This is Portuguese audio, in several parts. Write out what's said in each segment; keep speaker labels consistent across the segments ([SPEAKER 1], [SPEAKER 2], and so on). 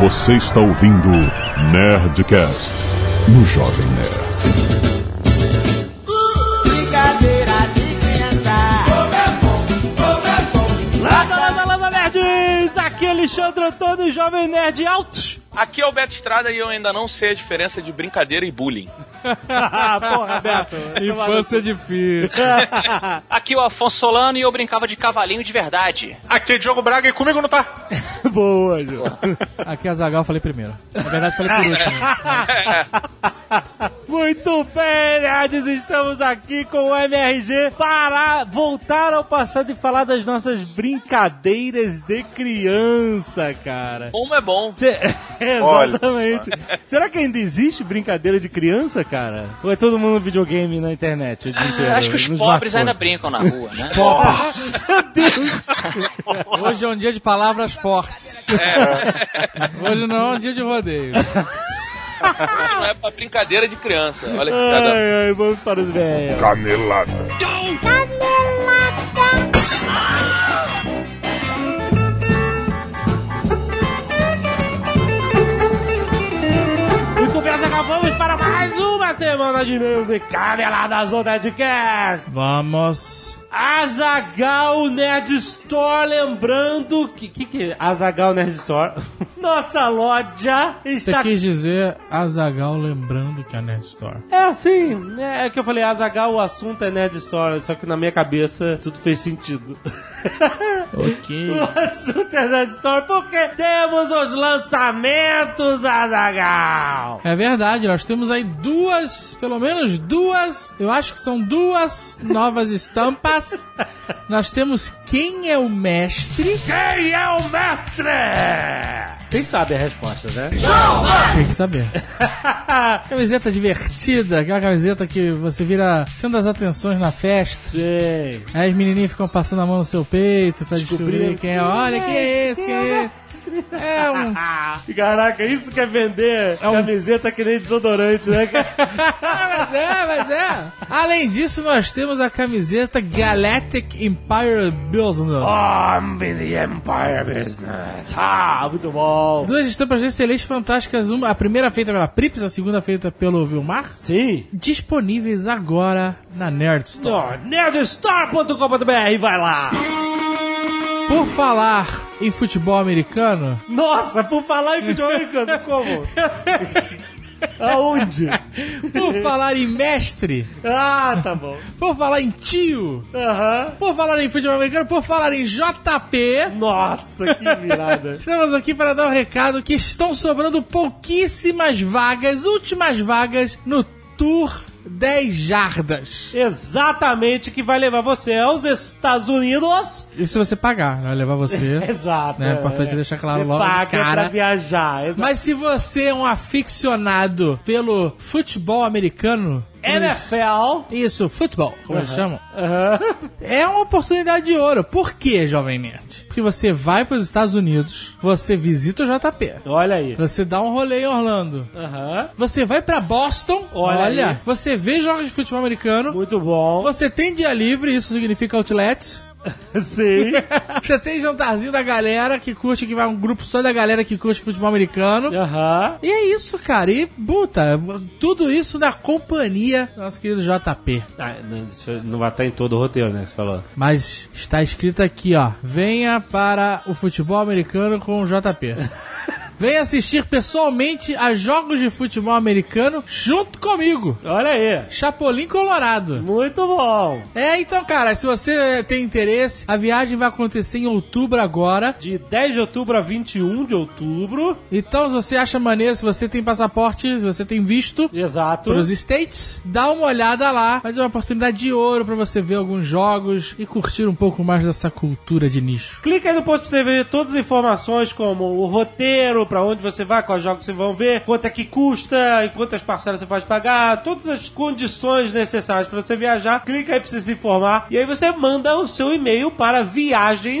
[SPEAKER 1] Você está ouvindo Nerdcast no Jovem Nerd.
[SPEAKER 2] Brincadeira de criança.
[SPEAKER 3] Landa, landa, landa, nerds! Aqui é Alexandre Antônio, Jovem Nerd Altos.
[SPEAKER 4] Aqui é o Beto Estrada e eu ainda não sei a diferença de brincadeira e bullying.
[SPEAKER 3] Ah, Porra, Beto. Tá
[SPEAKER 5] Infância difícil.
[SPEAKER 6] Aqui é o Afonso Solano e eu brincava de cavalinho de verdade.
[SPEAKER 7] Aqui é Diogo Braga e comigo não tá.
[SPEAKER 3] Boa, Diogo.
[SPEAKER 5] Aqui é a Zagal, eu falei primeiro. Na verdade, falei por último.
[SPEAKER 3] Muito bem, nerds, estamos aqui com o MRG para voltar ao passado e falar das nossas brincadeiras de criança, cara.
[SPEAKER 4] Bom é bom.
[SPEAKER 3] Cê... Exatamente. Será que ainda existe brincadeira de criança, cara? Ou é todo mundo videogame na internet?
[SPEAKER 5] É,
[SPEAKER 6] Inteiro, acho que os pobres smartphone. ainda brincam na rua, né?
[SPEAKER 3] pobres. Deus.
[SPEAKER 5] Hoje é um dia de palavras fortes. É. Hoje não é um dia de rodeio.
[SPEAKER 4] Isso não é pra brincadeira de criança. Olha que cada.
[SPEAKER 3] Ai, ai, vamos para os velhos.
[SPEAKER 1] Canelada.
[SPEAKER 2] Canelada.
[SPEAKER 3] Muito bem, acabamos para mais uma semana de meus e caneladas do Nerdcast.
[SPEAKER 5] Vamos.
[SPEAKER 3] Azagal Nerd Store, lembrando que que que é? Azagal Nerd Store? Nossa loja está.
[SPEAKER 5] Você quis dizer Azagal lembrando que é Nerd Store?
[SPEAKER 3] É sim, é, é que eu falei Azagal, o assunto é Nerd Store, só que na minha cabeça tudo fez sentido.
[SPEAKER 5] Ok.
[SPEAKER 3] o assunto é Nerd Store porque temos os lançamentos Azagal.
[SPEAKER 5] É verdade, nós temos aí duas, pelo menos duas, eu acho que são duas novas estampas. nós temos Quem é o Mestre?
[SPEAKER 3] Quem é o Mestre? Vocês sabem a resposta, né?
[SPEAKER 5] Tem que saber. camiseta divertida, aquela camiseta que você vira sendo as atenções na festa.
[SPEAKER 3] Sim.
[SPEAKER 5] Aí as menininhas ficam passando a mão no seu peito pra descobrir, descobrir quem é. Olha, quem é esse, quem é esse. É um.
[SPEAKER 3] Caraca, isso que é vender é um... camiseta que nem desodorante, né?
[SPEAKER 5] mas é, mas é. Além disso, nós temos a camiseta Galactic Empire Business.
[SPEAKER 3] I'm the Empire Business. Ah, muito bom.
[SPEAKER 5] Duas estampas excelentes, fantásticas. Uma, a primeira feita pela Prips, a segunda feita pelo Vilmar.
[SPEAKER 3] Sim.
[SPEAKER 5] Disponíveis agora na Nerd Store.
[SPEAKER 3] Nerdstore.com.br, vai lá.
[SPEAKER 5] Por falar em futebol americano.
[SPEAKER 3] Nossa, por falar em futebol americano, como? Aonde?
[SPEAKER 5] Por falar em mestre.
[SPEAKER 3] Ah, tá bom.
[SPEAKER 5] Por falar em tio.
[SPEAKER 3] Aham. Uh -huh.
[SPEAKER 5] Por falar em futebol americano, por falar em JP.
[SPEAKER 3] Nossa, que virada.
[SPEAKER 5] Estamos aqui para dar um recado que estão sobrando pouquíssimas vagas, últimas vagas, no Tour 10 jardas.
[SPEAKER 3] Exatamente, que vai levar você aos Estados Unidos.
[SPEAKER 5] E se você pagar, vai levar você.
[SPEAKER 3] Exato.
[SPEAKER 5] Né? É importante é. deixar claro
[SPEAKER 3] você
[SPEAKER 5] logo
[SPEAKER 3] paga
[SPEAKER 5] cara.
[SPEAKER 3] pra viajar. Exato.
[SPEAKER 5] Mas se você é um aficionado pelo futebol americano,
[SPEAKER 3] NFL.
[SPEAKER 5] Isso, futebol, como uhum. eles chamam. Uhum. É uma oportunidade de ouro. Por que, Jovem Nerd? Porque você vai para os Estados Unidos, você visita o JP.
[SPEAKER 3] Então, Olha aí.
[SPEAKER 5] Você dá um rolê em Orlando.
[SPEAKER 3] Uhum.
[SPEAKER 5] Você vai para Boston.
[SPEAKER 3] Olha. olha
[SPEAKER 5] você vê jogos de futebol americano.
[SPEAKER 3] Muito bom.
[SPEAKER 5] Você tem dia livre, isso significa outlet.
[SPEAKER 3] Sim.
[SPEAKER 5] Você tem jantarzinho da galera que curte, que vai um grupo só da galera que curte futebol americano.
[SPEAKER 3] Aham.
[SPEAKER 5] Uhum. E é isso, cara. E, puta, tudo isso na companhia do nosso querido JP.
[SPEAKER 3] Ah, não, não vai estar em todo o roteiro, né? Você falou.
[SPEAKER 5] Mas está escrito aqui, ó. Venha para o futebol americano com o JP. Venha assistir pessoalmente a jogos de futebol americano junto comigo.
[SPEAKER 3] Olha aí.
[SPEAKER 5] Chapolin Colorado.
[SPEAKER 3] Muito bom.
[SPEAKER 5] É, então, cara, se você tem interesse, a viagem vai acontecer em outubro agora.
[SPEAKER 3] De 10 de outubro a 21 de outubro.
[SPEAKER 5] Então, se você acha maneiro, se você tem passaporte, se você tem visto.
[SPEAKER 3] Exato.
[SPEAKER 5] Pros States, dá uma olhada lá. Vai ser uma oportunidade de ouro para você ver alguns jogos e curtir um pouco mais dessa cultura de nicho.
[SPEAKER 3] Clica aí no post pra você ver todas as informações, como o roteiro, para onde você vai, quais jogos você vão ver, quanto é que custa, e quantas parcelas você pode pagar, todas as condições necessárias para você viajar. Clica aí para você se informar e aí você manda o seu e-mail para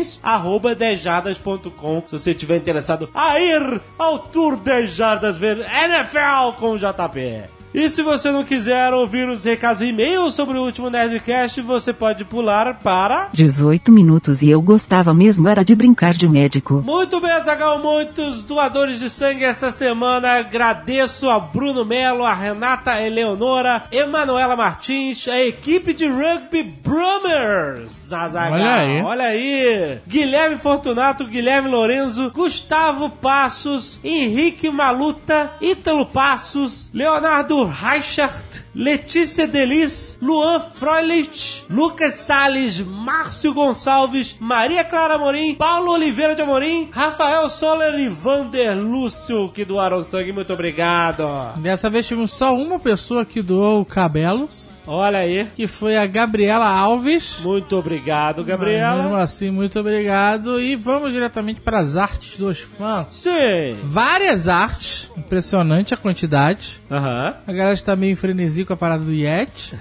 [SPEAKER 3] viagens@dejardas.com se você estiver interessado a ir ao Tour Dejardas ver NFL com o JP. E se você não quiser ouvir os recados e e-mails sobre o último Nerdcast, você pode pular para.
[SPEAKER 8] 18 minutos e eu gostava mesmo era de brincar de médico.
[SPEAKER 3] Muito bem, Azagal, muitos doadores de sangue essa semana. Agradeço a Bruno Melo, a Renata Eleonora, Emanuela Martins, a equipe de rugby Brummers. Azagal,
[SPEAKER 5] Olha aí.
[SPEAKER 3] Olha aí. Guilherme Fortunato, Guilherme Lorenzo, Gustavo Passos, Henrique Maluta, Ítalo Passos, Leonardo Reichert. Letícia Delis, Luan Froelich, Lucas Salles, Márcio Gonçalves, Maria Clara Amorim, Paulo Oliveira de Amorim, Rafael Soller e Vander Lúcio, que doaram sangue. Muito obrigado.
[SPEAKER 5] Dessa vez tivemos só uma pessoa que doou cabelos,
[SPEAKER 3] Olha aí.
[SPEAKER 5] que foi a Gabriela Alves.
[SPEAKER 3] Muito obrigado,
[SPEAKER 5] Mas mesmo
[SPEAKER 3] Gabriela.
[SPEAKER 5] assim, muito obrigado. E vamos diretamente para as artes dos fãs.
[SPEAKER 3] Sim.
[SPEAKER 5] Várias artes, impressionante a quantidade.
[SPEAKER 3] Aham.
[SPEAKER 5] A galera está meio em frenesi com a parada do Yeti.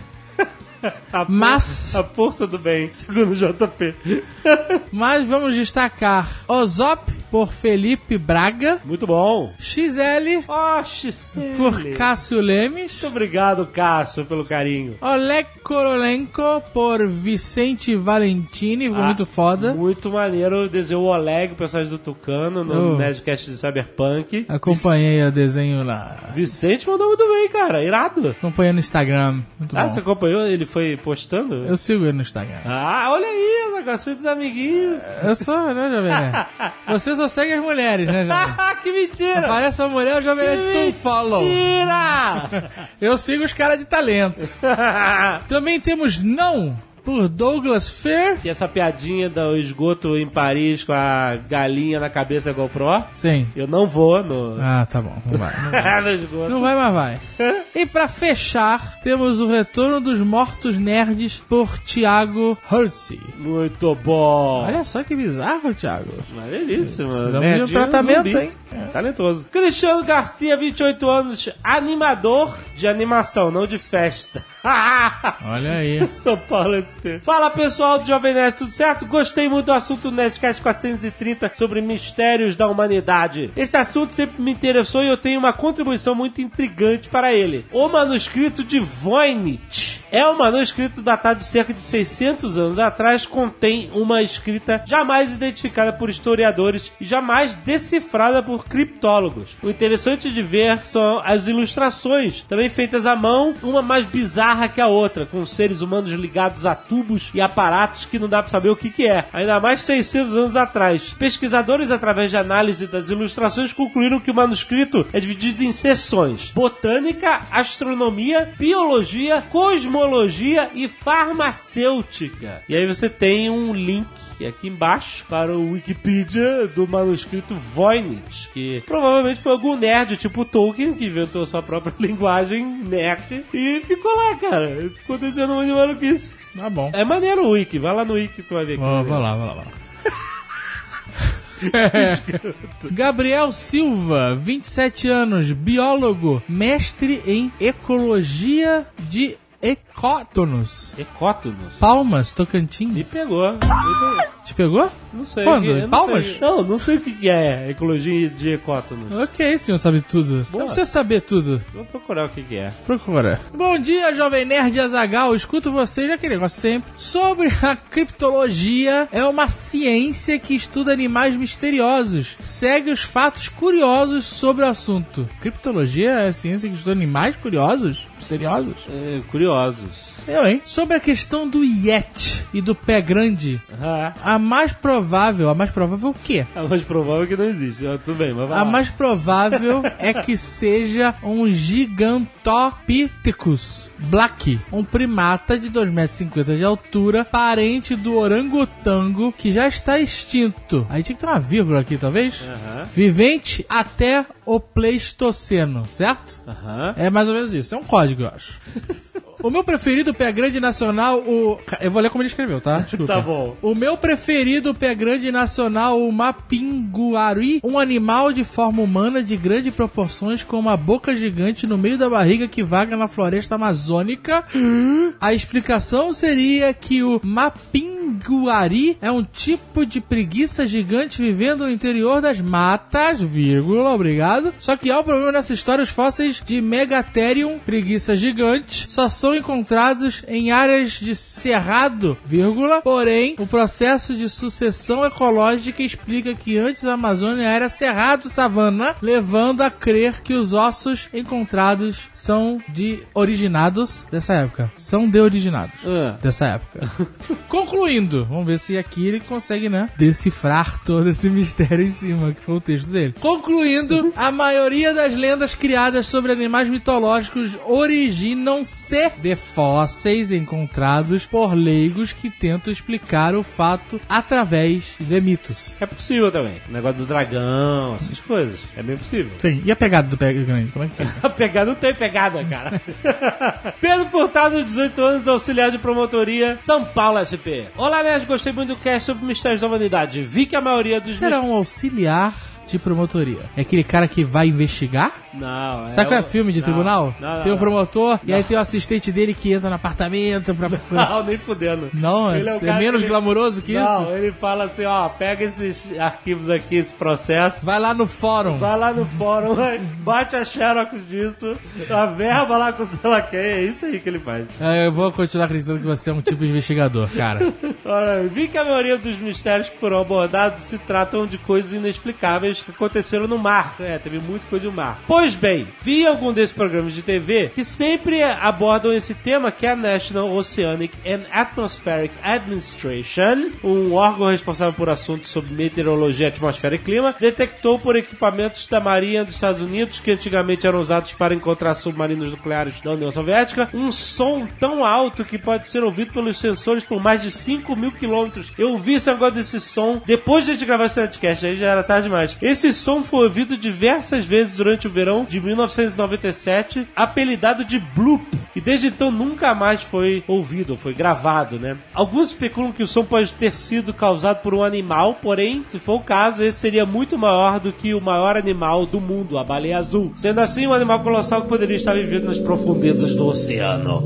[SPEAKER 3] A
[SPEAKER 5] Mas-
[SPEAKER 3] força- A força do bem, segundo o JP.
[SPEAKER 5] Mas vamos destacar Ozop por Felipe Braga,
[SPEAKER 3] Muito bom.
[SPEAKER 5] XL
[SPEAKER 3] Oxe,
[SPEAKER 5] por
[SPEAKER 3] Sele.
[SPEAKER 5] Cássio Lemes,
[SPEAKER 3] Muito obrigado, Cássio, pelo carinho.
[SPEAKER 5] Oleg Korolenko por Vicente Valentini, ficou
[SPEAKER 3] Ah,
[SPEAKER 5] muito foda.
[SPEAKER 3] Muito maneiro. Desenhou o Oleg, o personagem do Tucano, no
[SPEAKER 5] Oh.
[SPEAKER 3] Nerdcast de Cyberpunk.
[SPEAKER 5] Acompanhei o desenho lá.
[SPEAKER 3] Vic- Vicente mandou muito bem, cara. Irado.
[SPEAKER 5] Acompanhei no Instagram. Muito
[SPEAKER 3] Ah,
[SPEAKER 5] bom.
[SPEAKER 3] você acompanhou? Ele foi postando?
[SPEAKER 5] Eu sigo ele no Instagram.
[SPEAKER 3] Ah, olha aí, o negocinho dos amiguinhos.
[SPEAKER 5] Eu sou, né, Jovem Nerd? Você só segue as mulheres, né, Jovem Nerd?
[SPEAKER 3] Ah, que mentira!
[SPEAKER 5] Aparece essa mulher, o Jovem Nerd é tu follow.
[SPEAKER 3] Mentira!
[SPEAKER 5] Eu sigo os caras de talento. Também temos Não, por Douglas Fair.
[SPEAKER 3] e essa piadinha do esgoto em Paris com a galinha na cabeça GoPro?
[SPEAKER 5] Sim.
[SPEAKER 3] Eu não vou no,
[SPEAKER 5] Ah, tá bom. Não vai.
[SPEAKER 3] no esgoto.
[SPEAKER 5] Não vai, mas vai. E pra fechar, temos o Retorno dos Mortos Nerds por Thiago Hertzi.
[SPEAKER 3] Muito bom!
[SPEAKER 5] Olha só que bizarro, Thiago.
[SPEAKER 3] Maneiríssimo.
[SPEAKER 5] Precisamos
[SPEAKER 3] Nerdinho
[SPEAKER 5] de um tratamento,
[SPEAKER 3] zumbi. É.
[SPEAKER 5] hein?
[SPEAKER 3] Talentoso. Cristiano Garcia, 28 anos, animador de animação, não de festa.
[SPEAKER 5] Olha aí.
[SPEAKER 3] São Paulo SP. Fala pessoal do Jovem Nerd, tudo certo? Gostei muito do assunto do Nerdcast 430 sobre mistérios da humanidade. Esse assunto sempre me interessou e eu tenho uma contribuição muito intrigante para ele. O manuscrito de Voynich. É um manuscrito datado de cerca de 600 anos atrás, contém uma escrita jamais identificada por historiadores e jamais decifrada por criptólogos. O interessante de ver são as ilustrações, também feitas à mão, uma mais bizarra que a outra, com seres humanos ligados a tubos e aparatos que não dá pra saber o que, que é, ainda mais 600 anos atrás. Pesquisadores, através de análise das ilustrações, concluíram que o manuscrito é dividido em seções: botânica, astronomia, biologia, cosmologia e farmacêutica. E aí você tem um link e aqui embaixo para o Wikipedia do manuscrito Voynich, que provavelmente foi algum nerd, tipo Tolkien, que inventou sua própria linguagem nerd e ficou lá, cara. Ele Ficou desenhando um monte de maluquice.
[SPEAKER 5] Tá bom.
[SPEAKER 3] É maneiro o Wiki, vai lá no Wiki tu vai ver.
[SPEAKER 5] Vou, vou lá, vou lá, vou lá. Gabriel Silva, 27 anos, biólogo, mestre em ecologia de ecótonos.
[SPEAKER 3] Ecótonos.
[SPEAKER 5] Palmas, Tocantins.
[SPEAKER 3] Me pegou. Me pegou.
[SPEAKER 5] Te pegou?
[SPEAKER 3] Não sei.
[SPEAKER 5] Quando?
[SPEAKER 3] que- eu não
[SPEAKER 5] Palmas?
[SPEAKER 3] sei. Não, não sei o que que é ecologia de ecótonos.
[SPEAKER 5] Ok, senhor sabe tudo.
[SPEAKER 3] Boa.
[SPEAKER 5] Não precisa saber tudo.
[SPEAKER 3] Vou procurar o que que é.
[SPEAKER 5] Procura. Bom dia, jovem nerd Azagal. Escuto vocês é aquele negócio sempre. Sobre a criptologia, é uma ciência que estuda animais misteriosos. Segue os fatos curiosos sobre o assunto. Criptologia é a ciência que estuda animais curiosos? Misteriosos?
[SPEAKER 3] É, curiosos.
[SPEAKER 5] Eu, hein? Sobre a questão do Yeti e do pé grande.
[SPEAKER 3] Ah,
[SPEAKER 5] A mais provável, a mais provável o quê?
[SPEAKER 3] a mais provável é que não existe. Ah, tudo bem, mas vai
[SPEAKER 5] A
[SPEAKER 3] lá.
[SPEAKER 5] mais provável é que seja um Gigantopithecus black, um primata de 2,50m de altura, parente do orangotango, que já está extinto. Aí tinha que ter uma vírgula aqui, talvez? Vivente até o Pleistoceno, certo?
[SPEAKER 3] Aham.
[SPEAKER 5] É mais ou menos isso. É um código, eu acho. O meu preferido pé grande nacional, o. Eu vou ler como ele escreveu, tá? Desculpa.
[SPEAKER 3] Tá bom.
[SPEAKER 5] O meu preferido pé grande nacional, o Mapinguari, um animal de forma humana de grandes proporções com uma boca gigante no meio da barriga que vaga na floresta amazônica. A explicação seria que o Mapinguari Iguari é um tipo de preguiça gigante vivendo no interior das matas, vírgula, obrigado. Só que há um problema nessa história, os fósseis de Megatherium, preguiça gigante, só são encontrados em áreas de cerrado, vírgula. Porém, o processo de sucessão ecológica explica que antes a Amazônia era cerrado savana, levando a crer que os ossos encontrados são de originados dessa época. São de originados
[SPEAKER 3] Ah.
[SPEAKER 5] dessa época. Concluindo, vamos ver se aqui ele consegue, né, decifrar todo esse mistério em cima, que foi o texto dele. Concluindo, a maioria das lendas criadas sobre animais mitológicos originam-se de fósseis encontrados por leigos que tentam explicar o fato através de mitos.
[SPEAKER 3] É possível também. O negócio do dragão, essas coisas. É bem possível.
[SPEAKER 5] Sim, e a pegada do Pega Grande, como é que é?
[SPEAKER 3] A pegada não tem pegada, cara. Pedro Furtado, 18 anos, auxiliar de promotoria, São Paulo SP. Olá, Nerd, gostei muito do cast sobre mistérios da humanidade. Vi que a maioria dos
[SPEAKER 5] Será
[SPEAKER 3] mistérios.
[SPEAKER 5] um auxiliar de promotoria. É aquele cara que vai investigar?
[SPEAKER 3] Não,
[SPEAKER 5] Sabe qual é
[SPEAKER 3] o-
[SPEAKER 5] filme de
[SPEAKER 3] Não,
[SPEAKER 5] tribunal?
[SPEAKER 3] Não, não,
[SPEAKER 5] tem um
[SPEAKER 3] não.
[SPEAKER 5] promotor e aí tem o assistente dele que entra no apartamento pra.
[SPEAKER 3] Não, nem fudendo. um
[SPEAKER 5] Não, é menos glamouroso que
[SPEAKER 3] não,
[SPEAKER 5] isso?
[SPEAKER 3] ele fala assim, ó, pega esses arquivos aqui, esse processo,
[SPEAKER 5] Vai lá no fórum.
[SPEAKER 3] vai lá no fórum, vai, bate a xerox disso, a verba lá com sei lá quem, é isso aí que ele faz.
[SPEAKER 5] É, Eu vou continuar acreditando que você é um tipo de investigador, cara.
[SPEAKER 3] Ora, vi que a maioria dos mistérios que foram abordados se tratam de coisas inexplicáveis que aconteceram no mar. É, teve muita coisa no mar. Pois bem, vi algum desses programas de TV que sempre abordam esse tema que é a National Oceanic and Atmospheric Administration, um órgão responsável por assuntos sobre meteorologia, atmosfera e clima, detectou por equipamentos da Marinha dos Estados Unidos, que antigamente eram usados para encontrar submarinos nucleares da União Soviética, um som tão alto que pode ser ouvido pelos sensores por mais de 5 mil quilômetros. Eu vi esse negócio desse som depois de a gente gravar esse podcast, aí já era tarde demais. Esse som foi ouvido diversas vezes durante o verão de 1997, apelidado de Bloop. E desde então nunca mais foi ouvido, foi gravado, né? Alguns especulam que o som pode ter sido causado por um animal, porém, se for o caso, esse seria muito maior do que o maior animal do mundo, a baleia azul. Sendo assim, um animal colossal que poderia estar vivendo nas profundezas do oceano.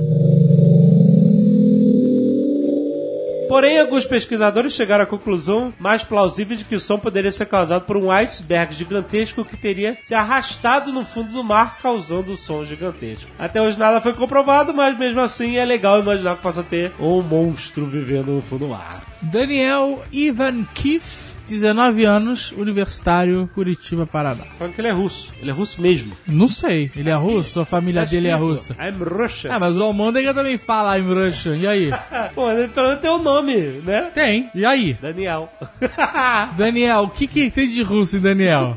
[SPEAKER 3] Porém, alguns pesquisadores chegaram à conclusão mais plausível de que o som poderia ser causado por um iceberg gigantesco que teria se arrastado no fundo do mar, causando o som gigantesco. Até hoje nada foi comprovado, mas mesmo assim é legal imaginar que possa ter um monstro vivendo no fundo do mar.
[SPEAKER 5] Daniel Ivan Kiff, 19 anos, universitário, Curitiba, Paraná.
[SPEAKER 3] Falando que ele é russo. Ele é russo mesmo.
[SPEAKER 5] Não sei, ele é russo, a família dele é russa.
[SPEAKER 3] I'm Russian.
[SPEAKER 5] Ah, mas o Almôndega também fala I'm Russian, e aí?
[SPEAKER 3] Pô, ele pelo menos tem um nome, né?
[SPEAKER 5] Tem, e aí?
[SPEAKER 3] Daniel.
[SPEAKER 5] Daniel, o que que tem de russo em Daniel?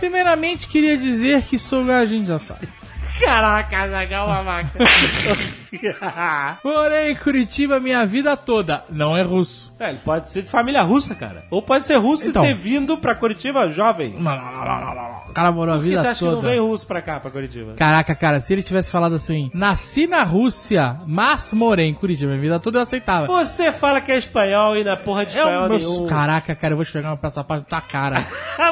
[SPEAKER 5] Primeiramente, queria dizer que sou... A gente já sabe.
[SPEAKER 3] Caraca, Zagal, uma vaca.
[SPEAKER 5] Morei em Curitiba minha vida toda. Não é russo.
[SPEAKER 3] É, ele pode ser de família russa, cara. Ou pode ser russo
[SPEAKER 5] Então.
[SPEAKER 3] e ter vindo pra Curitiba jovem.
[SPEAKER 5] O cara morou a
[SPEAKER 3] Por que você
[SPEAKER 5] vida
[SPEAKER 3] acha que não
[SPEAKER 5] toda.
[SPEAKER 3] veio russo pra cá, pra Curitiba?
[SPEAKER 5] Caraca, cara, se ele tivesse falado assim, nasci na Rússia, mas morei em Curitiba minha vida toda, eu aceitava.
[SPEAKER 3] Você fala que é espanhol e na porra de
[SPEAKER 5] É
[SPEAKER 3] espanhol
[SPEAKER 5] um meu...
[SPEAKER 3] nenhum. Ah,
[SPEAKER 5] Caraca, cara, eu vou chegar pra essa parte da tua cara.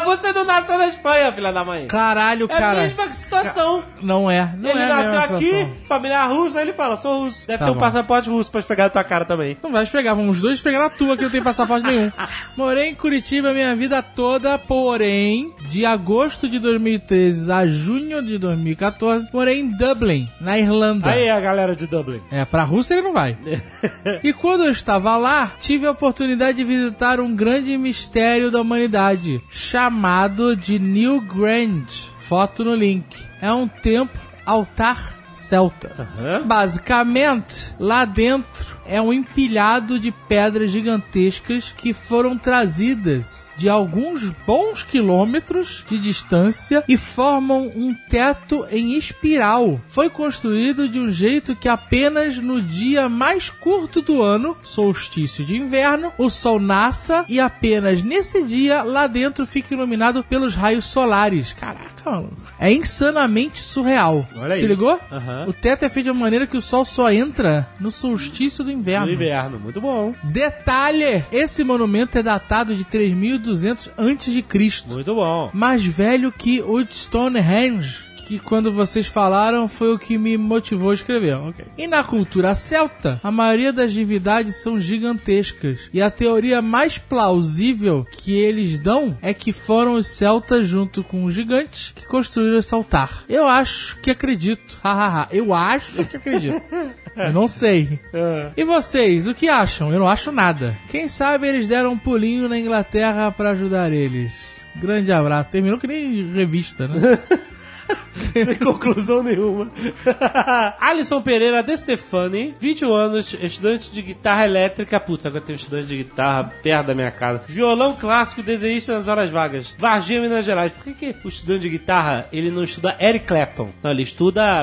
[SPEAKER 3] Você não nasceu na Espanha, filha da mãe.
[SPEAKER 5] Caralho,
[SPEAKER 3] é a
[SPEAKER 5] cara.
[SPEAKER 3] mesma situação.
[SPEAKER 5] Não é, não
[SPEAKER 3] ele
[SPEAKER 5] é a mesma
[SPEAKER 3] nasceu aqui,
[SPEAKER 5] situação.
[SPEAKER 3] família russa, aí ele fala, sou russo. Deve
[SPEAKER 5] Tá
[SPEAKER 3] ter um
[SPEAKER 5] bom.
[SPEAKER 3] passaporte russo pra esfregar na tua cara também.
[SPEAKER 5] Não vai esfregar, vamos os dois esfregar na tua, que não tem passaporte nenhum. Morei em Curitiba minha vida toda, porém, de agosto de 2013 a junho de 2014, morei em Dublin, na Irlanda.
[SPEAKER 3] Aí a galera de Dublin.
[SPEAKER 5] É, pra Rússia ele não vai. e quando eu estava lá, tive a oportunidade de visitar um grande mistério da humanidade, chamado de New Grand. Foto no link. É um templo altar celta.
[SPEAKER 3] Hã?
[SPEAKER 5] Basicamente, lá dentro é um empilhado de pedras gigantescas que foram trazidas de alguns bons quilômetros de distância e formam um teto em espiral. Foi construído de um jeito que apenas no dia mais curto do ano, solstício de inverno, o sol nasça e apenas nesse dia lá dentro fica iluminado pelos raios solares. Caraca, maluco. É insanamente surreal.
[SPEAKER 3] Olha aí.
[SPEAKER 5] Se ligou?
[SPEAKER 3] Aham.
[SPEAKER 5] O teto é feito de uma maneira que o sol só entra no solstício do inverno.
[SPEAKER 3] No inverno, muito bom.
[SPEAKER 5] Detalhe! Esse monumento é datado de 3.200 antes de Cristo.
[SPEAKER 3] Muito bom.
[SPEAKER 5] Mais velho que o de Stonehenge, que quando vocês falaram foi o que me motivou a escrever. ok. E na cultura celta, a maioria das divindades são gigantescas. E a teoria mais plausível que eles dão é que foram os celtas junto com os gigantes que construíram esse altar. Eu acho que acredito. Hahaha. Eu acho que acredito. Eu não sei.
[SPEAKER 3] Ah.
[SPEAKER 5] E vocês, o que acham? Eu não acho nada. Quem sabe eles deram um pulinho na Inglaterra pra ajudar eles. Grande abraço. Terminou que nem revista, né?
[SPEAKER 3] Sem conclusão nenhuma. Alisson Pereira de Stefani, 21 anos, estudante de guitarra elétrica. Putz, agora tem um estudante de guitarra perto da minha casa. Violão clássico, desenhista nas horas vagas. Varginha, Minas Gerais. Por que, que o estudante de guitarra, ele não estuda Eric Clapton? Não, ele estuda...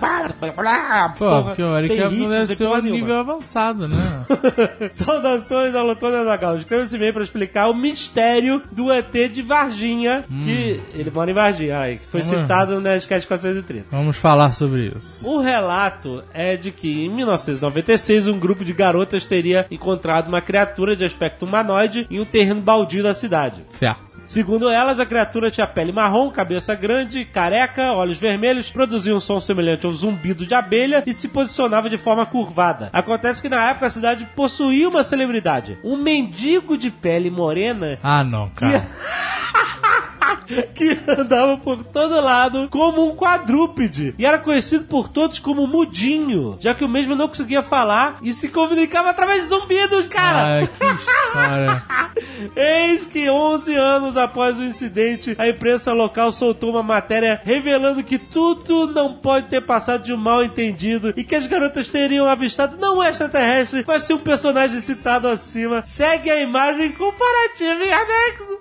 [SPEAKER 5] Pô,
[SPEAKER 3] Porra,
[SPEAKER 5] porque o Eric
[SPEAKER 3] sem
[SPEAKER 5] Clapton
[SPEAKER 3] ritmo,
[SPEAKER 5] deve
[SPEAKER 3] sem
[SPEAKER 5] ser um
[SPEAKER 3] porra
[SPEAKER 5] nível
[SPEAKER 3] nenhuma.
[SPEAKER 5] avançado, né?
[SPEAKER 3] Saudações ao Lotônia Zagal. Escreva esse e-mail pra explicar o mistério do ET de Varginha, que ele mora em Varginha, aí, que foi
[SPEAKER 5] Hum.
[SPEAKER 3] citado na Sketch 430.
[SPEAKER 5] Vamos falar sobre isso.
[SPEAKER 3] O relato é de que em 1996 um grupo de garotas teria encontrado uma criatura de aspecto humanoide em um terreno baldio da cidade.
[SPEAKER 5] Certo.
[SPEAKER 3] Segundo elas, a criatura tinha pele marrom, cabeça grande, careca, olhos vermelhos, produzia um som semelhante ao zumbido de abelha e se posicionava de forma curvada. Acontece que na época a cidade possuía uma celebridade, um mendigo de pele morena
[SPEAKER 5] Ah, não, cara.
[SPEAKER 3] que andava por todo lado como um quadrúpede e era conhecido por todos como Mudinho, já que o mesmo não conseguia falar e se comunicava através de zumbidos, cara.
[SPEAKER 5] Ai, que história.
[SPEAKER 3] Eis que 11 anos após o incidente, a imprensa local soltou uma matéria revelando que tudo não pode ter passado de um mal entendido e que as garotas teriam avistado não um extraterrestre, mas sim um personagem citado acima. Segue a imagem comparativa em anexo.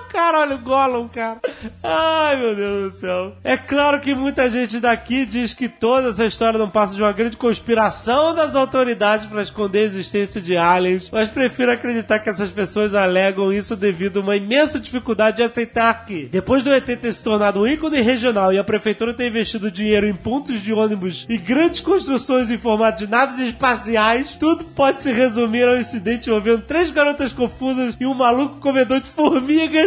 [SPEAKER 3] o cara, olha o Gollum, cara. Ai, meu Deus do céu. É claro que muita gente daqui diz que toda essa história não passa de uma grande conspiração das autoridades para esconder a existência de aliens, mas prefiro acreditar que essas pessoas alegam isso devido a uma imensa dificuldade de aceitar que, depois do ET ter se tornado um ícone regional e a prefeitura ter investido dinheiro em pontos de ônibus e grandes construções em formato de naves espaciais, tudo pode se resumir a um incidente envolvendo três garotas confusas e um maluco comedor de formigas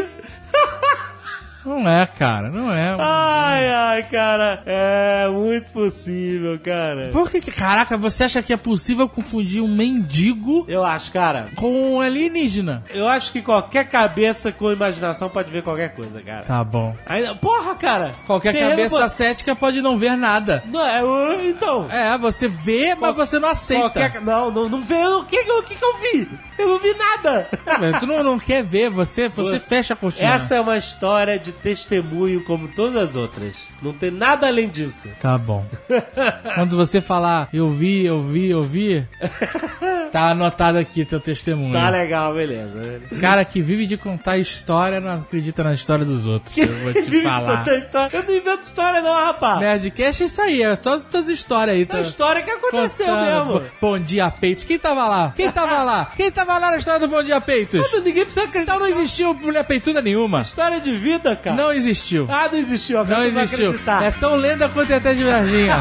[SPEAKER 5] Não é, cara, não é.
[SPEAKER 3] Ai, ai, cara, é muito possível, cara.
[SPEAKER 5] Por que, que- caraca, você acha que é possível confundir um mendigo
[SPEAKER 3] Eu acho, cara.
[SPEAKER 5] com um alienígena?
[SPEAKER 3] Eu acho que qualquer cabeça com imaginação pode ver qualquer coisa, cara.
[SPEAKER 5] Tá bom.
[SPEAKER 3] Ainda- porra, cara.
[SPEAKER 5] Qualquer
[SPEAKER 3] terreno
[SPEAKER 5] cabeça
[SPEAKER 3] po-
[SPEAKER 5] cética pode não ver nada.
[SPEAKER 3] Não, é, eu- então.
[SPEAKER 5] É, você vê, mas você não aceita.
[SPEAKER 3] qualquer, não, não, não vê. O que, o que que eu vi? Eu não vi nada.
[SPEAKER 5] Mas Tu não, não quer ver, você, você
[SPEAKER 3] Você-
[SPEAKER 5] fecha a cortina.
[SPEAKER 3] Essa é uma história de testemunho como todas as outras. Não tem nada além disso.
[SPEAKER 5] Tá bom. Quando você falar, eu vi, eu vi, eu vi, tá anotado aqui teu testemunho.
[SPEAKER 3] Tá legal, beleza.
[SPEAKER 5] Cara que vive de contar história não acredita na história dos outros. Eu vou
[SPEAKER 3] Vive
[SPEAKER 5] te
[SPEAKER 3] de
[SPEAKER 5] falar.
[SPEAKER 3] contar história. Eu não invento história não, rapaz.
[SPEAKER 5] Nerdcast é isso aí, é todas as tuas histórias aí. tá
[SPEAKER 3] É a história que aconteceu mesmo.
[SPEAKER 5] Bo- Bom dia, Peitos. Quem tava lá? Quem tava lá? Quem tava lá na história do Bom Dia, Peitos?
[SPEAKER 3] Mas Ninguém precisa acreditar
[SPEAKER 5] Então não existiu mulher peituda nenhuma.
[SPEAKER 3] História de vida, cara.
[SPEAKER 5] Não existiu.
[SPEAKER 3] Ah, não existiu. Agora
[SPEAKER 5] Não
[SPEAKER 3] tu vai
[SPEAKER 5] existiu.
[SPEAKER 3] acreditar.
[SPEAKER 5] É tão lenda quanto é até de Varginha.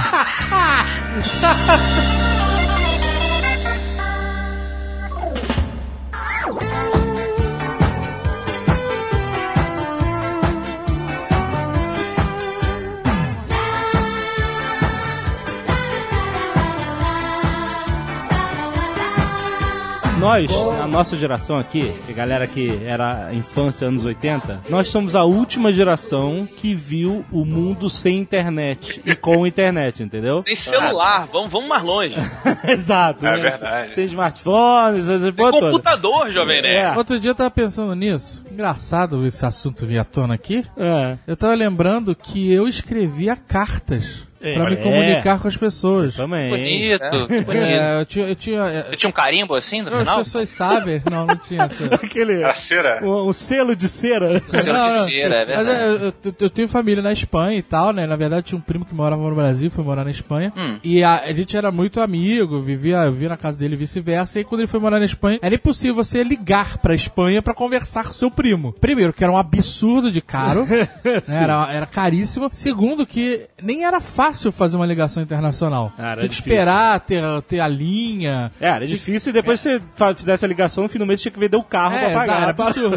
[SPEAKER 9] Nós, a nossa geração aqui, a galera que era infância, anos 80, nós somos a última geração que viu o mundo sem internet e com internet, entendeu?
[SPEAKER 4] Sem
[SPEAKER 6] Ah.
[SPEAKER 4] celular, vamos, vamos mais longe.
[SPEAKER 9] Exato.
[SPEAKER 4] É
[SPEAKER 9] né?
[SPEAKER 4] verdade.
[SPEAKER 9] Sem smartphones, essas
[SPEAKER 4] Tem
[SPEAKER 9] porra toda.
[SPEAKER 4] computador, jovem nerd.
[SPEAKER 9] É.
[SPEAKER 5] Outro dia eu tava pensando nisso. Engraçado esse assunto vir à tona aqui.
[SPEAKER 9] É.
[SPEAKER 5] Eu tava lembrando que eu escrevia cartas
[SPEAKER 9] É.
[SPEAKER 5] pra me
[SPEAKER 9] É.
[SPEAKER 5] comunicar com as pessoas.
[SPEAKER 9] Também.
[SPEAKER 6] Bonito, que bonito.
[SPEAKER 5] É, eu tinha. Eu tinha é,
[SPEAKER 6] Você tinha um carimbo assim no
[SPEAKER 5] não, as
[SPEAKER 6] final?
[SPEAKER 5] pessoas sabem. Não, não tinha essa. Não,
[SPEAKER 9] Aquele.
[SPEAKER 7] Era cera?
[SPEAKER 9] Um, um selo de cera.
[SPEAKER 6] Selo de
[SPEAKER 5] não.
[SPEAKER 6] cera, é
[SPEAKER 5] Mas
[SPEAKER 6] verdade.
[SPEAKER 5] é, eu, eu- eu tenho família na Espanha e tal, né? Na verdade, tinha um primo que morava no Brasil, foi morar na Espanha.
[SPEAKER 6] Hum.
[SPEAKER 5] E a, a gente era muito amigo, vivia, eu via na casa dele e vice-versa. E quando ele foi morar na Espanha, era impossível você ligar pra Espanha pra conversar com seu primo. Primeiro, que era um absurdo de caro. né, era, era caríssimo. Segundo, que nem era fácil fácil fazer uma ligação internacional.
[SPEAKER 3] Ah, era
[SPEAKER 5] tinha que
[SPEAKER 3] difícil.
[SPEAKER 5] esperar ter, ter a linha.
[SPEAKER 3] É, era difícil e depois que você fa- fizesse a ligação, no fim do mês tinha que vender o carro
[SPEAKER 5] É,
[SPEAKER 3] pra pagar.
[SPEAKER 5] exato, era
[SPEAKER 3] Pra-
[SPEAKER 5] absurdo.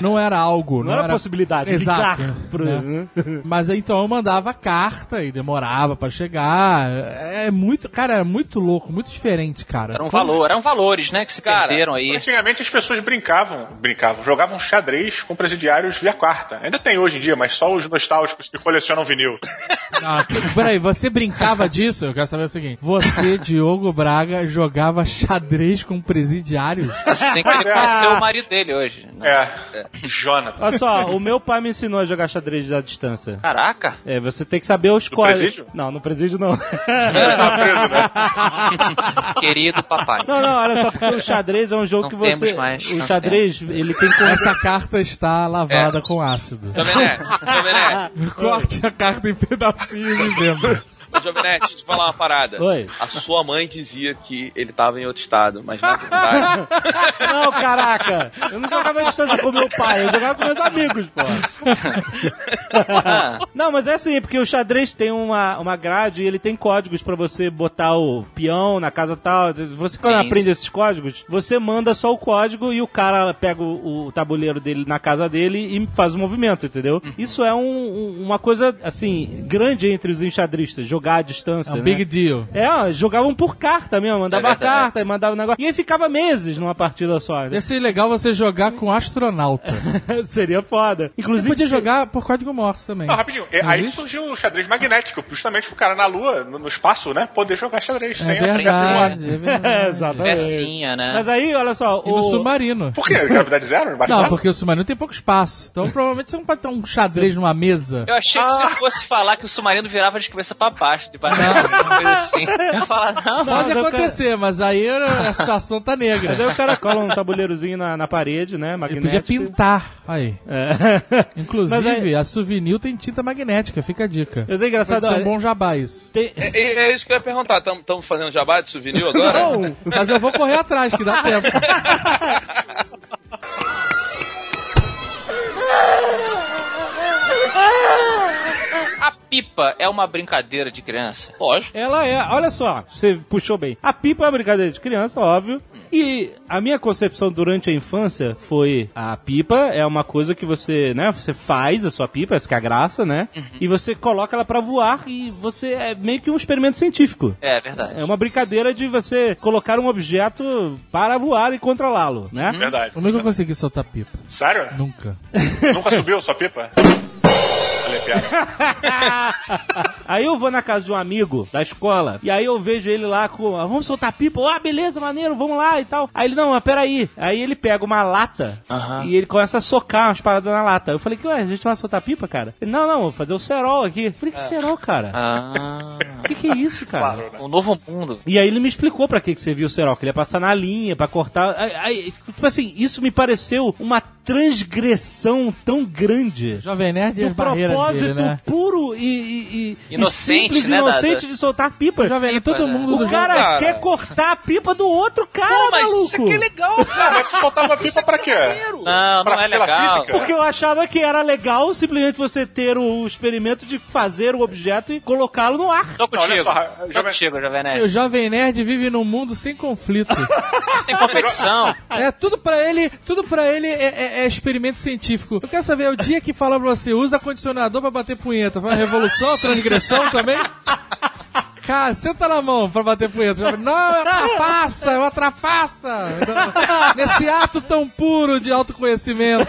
[SPEAKER 5] Não era algo.
[SPEAKER 3] Não, era, possibilidade de
[SPEAKER 5] Exato.
[SPEAKER 3] ligar. pro-
[SPEAKER 5] né? Mas aí, então eu mandava carta e demorava pra chegar. É muito, cara, era muito louco, muito diferente, cara.
[SPEAKER 6] Era um valor, eram valores, né, que se
[SPEAKER 1] Cara,
[SPEAKER 6] perderam aí.
[SPEAKER 1] Antigamente as pessoas brincavam, brincavam, jogavam xadrez com presidiários via quarta. Ainda tem hoje em dia, mas só os nostálgicos que colecionam vinil.
[SPEAKER 5] Ah, peraí, você brincava disso? Eu quero saber o seguinte. Você, Diogo Braga, jogava xadrez com presidiário?
[SPEAKER 6] Assim que ele conheceu o marido dele hoje. né?
[SPEAKER 1] É, Jonathan.
[SPEAKER 3] Olha só, o meu pai me ensinou a jogar xadrez à distância.
[SPEAKER 6] Caraca.
[SPEAKER 3] É, você tem que saber os
[SPEAKER 1] No
[SPEAKER 3] códigos.
[SPEAKER 1] presídio?
[SPEAKER 3] Não, no presídio não.
[SPEAKER 1] Tá preso, né?
[SPEAKER 6] Querido papai.
[SPEAKER 3] Não, não, olha só, porque o xadrez é um jogo
[SPEAKER 6] Não
[SPEAKER 3] que
[SPEAKER 6] temos
[SPEAKER 3] você.
[SPEAKER 6] mais,
[SPEAKER 3] o
[SPEAKER 6] não
[SPEAKER 3] xadrez, ele tem como.
[SPEAKER 5] Essa carta está lavada
[SPEAKER 6] É.
[SPEAKER 5] com ácido.
[SPEAKER 4] Jovenete, Jovenete,
[SPEAKER 5] Corte a carta em pedacinhos e venda.
[SPEAKER 4] ô, Jovenete, deixa eu te falar uma parada.
[SPEAKER 3] Oi.
[SPEAKER 4] A sua mãe dizia que ele tava em outro estado, mas na verdade.
[SPEAKER 3] Não, caraca! Eu não jogava à distância com meu pai, eu jogava com meus amigos, pô.
[SPEAKER 6] Ah,
[SPEAKER 3] Não, mas é assim, porque o xadrez tem uma, uma grade e ele tem códigos pra você botar o peão na casa tal. Você, quando
[SPEAKER 6] Sim,
[SPEAKER 3] aprende esses códigos, você manda só o código e o cara pega o, o tabuleiro dele na casa dele e faz o movimento, entendeu?
[SPEAKER 6] Uhum.
[SPEAKER 3] Isso é um- um- uma coisa, assim, grande entre os enxadristas, jogar à distância.
[SPEAKER 5] É um
[SPEAKER 3] né?
[SPEAKER 5] big deal.
[SPEAKER 3] É, ó, jogavam por carta mesmo, mandava
[SPEAKER 6] É
[SPEAKER 3] a
[SPEAKER 6] verdade.
[SPEAKER 3] carta e mandava o negócio. E aí ficava meses numa partida só. né?
[SPEAKER 5] Ia ser legal você jogar com astronauta.
[SPEAKER 3] Seria foda.
[SPEAKER 5] Você
[SPEAKER 3] Inclusive,
[SPEAKER 5] podia jogar por código morse também.
[SPEAKER 1] Não, rapidinho. É,
[SPEAKER 5] Não
[SPEAKER 1] aí
[SPEAKER 5] existe?
[SPEAKER 1] surgiu o xadrez magnético, justamente pro cara na lua, no, no espaço, né, poder jogar xadrez
[SPEAKER 5] É
[SPEAKER 1] sem a presença de um ar.
[SPEAKER 5] verdade, é
[SPEAKER 3] É,
[SPEAKER 5] verdade.
[SPEAKER 3] exatamente.
[SPEAKER 6] pecinha, né?
[SPEAKER 3] Mas aí, olha só,
[SPEAKER 5] E no
[SPEAKER 3] o-
[SPEAKER 5] submarino.
[SPEAKER 1] Por quê? Gravidade zero? Embaixo
[SPEAKER 5] Não,
[SPEAKER 1] d'água?
[SPEAKER 5] porque o submarino tem pouco espaço. Então provavelmente você não pode ter um xadrez numa mesa.
[SPEAKER 6] Eu achei que
[SPEAKER 5] Ah.
[SPEAKER 6] você fosse falar que o submarino virava de cabeça pra baixo, de baixo pra baixo, uma coisa assim. Eu ia falar, não,
[SPEAKER 5] Pode
[SPEAKER 3] mas eu
[SPEAKER 5] acontecer, mas aí a situação tá negra.
[SPEAKER 3] Mas aí o cara cola um tabuleirozinho na, na parede, né?
[SPEAKER 5] Ele
[SPEAKER 3] Magnético.
[SPEAKER 5] podia pintar. Aí.
[SPEAKER 3] É. Mas
[SPEAKER 5] Inclusive,
[SPEAKER 3] aí-
[SPEAKER 5] a souvenir tem tinta magnética, fica a dica.
[SPEAKER 3] Mas é engraçado.
[SPEAKER 5] Pode ser um
[SPEAKER 3] olha,
[SPEAKER 5] bom jabá isso.
[SPEAKER 3] tem-
[SPEAKER 4] É, é- é isso que eu ia perguntar. Estamos fazendo jabá de souvenir agora?
[SPEAKER 5] Mas eu vou correr atrás, que dá tempo.
[SPEAKER 6] a pipa é uma brincadeira de criança.
[SPEAKER 4] Lógico.
[SPEAKER 3] Ela é, olha só, você puxou bem. A pipa é uma brincadeira de criança, óbvio. E a minha concepção durante a infância foi: a pipa é uma coisa que você, né? Você faz a sua pipa, essa que é a graça, né? E você coloca ela pra voar e você é meio que um experimento científico.
[SPEAKER 6] É verdade.
[SPEAKER 3] É uma brincadeira de você colocar um objeto para voar e controlá-lo, né?
[SPEAKER 1] Verdade.
[SPEAKER 5] Como é que eu consegui soltar pipa?
[SPEAKER 1] Sério?
[SPEAKER 5] Nunca.
[SPEAKER 1] Nunca subiu sua pipa? Olha a piada.
[SPEAKER 3] Aí eu vou na casa de um amigo da escola, e aí eu vejo ele lá com. "Ah, Vamos soltar pipa? Ah, beleza, maneiro, vamos lá e tal. Aí ele, não, mas peraí. Aí ele pega uma lata e ele começa a socar umas paradas na lata. Eu falei, que ué, a gente vai soltar pipa, cara? Ele, não, não, vou fazer o cerol aqui. Eu falei, que cerol, cara?
[SPEAKER 6] Ah,
[SPEAKER 3] O que, que é isso, cara?
[SPEAKER 6] um novo mundo.
[SPEAKER 3] E aí ele me explicou pra que que servia o cerol, que ele ia passar na linha, pra cortar. Aí- aí, tipo assim, isso me pareceu uma transgressão tão grande
[SPEAKER 5] Jovem Nerd e
[SPEAKER 3] do
[SPEAKER 5] as barreiras
[SPEAKER 3] propósito
[SPEAKER 5] dele, né?
[SPEAKER 3] puro e, e- e- e
[SPEAKER 6] Inocente,
[SPEAKER 3] simples,
[SPEAKER 6] né,
[SPEAKER 3] inocente
[SPEAKER 6] Dada?
[SPEAKER 3] de soltar pipa.
[SPEAKER 5] Jovem Nerd, todo
[SPEAKER 6] né?
[SPEAKER 5] mundo do
[SPEAKER 3] o cara,
[SPEAKER 4] cara.
[SPEAKER 3] quer cortar a pipa do outro cara,
[SPEAKER 4] Pô, mas
[SPEAKER 3] maluco.
[SPEAKER 4] isso aqui é legal, cara.
[SPEAKER 1] Não, mas tu soltava a pipa pra quê?
[SPEAKER 6] Não, não
[SPEAKER 1] Pra-
[SPEAKER 6] é
[SPEAKER 1] pela
[SPEAKER 6] legal.
[SPEAKER 1] física?
[SPEAKER 3] Porque eu achava que era legal simplesmente você ter o experimento de fazer o objeto e colocá-lo no ar.
[SPEAKER 6] Tô
[SPEAKER 1] Não, olha
[SPEAKER 6] contigo.
[SPEAKER 1] só,
[SPEAKER 6] Tô
[SPEAKER 1] Jovem-
[SPEAKER 6] contigo, Jovem
[SPEAKER 5] jogo. O
[SPEAKER 6] Nerd.
[SPEAKER 5] Jovem Nerd vive num mundo sem conflito.
[SPEAKER 6] Sem competição.
[SPEAKER 5] É, tudo pra ele, tudo pra ele é, é- é experimento científico. Eu quero saber, é o dia que fala pra você, usa condicionador pra bater punheta. Foi uma revolução, uma transgressão também? Cara, senta na mão pra bater punheta. Já- Não, eu trapaça, eu atrapaça. Então, Nesse ato tão puro de autoconhecimento.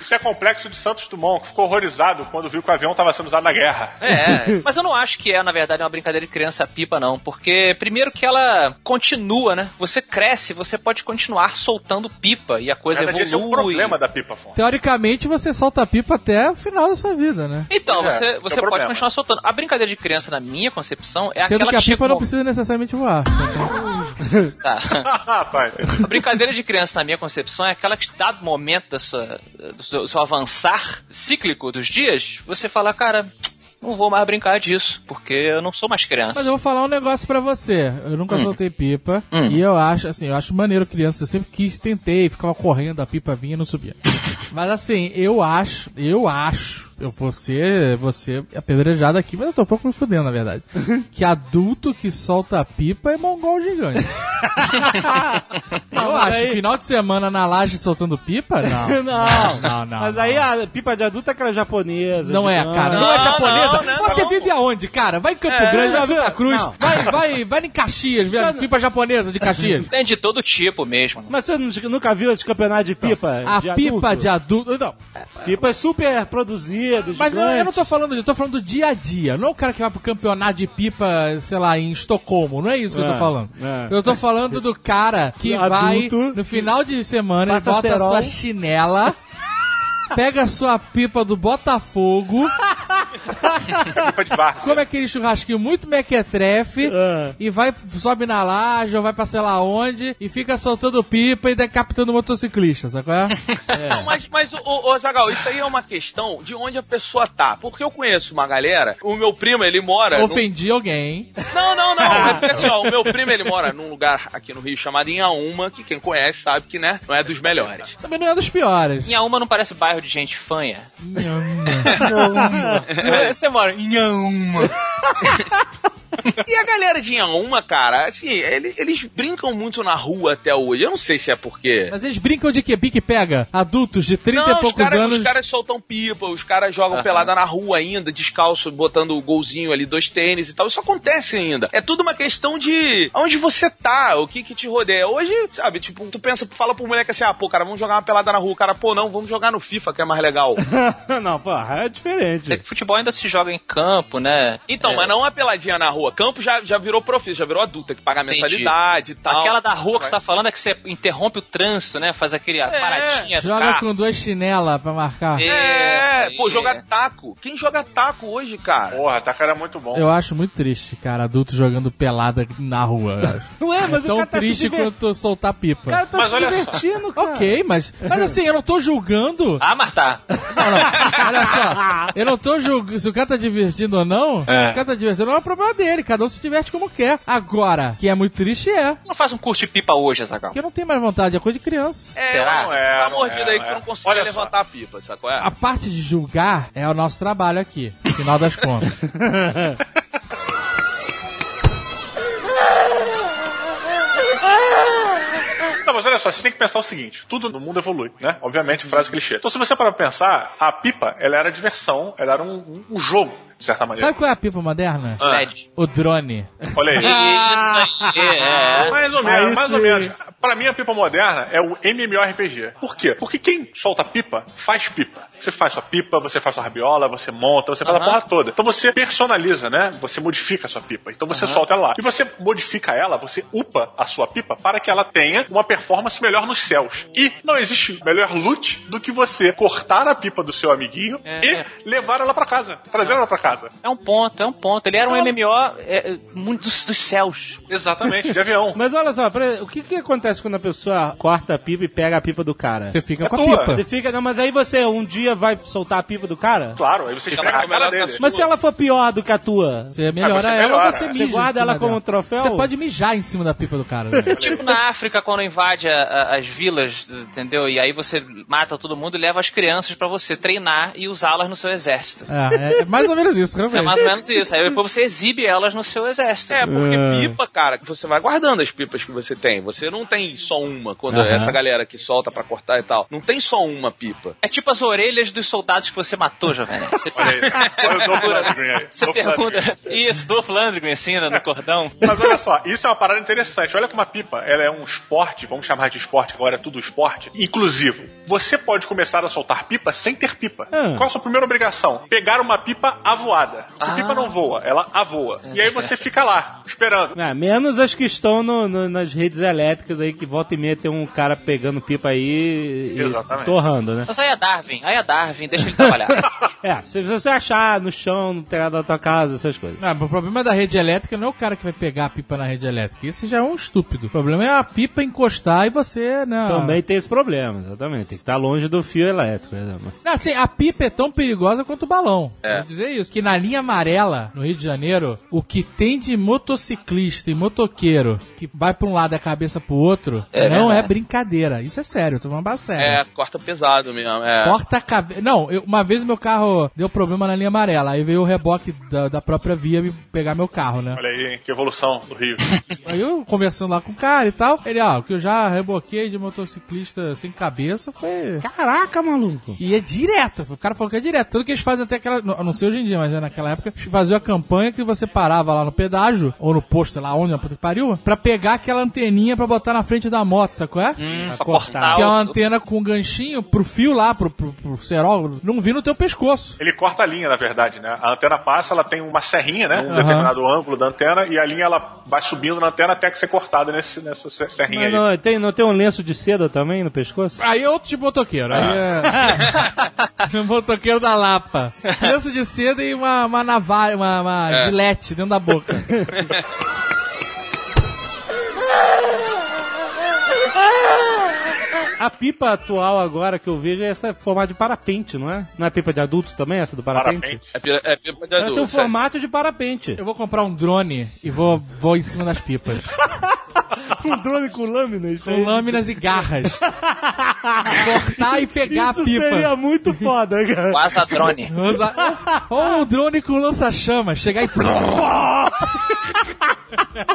[SPEAKER 1] Isso é complexo de Santos Dumont, que ficou horrorizado quando viu que o avião estava sendo usado na guerra.
[SPEAKER 6] É, mas eu não acho que é, na verdade, uma brincadeira de criança pipa, não. Porque, primeiro, que ela continua, né? Você cresce, você pode continuar soltando pipa e a coisa
[SPEAKER 1] Na verdade, esse é um
[SPEAKER 6] evolui.
[SPEAKER 1] problema da pipa, Afonso.
[SPEAKER 5] Teoricamente, você solta a pipa até o final da sua vida, né?
[SPEAKER 6] Então,
[SPEAKER 1] Pois é,
[SPEAKER 6] você,
[SPEAKER 1] esse é o
[SPEAKER 6] você pode
[SPEAKER 1] problema.
[SPEAKER 6] continuar soltando. A brincadeira de criança, na minha concepção, é
[SPEAKER 5] Sendo
[SPEAKER 6] aquela
[SPEAKER 5] que a pipa
[SPEAKER 6] chega
[SPEAKER 5] não
[SPEAKER 6] um-
[SPEAKER 5] precisa necessariamente voar.
[SPEAKER 6] Tá.
[SPEAKER 1] Ah, pai.
[SPEAKER 6] A brincadeira de criança, na minha concepção, é aquela que, dado momento da sua, do seu, do seu avançar cíclico dos dias, você fala, cara, não vou mais brincar disso, porque eu não sou mais criança.
[SPEAKER 5] Mas eu vou falar um negócio pra você. Eu nunca soltei pipa.
[SPEAKER 6] Hum.
[SPEAKER 5] E eu acho, assim, eu acho maneiro criança. Eu sempre quis, tentei, ficava correndo, a pipa vinha e não subia. Mas assim, eu acho, eu acho eu vou ser, você apedrejado aqui, mas eu tô um pouco me fudendo, na verdade. que adulto que solta pipa é mongol gigante. eu
[SPEAKER 3] mas
[SPEAKER 5] acho,
[SPEAKER 3] aí-
[SPEAKER 5] final de semana na laje soltando pipa? Não.
[SPEAKER 3] Não.
[SPEAKER 5] não, não.
[SPEAKER 3] Mas
[SPEAKER 5] Ah, não.
[SPEAKER 3] aí a pipa de adulto é aquela japonesa.
[SPEAKER 5] Não é,
[SPEAKER 3] gigante.
[SPEAKER 5] cara. Não é
[SPEAKER 6] Não,
[SPEAKER 5] japonesa.
[SPEAKER 6] não, não,
[SPEAKER 3] tá
[SPEAKER 5] Você
[SPEAKER 6] não.
[SPEAKER 5] vive aonde, cara? Vai em Campo Grande, vai em
[SPEAKER 3] já
[SPEAKER 5] Santa
[SPEAKER 3] viu?
[SPEAKER 5] Cruz,
[SPEAKER 3] É, Não.
[SPEAKER 5] vai, vai, vai em Caxias, vê a pipa japonesa de Caxias.
[SPEAKER 6] Tem de todo tipo mesmo.
[SPEAKER 3] Mas você nu- nunca viu esse campeonato de pipa?
[SPEAKER 5] A
[SPEAKER 3] de
[SPEAKER 5] pipa
[SPEAKER 3] adulto?
[SPEAKER 5] de adulto. Não,
[SPEAKER 3] Pipa é super produzida,
[SPEAKER 5] mas não, eu não
[SPEAKER 3] gigante.
[SPEAKER 5] tô falando disso, eu tô falando do dia a dia. Não é o cara que vai pro campeonato de pipa, sei lá, em Estocolmo. Não é isso que eu
[SPEAKER 3] É,
[SPEAKER 5] tô falando.
[SPEAKER 3] é.
[SPEAKER 5] Eu tô falando do cara que vai
[SPEAKER 3] Adulto.
[SPEAKER 5] no final de semana, ele
[SPEAKER 3] Passa
[SPEAKER 5] bota a
[SPEAKER 3] cerol.
[SPEAKER 5] sua chinela. Pega a sua pipa do Botafogo,
[SPEAKER 7] Pipa de barro.
[SPEAKER 5] come aquele churrasquinho muito mequetrefe
[SPEAKER 3] É.
[SPEAKER 5] e vai, sobe na laje ou vai pra sei lá onde e fica soltando pipa e decapitando motociclista, sabe qual é?
[SPEAKER 4] Não, mas, mas o, Zagal, isso aí é uma questão de onde a pessoa tá. Porque eu conheço uma galera, o meu primo, ele mora. num-
[SPEAKER 5] Ofendi alguém.
[SPEAKER 4] Não, não, não. É porque assim, ó, o meu primo, ele mora num lugar aqui no Rio chamado Inhaúma, que quem conhece sabe que, né, não é dos melhores.
[SPEAKER 5] Também não é dos piores.
[SPEAKER 6] Inhaúma não parece bairro de gente fanha? Você mora em Inhaúma.
[SPEAKER 4] E a galera de Inhaúma, cara, assim, ele- eles brincam muito na rua até hoje. Eu não sei se é porque.
[SPEAKER 5] Mas eles brincam de que pique pega? Adultos de 30
[SPEAKER 4] não,
[SPEAKER 5] e poucos
[SPEAKER 4] os caras,
[SPEAKER 5] anos.
[SPEAKER 4] os caras soltam pipa, os caras jogam
[SPEAKER 6] Aham.
[SPEAKER 4] pelada na rua ainda, descalço, botando o golzinho ali, dois tênis e tal. Isso acontece ainda. É tudo uma questão de onde você tá, o que que te rodeia. Hoje, sabe, tipo, tu pensa, fala pro moleque assim, ah, pô, cara, vamos jogar uma pelada na rua. O cara, pô, não, vamos jogar no FIFA, que é mais legal.
[SPEAKER 3] não, porra, é diferente.
[SPEAKER 6] Futebol ainda se joga em campo, né?
[SPEAKER 4] Então,
[SPEAKER 6] É,
[SPEAKER 4] mas não uma peladinha na rua. Campo já, já virou profi, já virou adulta, que paga
[SPEAKER 6] Entendi.
[SPEAKER 4] mensalidade e tal.
[SPEAKER 6] Aquela da rua que você tá falando é que você interrompe o trânsito, né? Faz aquele
[SPEAKER 7] É.
[SPEAKER 6] a paradinha. do
[SPEAKER 5] Joga
[SPEAKER 4] Ah.
[SPEAKER 6] carro.
[SPEAKER 5] com duas chinelas pra marcar.
[SPEAKER 6] É.
[SPEAKER 4] É,
[SPEAKER 6] Isso aí,
[SPEAKER 4] pô,
[SPEAKER 6] é.
[SPEAKER 4] jogar taco. Quem joga taco hoje, cara?
[SPEAKER 7] Porra, tá cara muito bom.
[SPEAKER 5] Eu acho muito triste, cara, adulto jogando pelada na rua. eu acho.
[SPEAKER 3] Não é, mas o
[SPEAKER 5] Tão
[SPEAKER 3] cara tá se
[SPEAKER 5] triste
[SPEAKER 3] diver-
[SPEAKER 5] quanto soltar pipa.
[SPEAKER 3] O cara tá
[SPEAKER 7] Mas
[SPEAKER 3] se
[SPEAKER 7] olha só.
[SPEAKER 3] divertindo, cara.
[SPEAKER 5] Ok, mas, mas assim, eu não tô julgando.
[SPEAKER 6] Ah, mas tá.
[SPEAKER 5] Não, não. Olha só, eu não tô julgando. Se o cara tá divertindo ou não, se o cara tá divertindo, não é problema dele. Cada um se diverte como quer. Agora, que é muito triste, é.
[SPEAKER 6] Não faz um curso de pipa hoje, Zagal.
[SPEAKER 5] Porque eu não tenho mais vontade, é coisa de criança.
[SPEAKER 4] É,
[SPEAKER 6] Será?
[SPEAKER 4] não,
[SPEAKER 7] É,
[SPEAKER 4] tá
[SPEAKER 7] não
[SPEAKER 4] mordido
[SPEAKER 7] é,
[SPEAKER 4] aí
[SPEAKER 7] não
[SPEAKER 4] que tu não
[SPEAKER 7] é.
[SPEAKER 4] consegue
[SPEAKER 7] Olha só. Ah.
[SPEAKER 4] levantar a pipa, sacou? É?
[SPEAKER 5] A parte de julgar é o nosso trabalho aqui, no final das contas.
[SPEAKER 7] Não, mas olha só, você tem que pensar o seguinte: tudo no mundo evolui, né? Obviamente,
[SPEAKER 5] Uhum.
[SPEAKER 7] frase clichê. Então, se você parar pra pensar, a pipa, ela era diversão, ela era um, um- um jogo, de certa maneira.
[SPEAKER 5] Sabe qual é a pipa moderna?
[SPEAKER 6] Pede.
[SPEAKER 5] O drone.
[SPEAKER 7] Olha
[SPEAKER 5] Ah.
[SPEAKER 7] aí.
[SPEAKER 6] Isso É aí, é.
[SPEAKER 7] Mais ou
[SPEAKER 3] Aí
[SPEAKER 7] menos, mais ou
[SPEAKER 3] sim.
[SPEAKER 7] menos. Pra mim, a pipa moderna é o MMORPG. Por quê? Porque quem solta pipa, faz pipa. Você faz sua pipa, você faz sua rabiola, você monta, você faz a porra toda. Então você personaliza, né? Você modifica a sua pipa. Então você solta ela lá. E você modifica ela, você upa a sua pipa para que ela tenha uma performance melhor nos céus. E não existe melhor loot do que você cortar a pipa do seu amiguinho
[SPEAKER 6] É.
[SPEAKER 7] e levar ela pra casa. Trazer ela pra casa.
[SPEAKER 6] É um ponto, é um ponto. Ele era um MMO é, é, muito dos, dos céus.
[SPEAKER 7] É Exatamente, de avião.
[SPEAKER 3] Mas olha só, peraí, o que que acontece quando a pessoa corta a pipa e pega a pipa do cara?
[SPEAKER 5] Você fica com a
[SPEAKER 7] É tua.
[SPEAKER 5] pipa.
[SPEAKER 3] Você fica, não, mas aí você um dia vai soltar a pipa do cara?
[SPEAKER 7] Claro, aí você
[SPEAKER 4] tá
[SPEAKER 7] estraga é a cara dele.
[SPEAKER 3] Mas se ela for pior do que a tua?
[SPEAKER 5] Você melhora
[SPEAKER 7] Ah, você
[SPEAKER 5] ela ou
[SPEAKER 7] melhora.
[SPEAKER 5] você
[SPEAKER 7] Você
[SPEAKER 5] mija. em
[SPEAKER 3] guarda
[SPEAKER 5] cima
[SPEAKER 3] ela
[SPEAKER 5] dela.
[SPEAKER 3] como um troféu?
[SPEAKER 5] Você pode mijar em cima da pipa do cara. né?
[SPEAKER 6] Tipo na África, quando invade a- a- as vilas, entendeu? E aí você mata todo mundo e leva as crianças pra você treinar e usá-las no seu exército.
[SPEAKER 5] é, é mais ou menos isso,
[SPEAKER 6] É
[SPEAKER 5] realmente.
[SPEAKER 6] mais ou menos isso. Aí depois você exibe elas no seu exército.
[SPEAKER 4] É, porque
[SPEAKER 3] É.
[SPEAKER 5] Ah.
[SPEAKER 4] pipa, cara, que você vai guardando as pipas que você tem. Você não tem só uma, quando
[SPEAKER 5] Aham.
[SPEAKER 4] essa galera que solta pra cortar e tal. Não tem só uma pipa.
[SPEAKER 6] É tipo as orelhas dos soldados que você matou, Jovem. Nerd. Você,
[SPEAKER 7] Olha aí. Olha o Dolph Lundgren aí.
[SPEAKER 6] você
[SPEAKER 7] Dolph
[SPEAKER 6] pergunta.
[SPEAKER 7] Lundgren.
[SPEAKER 6] Isso, Dolph Lundgren, assim, né, no cordão.
[SPEAKER 7] Mas olha só, isso é uma parada interessante. Olha como a pipa, ela é um esporte, vamos chamar de esporte, agora é tudo esporte, inclusivo. Você pode começar a soltar pipa sem ter pipa.
[SPEAKER 3] Ah.
[SPEAKER 7] Qual a sua primeira obrigação? Pegar uma pipa avoada.
[SPEAKER 4] Ah.
[SPEAKER 7] A pipa não voa, ela avoa. E aí você fica lá, esperando.
[SPEAKER 3] Ah, menos as que estão no- no- nas redes elétricas aí, que volta e meia tem um cara pegando pipa aí e
[SPEAKER 7] Exatamente.
[SPEAKER 3] torrando, né?
[SPEAKER 6] Mas aí é Darwin, aí é Darwin, deixa ele trabalhar.
[SPEAKER 3] É, se você achar no chão, no telhado da tua casa, essas coisas.
[SPEAKER 5] Não, Ah, o problema da rede elétrica não é o cara que vai pegar a pipa na rede elétrica. Esse já é um estúpido. O problema é a pipa encostar e você, né?
[SPEAKER 3] Também tem esse problema, exatamente. Tem que estar longe do fio elétrico. né?
[SPEAKER 5] Não, assim, a pipa é tão perigosa quanto o balão.
[SPEAKER 6] É.
[SPEAKER 5] Vou dizer isso. Que na linha amarela, no Rio de Janeiro, o que tem de motociclista e motoqueiro que vai pra um lado e a cabeça pro outro.
[SPEAKER 6] É
[SPEAKER 5] não
[SPEAKER 6] verdade.
[SPEAKER 5] é brincadeira. Isso é sério, eu tô falando pra sério.
[SPEAKER 4] É, corta pesado mesmo. É.
[SPEAKER 5] Corta a cabeça. Não, eu- uma vez o meu carro deu problema na linha amarela. Aí veio o reboque da, da própria via me pegar meu carro, né?
[SPEAKER 7] Olha aí, hein, que evolução do Rio.
[SPEAKER 5] Aí eu conversando lá com o cara e tal. Ele, ó, o que eu já reboquei de motociclista sem cabeça foi.
[SPEAKER 3] Caraca, maluco.
[SPEAKER 5] E é direto. O cara falou que é direto. Tudo que eles fazem até aquela. não- Não sei hoje em dia, mas é naquela época, faziam a campanha que você parava lá no pedágio, ou no posto, sei lá onde, na puta que pariu, pra pegar aquela anteninha pra botar na frente da moto, sacou? É?
[SPEAKER 6] Hum,
[SPEAKER 7] Tá.
[SPEAKER 5] Cortar. Que é uma antena com um ganchinho pro fio lá, pro, pro, pro cerol, não vir no teu pescoço.
[SPEAKER 7] Ele corta a linha, na verdade, né? A antena passa, ela tem uma serrinha, né? Um determinado ângulo da antena, e a linha ela vai subindo na antena até que ser cortada nesse, nessa ser- serrinha
[SPEAKER 3] Mas
[SPEAKER 7] aí.
[SPEAKER 3] não, tem, não tem um lenço de seda também no pescoço?
[SPEAKER 5] Aí é outro tipo de motoqueiro. Aí
[SPEAKER 7] Ah.
[SPEAKER 5] é. motoqueiro da Lapa. Lenço de seda e uma, uma navalha, uma, uma
[SPEAKER 3] É.
[SPEAKER 5] gilete dentro da boca.
[SPEAKER 3] A pipa atual agora que eu vejo é essa formato de parapente, não é? Não é pipa de adulto também, essa do parapente?
[SPEAKER 7] Parapente.
[SPEAKER 4] É, pira- é pipa de
[SPEAKER 3] Ela tem o
[SPEAKER 4] adulto. sério.
[SPEAKER 3] formato de parapente.
[SPEAKER 5] Eu vou comprar um drone e vou, vou em cima das pipas.
[SPEAKER 3] Um drone com lâminas.
[SPEAKER 5] Com lâminas e garras. Cortar e pegar
[SPEAKER 3] Isso
[SPEAKER 5] a pipa.
[SPEAKER 3] seria muito foda, cara.
[SPEAKER 6] Quase a drone.
[SPEAKER 5] Vou usar- Ou um drone com lança-chama, chegar e.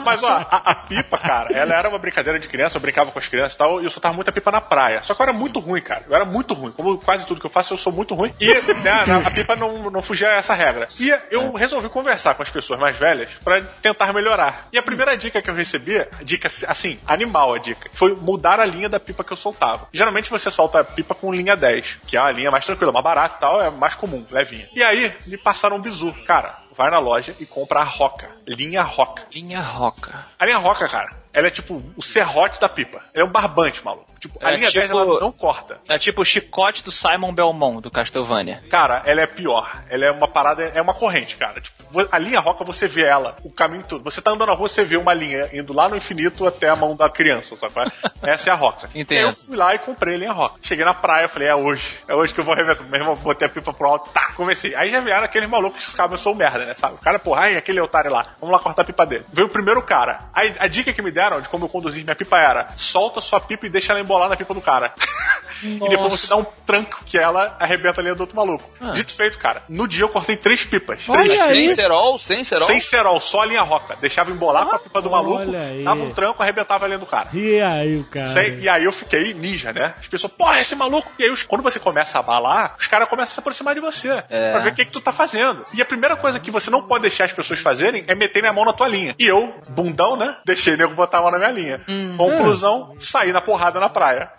[SPEAKER 7] Mas ó, a, a pipa, cara, ela era uma brincadeira de criança, eu brincava com as crianças e tal, e eu soltava muita pipa na praia. Só que eu era muito ruim, cara. Eu era muito ruim. Como quase tudo que eu faço, eu sou muito ruim. E né, na- a pipa não, não fugia a essa regra. E
[SPEAKER 3] É.
[SPEAKER 7] eu resolvi conversar com as pessoas mais velhas pra tentar melhorar. E a primeira dica que eu recebi, dica assim, animal a dica, foi mudar a linha da pipa que eu soltava. Geralmente você solta a pipa com linha 10, que é uma linha mais tranquila, mais barata e tal, é mais comum, levinha. E aí, me passaram um bizu. Cara, vai na loja e compra a roca. Linha roca.
[SPEAKER 6] Linha roca.
[SPEAKER 7] A linha roca, cara, ela é tipo o serrote da pipa. Ela é um barbante, maluco. Tipo, a
[SPEAKER 6] É,
[SPEAKER 7] linha
[SPEAKER 6] tipo-
[SPEAKER 7] 10 ela não corta.
[SPEAKER 6] É tipo o chicote do Simon Belmont, do Castlevania.
[SPEAKER 7] Cara, ela é pior. Ela é uma parada, é uma corrente, cara. Tipo, vo- a linha roca você vê ela, o caminho todo. Você tá andando na rua, você vê uma linha indo lá no infinito até a mão da criança, sabe? qual é? Essa é a roca.
[SPEAKER 6] Entendo.
[SPEAKER 7] Eu fui lá e comprei a linha roca. Cheguei na praia, falei, é hoje. É hoje que eu vou arrebentar. Meu irmão, botei a pipa pro alto, tá, comecei. Aí já vieram aqueles malucos que sabem, eu sou um merda, né? Sabe? O cara, porra, ai, aquele otário lá. Vamos lá cortar a pipa dele. Veio o primeiro cara. Aí, a dica que me deram de como eu conduzir minha pipa era, solta sua pipa e deixa ela embolar na pipa do cara. E depois você dá um tranco que ela arrebenta a linha do outro maluco.
[SPEAKER 3] Ah.
[SPEAKER 7] Dito feito, cara. No dia eu cortei três pipas.
[SPEAKER 5] Olha
[SPEAKER 7] três.
[SPEAKER 5] E aí?
[SPEAKER 6] Sem cerol, sem cerol.
[SPEAKER 7] Sem cerol, só a linha roca. Deixava embolar com a pipa do maluco,
[SPEAKER 3] olha aí.
[SPEAKER 7] dava um tranco, arrebentava a linha do cara.
[SPEAKER 3] E aí, cara?
[SPEAKER 7] Sem- e aí eu fiquei ninja, né? As pessoas, porra, esse maluco. E aí, os- quando você começa a abalar, os caras começam a se aproximar de você.
[SPEAKER 6] É.
[SPEAKER 7] Pra ver o que, que tu tá fazendo. E a primeira coisa que você não pode deixar as pessoas fazerem é meter minha mão na tua linha. E eu, bundão, né? Deixei o nego botar a mão na minha linha.
[SPEAKER 6] Hum.
[SPEAKER 7] Conclusão, saí na porrada na praia.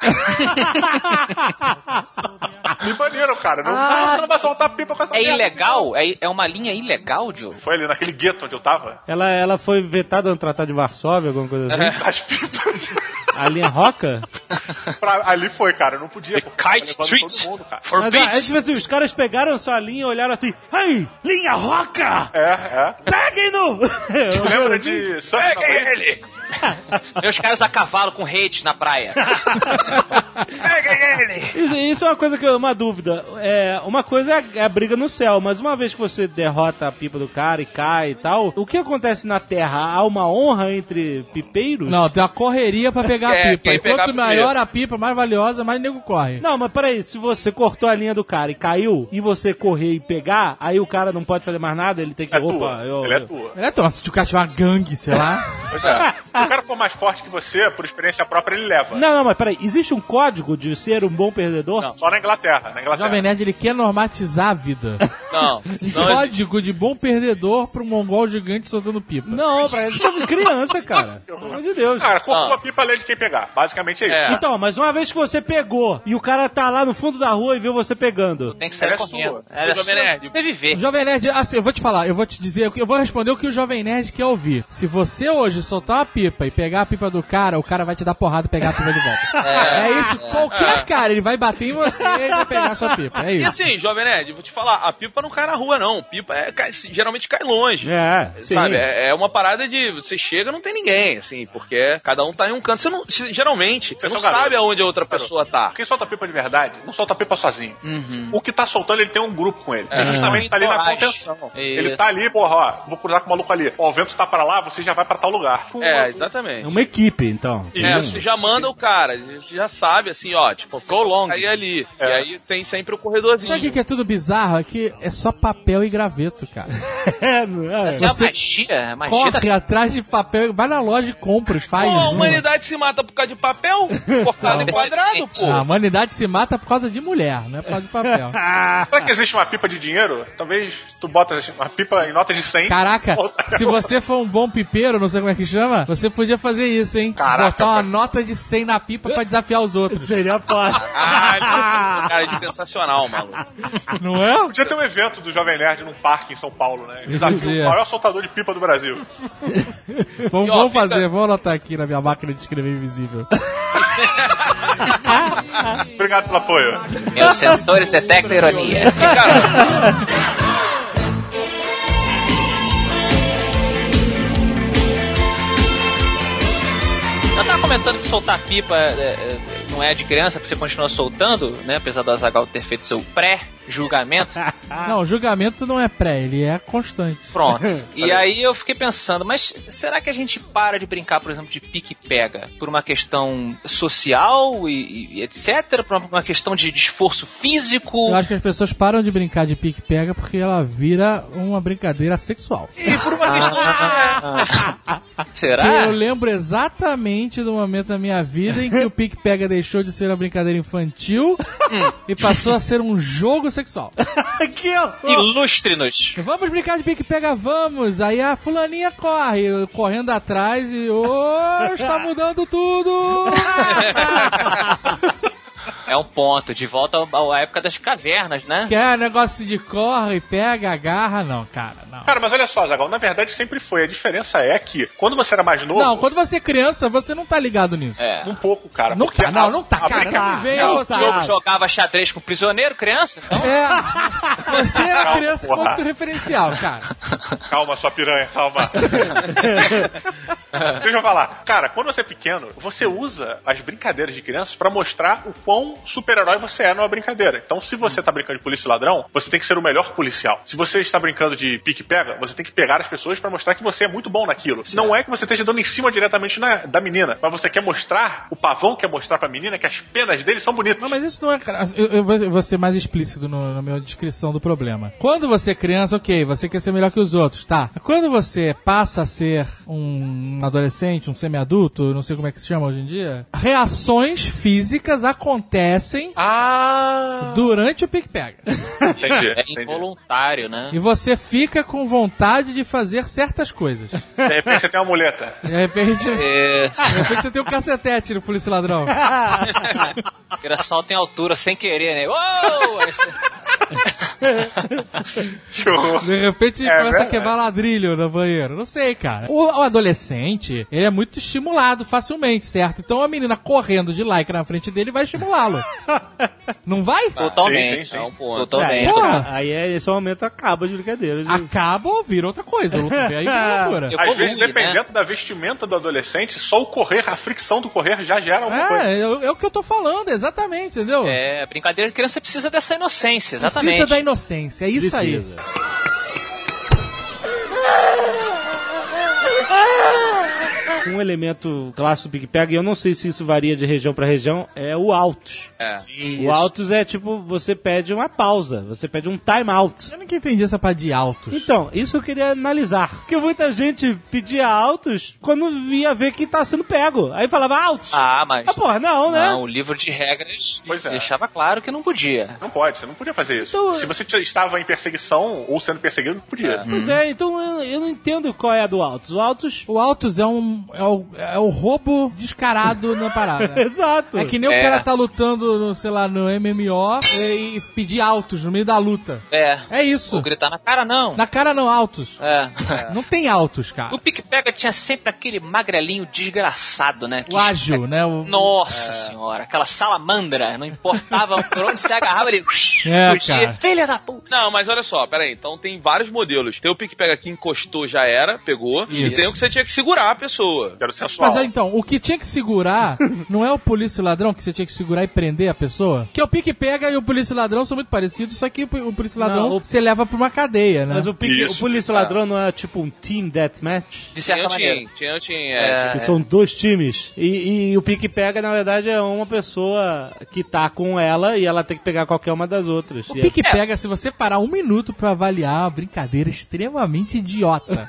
[SPEAKER 7] Me baniram, cara. Não, não, você não vai soltar pipa com essa
[SPEAKER 6] Ah. É
[SPEAKER 7] merda.
[SPEAKER 6] ilegal? É, é uma linha ilegal, Diogo?
[SPEAKER 7] Foi ali naquele gueto onde eu tava.
[SPEAKER 3] Ela, ela foi vetada no Tratado de Varsóvia, alguma coisa assim?
[SPEAKER 7] As pipas.
[SPEAKER 3] A linha roca?
[SPEAKER 7] pra- ali foi, cara. Eu não podia. porque tava
[SPEAKER 6] Kite
[SPEAKER 7] levando
[SPEAKER 6] Street
[SPEAKER 7] Todo mundo, cara.
[SPEAKER 3] Mas, ah, é
[SPEAKER 6] forbids.
[SPEAKER 3] tipo assim, os caras pegaram sua linha e olharam assim, Ei, linha roca!
[SPEAKER 7] É, é.
[SPEAKER 3] Peguem-no! assim,
[SPEAKER 7] Lembra de
[SPEAKER 6] É,
[SPEAKER 7] Sunset na Blade?
[SPEAKER 6] ele! E os caras a cavalo com rede na praia.
[SPEAKER 3] Isso, isso é uma coisa que eu, uma dúvida. É, uma coisa é a, é a briga no céu, mas uma vez que você derrota a pipa do cara e cai e tal, o que acontece na Terra? Há uma honra entre pipeiros?
[SPEAKER 5] Não, tem uma correria pra pegar a
[SPEAKER 6] É,
[SPEAKER 5] pipa.
[SPEAKER 6] quem pegar
[SPEAKER 5] Enquanto maior
[SPEAKER 6] primeiro.
[SPEAKER 5] a pipa, mais valiosa, mais nego corre.
[SPEAKER 3] Não, mas peraí, se você cortou a linha do cara e caiu, e você correr e pegar, aí o cara não pode fazer mais nada, ele tem que.
[SPEAKER 7] É
[SPEAKER 3] opa,
[SPEAKER 7] tua.
[SPEAKER 3] eu-
[SPEAKER 7] Ele é tua.
[SPEAKER 5] Não é tão, se o cara tiver uma gangue, sei lá.
[SPEAKER 7] Pois é. Se o cara for mais forte que você, por experiência própria, ele leva.
[SPEAKER 3] Não, não, mas peraí, existe um código de ser um bom perdedor?
[SPEAKER 7] Só na Inglaterra. Na
[SPEAKER 5] O Jovem
[SPEAKER 7] Inglaterra.
[SPEAKER 5] Nerd, ele quer normatizar a vida.
[SPEAKER 6] Não,
[SPEAKER 5] Um
[SPEAKER 6] não existe.
[SPEAKER 5] código de bom perdedor pro mongol gigante soltando pipa.
[SPEAKER 3] Não, pra ele tava criança, cara. Pelo amor de Deus.
[SPEAKER 7] Cara, cortou
[SPEAKER 6] Ah.
[SPEAKER 7] a pipa além de quem pegar. Basicamente é isso.
[SPEAKER 6] É.
[SPEAKER 3] Então, mas uma vez que você pegou e o cara tá lá no fundo da rua e viu você pegando.
[SPEAKER 6] Tem que sair
[SPEAKER 7] Era
[SPEAKER 6] correndo.
[SPEAKER 7] sua.
[SPEAKER 6] Era
[SPEAKER 4] Jovem
[SPEAKER 6] sua
[SPEAKER 4] Nerd.
[SPEAKER 6] você viver.
[SPEAKER 5] O Jovem Nerd, assim, eu vou te falar, eu vou te dizer, eu vou responder o que o Jovem Nerd quer ouvir. Se você hoje soltar uma pipa e pegar a pipa do cara, o cara vai te dar porrada e pegar a pipa de volta. É, isso, qualquer cara, ele vai bater em você e vai pegar a sua pipa. É
[SPEAKER 4] E
[SPEAKER 5] isso.
[SPEAKER 4] assim, Jovem Nerd, vou te falar, a pipa não cai na rua, não. Pipa é- cai- geralmente cai longe.
[SPEAKER 3] É, sim.
[SPEAKER 4] Sabe, é, é uma parada de você chega não tem ninguém, assim, porque cada um tá em um canto. Você não, se- geralmente, você é
[SPEAKER 7] Vocês
[SPEAKER 4] não
[SPEAKER 7] são
[SPEAKER 4] sabe
[SPEAKER 7] garotos.
[SPEAKER 4] aonde a outra pessoa tá.
[SPEAKER 7] Quem solta pipa de verdade, não solta pipa sozinho. O que tá soltando, ele tem um grupo com ele. Ele justamente tá ali
[SPEAKER 6] Uhum.
[SPEAKER 7] na
[SPEAKER 6] É. Coragem.
[SPEAKER 7] contenção.
[SPEAKER 6] Isso.
[SPEAKER 7] Ele tá ali, porra, ó, vou cruzar com o maluco ali. Ó, o vento tá pra lá, você já vai pra tal lugar. par.
[SPEAKER 4] É, exatamente.
[SPEAKER 9] É
[SPEAKER 5] um
[SPEAKER 9] uma equipe, então.
[SPEAKER 4] É, você já manda o cara, você já sabe, assim, ó, tipo, go long. É. Aí ali. E aí tem sempre o corredorzinho.
[SPEAKER 5] Sabe o que que é tudo bizarro? É que é só papel e graveto, cara.
[SPEAKER 9] É, não é?
[SPEAKER 6] Essa
[SPEAKER 5] Você
[SPEAKER 6] é a magia, a magia da...
[SPEAKER 5] Corre atrás de papel, vai na loja e compra e faz.
[SPEAKER 4] Pô, a
[SPEAKER 5] uma.
[SPEAKER 4] humanidade se mata por causa de papel cortado em quadrado, pô.
[SPEAKER 5] A humanidade se mata por causa de mulher, não é por causa de papel.
[SPEAKER 7] Será que existe uma pipa de dinheiro? Talvez tu bota assim, uma pipa em nota de 100.
[SPEAKER 5] Caraca,
[SPEAKER 7] solta-
[SPEAKER 5] se você for um bom pipeiro, não sei como é que chama, você podia fazer isso, hein?
[SPEAKER 7] Caraca,
[SPEAKER 5] Botar uma
[SPEAKER 7] cara.
[SPEAKER 5] nota de 100 na pipa pra desafiar os outros.
[SPEAKER 9] Seria foda.
[SPEAKER 5] Ah,
[SPEAKER 4] Ah, Caralho, cara, é sensacional, maluco.
[SPEAKER 5] Não é?
[SPEAKER 7] Podia ter um evento do Jovem Nerd num parque em São Paulo, né? Desafio
[SPEAKER 5] Podia.
[SPEAKER 7] o maior soltador de pipa do Brasil.
[SPEAKER 5] Vamos,
[SPEAKER 4] E, ó, fica-
[SPEAKER 5] vamos um fazer, vamos anotar aqui na minha máquina de escrever invisível.
[SPEAKER 7] Obrigado pelo apoio.
[SPEAKER 6] Meus sensores detectam ironia. Eu tava comentando que soltar pipa é, é, não é de criança, pra você continuar soltando, né? Apesar do Azagal ter feito seu pré-julgamento.
[SPEAKER 5] Não, julgamento não é pré, ele é constante.
[SPEAKER 6] Pronto. E aí eu fiquei pensando, mas será que a gente para de brincar, por exemplo, de pique-pega por uma questão social e, e etc? Por uma questão de, de esforço físico?
[SPEAKER 5] Eu acho que as pessoas param de brincar de pique-pega porque ela vira uma brincadeira sexual.
[SPEAKER 4] E por uma questão.
[SPEAKER 5] Que
[SPEAKER 6] Será?
[SPEAKER 5] eu lembro exatamente do momento da minha vida em que o pique-pega deixou de ser uma brincadeira infantil e passou a ser um jogo sexual.
[SPEAKER 9] Aqui, ó.
[SPEAKER 6] Ilustre-nos.
[SPEAKER 5] Vamos brincar de pique-pega, vamos! Aí a fulaninha corre, correndo atrás e. Ô, está mudando tudo!
[SPEAKER 6] É um ponto. De volta ao- à época das cavernas, né?
[SPEAKER 5] Quer negócio de corre, pega, agarra? Não, cara, não.
[SPEAKER 7] Cara, mas olha só, Zagal, na verdade sempre foi. A diferença é que quando você era mais novo.
[SPEAKER 5] Não, quando você é criança, você não tá ligado nisso.
[SPEAKER 6] É.
[SPEAKER 7] Um pouco, cara.
[SPEAKER 5] Não
[SPEAKER 7] porque
[SPEAKER 5] tá, não,
[SPEAKER 7] a- é
[SPEAKER 5] não tá,
[SPEAKER 7] a
[SPEAKER 5] cara.
[SPEAKER 7] brinca-
[SPEAKER 5] Não vem
[SPEAKER 6] Não, o
[SPEAKER 5] você.
[SPEAKER 6] jogo jogava xadrez com prisioneiro, criança?
[SPEAKER 5] É. Você era criança com
[SPEAKER 7] porra.
[SPEAKER 5] outro referencial, cara.
[SPEAKER 7] Calma, sua piranha, calma. Deixa eu falar. Cara, quando você é pequeno, você usa as brincadeiras de crianças pra mostrar o quão super-herói você é numa brincadeira. Então, se você tá brincando de polícia e ladrão, você tem que ser o melhor policial. Se você está brincando de pique-pega, você tem que pegar as pessoas pra mostrar que você é muito bom naquilo. Não é que você esteja dando em cima diretamente na- da menina, mas você quer mostrar, o pavão quer mostrar pra menina que as penas dele são bonitas.
[SPEAKER 5] Não, mas isso não é. cra- Eu, eu vou, eu vou ser mais explícito no, na minha descrição do problema. Quando você é criança, ok, você quer ser melhor que os outros, tá. Quando você passa a ser um adolescente, um semi-adulto, não sei como é que se chama hoje em dia, reações físicas acontecem
[SPEAKER 7] Ah!
[SPEAKER 5] durante o pique-pega.
[SPEAKER 7] Entendi.
[SPEAKER 6] É
[SPEAKER 7] entendi.
[SPEAKER 6] involuntário, né?
[SPEAKER 5] e você fica com vontade de fazer certas coisas.
[SPEAKER 7] De repente você tem uma muleta.
[SPEAKER 5] De repente.
[SPEAKER 6] É,
[SPEAKER 5] De repente você tem um cacetete no polícia ladrão.
[SPEAKER 6] Viração tem altura sem querer, né? Uou!
[SPEAKER 7] Que horror.
[SPEAKER 5] De repente
[SPEAKER 7] É
[SPEAKER 5] começa a
[SPEAKER 7] verdade.
[SPEAKER 5] quebrar ladrilho no banheiro. Não sei, cara. O, o adolescente, ele é muito estimulado facilmente, certo? Então a menina correndo de like na frente dele vai estimulá-lo. Não vai?
[SPEAKER 6] Totalmente.
[SPEAKER 7] Sim, sim, sim.
[SPEAKER 6] É um ponto.
[SPEAKER 9] Aí,
[SPEAKER 6] Totalmente.
[SPEAKER 5] Porra.
[SPEAKER 9] aí é só aumenta a caba de brincadeira. gente.
[SPEAKER 5] Acaba ou vira outra coisa. Luto bem aí vira loucura.
[SPEAKER 6] Eu-
[SPEAKER 7] Às vezes,
[SPEAKER 6] Evolui, né?
[SPEAKER 7] dependendo da vestimenta do adolescente, só o correr, a fricção do correr já gera alguma coisa.
[SPEAKER 5] É, é, é o que eu tô falando, exatamente, entendeu?
[SPEAKER 6] É, brincadeira de criança precisa dessa inocência, exatamente.
[SPEAKER 5] Precisa da inocência, é isso aí.
[SPEAKER 9] Precisa. Um elemento clássico do Big Pega, e eu não sei se isso varia de região pra região, é o altos.
[SPEAKER 6] É.
[SPEAKER 9] O altos é tipo, você pede uma pausa, você pede um time out.
[SPEAKER 5] Eu nunca entendi essa parte de altos.
[SPEAKER 9] Então, isso eu queria analisar. Porque muita gente pedia altos quando via ver que tá sendo pego. Aí falava altos.
[SPEAKER 6] Ah, mas.
[SPEAKER 9] Ah, porra, não, né?
[SPEAKER 6] Não, o livro de regras
[SPEAKER 7] Pois é.
[SPEAKER 6] deixava claro que não podia.
[SPEAKER 7] Não pode, você não podia fazer isso.
[SPEAKER 9] Então,
[SPEAKER 7] Se você t- estava em perseguição ou sendo perseguido, não podia.
[SPEAKER 9] Pois é, então eu, eu não entendo qual é a do altos. O altos.
[SPEAKER 5] O Altos é um. É o, é o roubo descarado na parada.
[SPEAKER 9] Exato.
[SPEAKER 5] É que nem o
[SPEAKER 6] É.
[SPEAKER 5] cara tá lutando, no, sei lá, no MMO e, e pedir altos no meio da luta.
[SPEAKER 6] É.
[SPEAKER 5] É isso.
[SPEAKER 6] Não gritar na cara, não.
[SPEAKER 5] Na cara não, altos.
[SPEAKER 6] É.
[SPEAKER 5] Não tem altos,
[SPEAKER 6] O
[SPEAKER 5] cara.
[SPEAKER 6] pique-pega tinha sempre aquele magrelinho desgraçado, né? Que
[SPEAKER 5] O ágil, né? O...
[SPEAKER 4] É.
[SPEAKER 6] Nossa senhora, aquela salamandra, não importava por onde se agarrava, ele
[SPEAKER 5] É,
[SPEAKER 6] fugia.
[SPEAKER 5] cara.
[SPEAKER 6] Filha da puta.
[SPEAKER 4] Não, mas olha só, peraí. Então tem vários modelos. Tem o pique-pega que encostou, já era, pegou. E
[SPEAKER 5] Isso.
[SPEAKER 4] tem o que você tinha que segurar a pessoa. pessoa.
[SPEAKER 7] Quero sensual.
[SPEAKER 5] Mas aí, então, o que tinha que segurar não é o polícia e o ladrão que você tinha que segurar e prender a pessoa? Que é o pique-pega e o polícia e o ladrão são muito parecidos, só que o pi- o polícia e o ladrão
[SPEAKER 9] Não, o-
[SPEAKER 5] você leva pra uma cadeia, né?
[SPEAKER 9] Mas o, pique, o
[SPEAKER 7] Isso.
[SPEAKER 9] polícia e o ladrão não é tipo um team deathmatch?
[SPEAKER 4] Tinha
[SPEAKER 6] De certa
[SPEAKER 4] um
[SPEAKER 6] maneira.
[SPEAKER 4] team, tinha um team, é.
[SPEAKER 6] É,
[SPEAKER 9] Que São dois times. E, e- e o pique pega, na verdade, é uma pessoa que tá com ela e ela tem que pegar qualquer uma das outras.
[SPEAKER 5] O
[SPEAKER 9] E
[SPEAKER 5] pique pega, se você parar um minuto pra avaliar, é uma brincadeira extremamente idiota.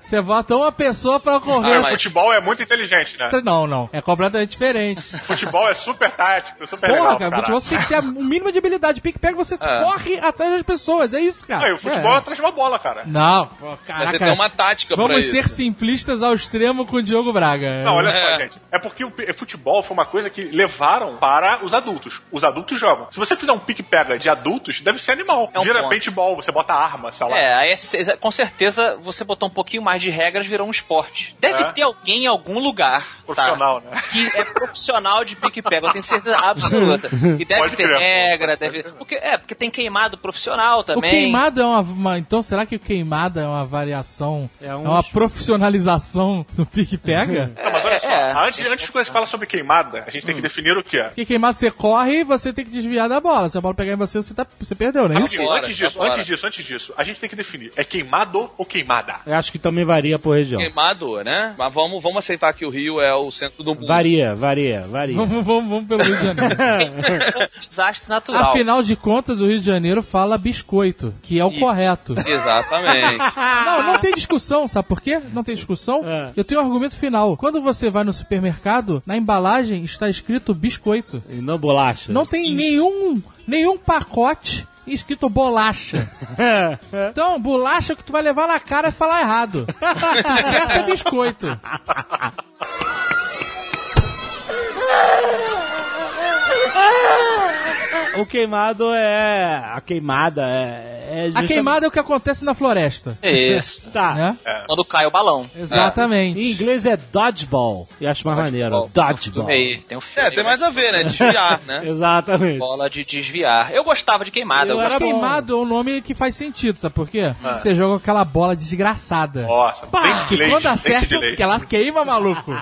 [SPEAKER 5] você bota uma pessoa pra correr.
[SPEAKER 7] Ah, futebol é muito inteligente, né?
[SPEAKER 5] Não, não. É completamente diferente.
[SPEAKER 7] Futebol é super tático, super
[SPEAKER 5] Porra,
[SPEAKER 7] legal.
[SPEAKER 5] cara,
[SPEAKER 7] caralho.
[SPEAKER 5] futebol você tem que ter o mínimo de habilidade. Pique pega, você corre atrás das pessoas. É isso, cara.
[SPEAKER 7] Ah, e o futebol é
[SPEAKER 5] É.
[SPEAKER 7] atrás de uma bola, cara.
[SPEAKER 5] Não, pô,
[SPEAKER 4] Mas
[SPEAKER 5] caraca.
[SPEAKER 4] você tem uma tática pra
[SPEAKER 5] Vamos
[SPEAKER 4] isso.
[SPEAKER 5] ser simplistas ao extremo com o Diogo Braga.
[SPEAKER 7] Não, olha
[SPEAKER 4] É.
[SPEAKER 7] só, gente. É porque o pi- futebol foi uma coisa que levaram para os adultos. Os adultos jogam. Se você fizer um pique-pega de adultos, deve ser animal.
[SPEAKER 6] É um
[SPEAKER 7] Vira
[SPEAKER 6] ponto.
[SPEAKER 7] paintball, você bota arma, sei lá.
[SPEAKER 6] É, aí é ce- com certeza você botou um pouquinho mais de regras, virou um esporte. Deve
[SPEAKER 7] É.
[SPEAKER 6] ter alguém em algum lugar.
[SPEAKER 7] Profissional,
[SPEAKER 6] tá?
[SPEAKER 7] né?
[SPEAKER 6] Que é profissional de pique-pega, eu tenho certeza absoluta. Que deve
[SPEAKER 7] Pode
[SPEAKER 6] ter
[SPEAKER 7] crer.
[SPEAKER 6] regra, deve. Porque, é, porque tem queimado profissional
[SPEAKER 5] O
[SPEAKER 6] também.
[SPEAKER 5] queimado é uma, uma- Então, será que o queimado é uma variação?
[SPEAKER 9] É
[SPEAKER 5] É,
[SPEAKER 9] um-
[SPEAKER 5] uma profissionalização do pique-pega?
[SPEAKER 7] Não, mas olha só,
[SPEAKER 6] É, é.
[SPEAKER 7] antes, antes que você fala sobre queimada, a gente tem que definir o que é.
[SPEAKER 5] Porque queimado você corre e você tem que desviar da bola. Se a bola pegar em você, você, tá, você perdeu, né? Isso?
[SPEAKER 7] Rapidinho,
[SPEAKER 6] fora,
[SPEAKER 7] antes disso,
[SPEAKER 6] tá fora.
[SPEAKER 7] antes disso, antes disso, a gente tem que definir. É queimado ou queimada?
[SPEAKER 9] Eu acho que também varia por região.
[SPEAKER 4] Queimado, né? Mas vamos, vamos aceitar que o Rio é o centro do mundo.
[SPEAKER 9] Varia, varia, varia.
[SPEAKER 5] Vamos, vamos, vamos pelo Rio de Janeiro.
[SPEAKER 6] então é um Desastre natural.
[SPEAKER 5] Afinal de contas, o Rio de Janeiro fala biscoito, que é o correto.
[SPEAKER 4] Exatamente.
[SPEAKER 5] Não, não tem discussão, sabe por quê? Não tem discussão.
[SPEAKER 9] É.
[SPEAKER 5] Eu tenho um argumento final. Quando você vai no supermercado, na embalagem está escrito biscoito.
[SPEAKER 9] E não bolacha.
[SPEAKER 5] Não tem nenhum, nenhum pacote escrito bolacha. Então, bolacha que tu vai levar na cara é falar errado. O certo é biscoito.
[SPEAKER 9] o queimado é. A queimada é. é
[SPEAKER 5] A
[SPEAKER 9] justamente-
[SPEAKER 5] queimada é o que acontece na floresta,
[SPEAKER 6] É Isso.
[SPEAKER 9] Tá.
[SPEAKER 5] né?
[SPEAKER 7] É.
[SPEAKER 6] Quando cai o balão.
[SPEAKER 9] Em
[SPEAKER 5] Exatamente.
[SPEAKER 9] inglês é dodgeball. E acho mais maneiro. Dodgeball.
[SPEAKER 6] Filme aí, É, Tem um filme.
[SPEAKER 4] é, tem mais a ver, né? Desviar, né?
[SPEAKER 9] Exatamente.
[SPEAKER 6] Bola de desviar. Eu gostava de queimada.
[SPEAKER 9] Eu
[SPEAKER 6] Eu
[SPEAKER 9] era
[SPEAKER 3] Tá
[SPEAKER 6] gostava.
[SPEAKER 9] bom.
[SPEAKER 5] Queimado é um nome que faz sentido, sabe por quê? Você joga aquela bola desgraçada.
[SPEAKER 7] Nossa,
[SPEAKER 5] Pá,
[SPEAKER 7] dente de
[SPEAKER 5] que
[SPEAKER 7] leite,
[SPEAKER 5] quando
[SPEAKER 7] dente de
[SPEAKER 5] acerta,
[SPEAKER 7] leite.
[SPEAKER 5] que ela queima, maluco.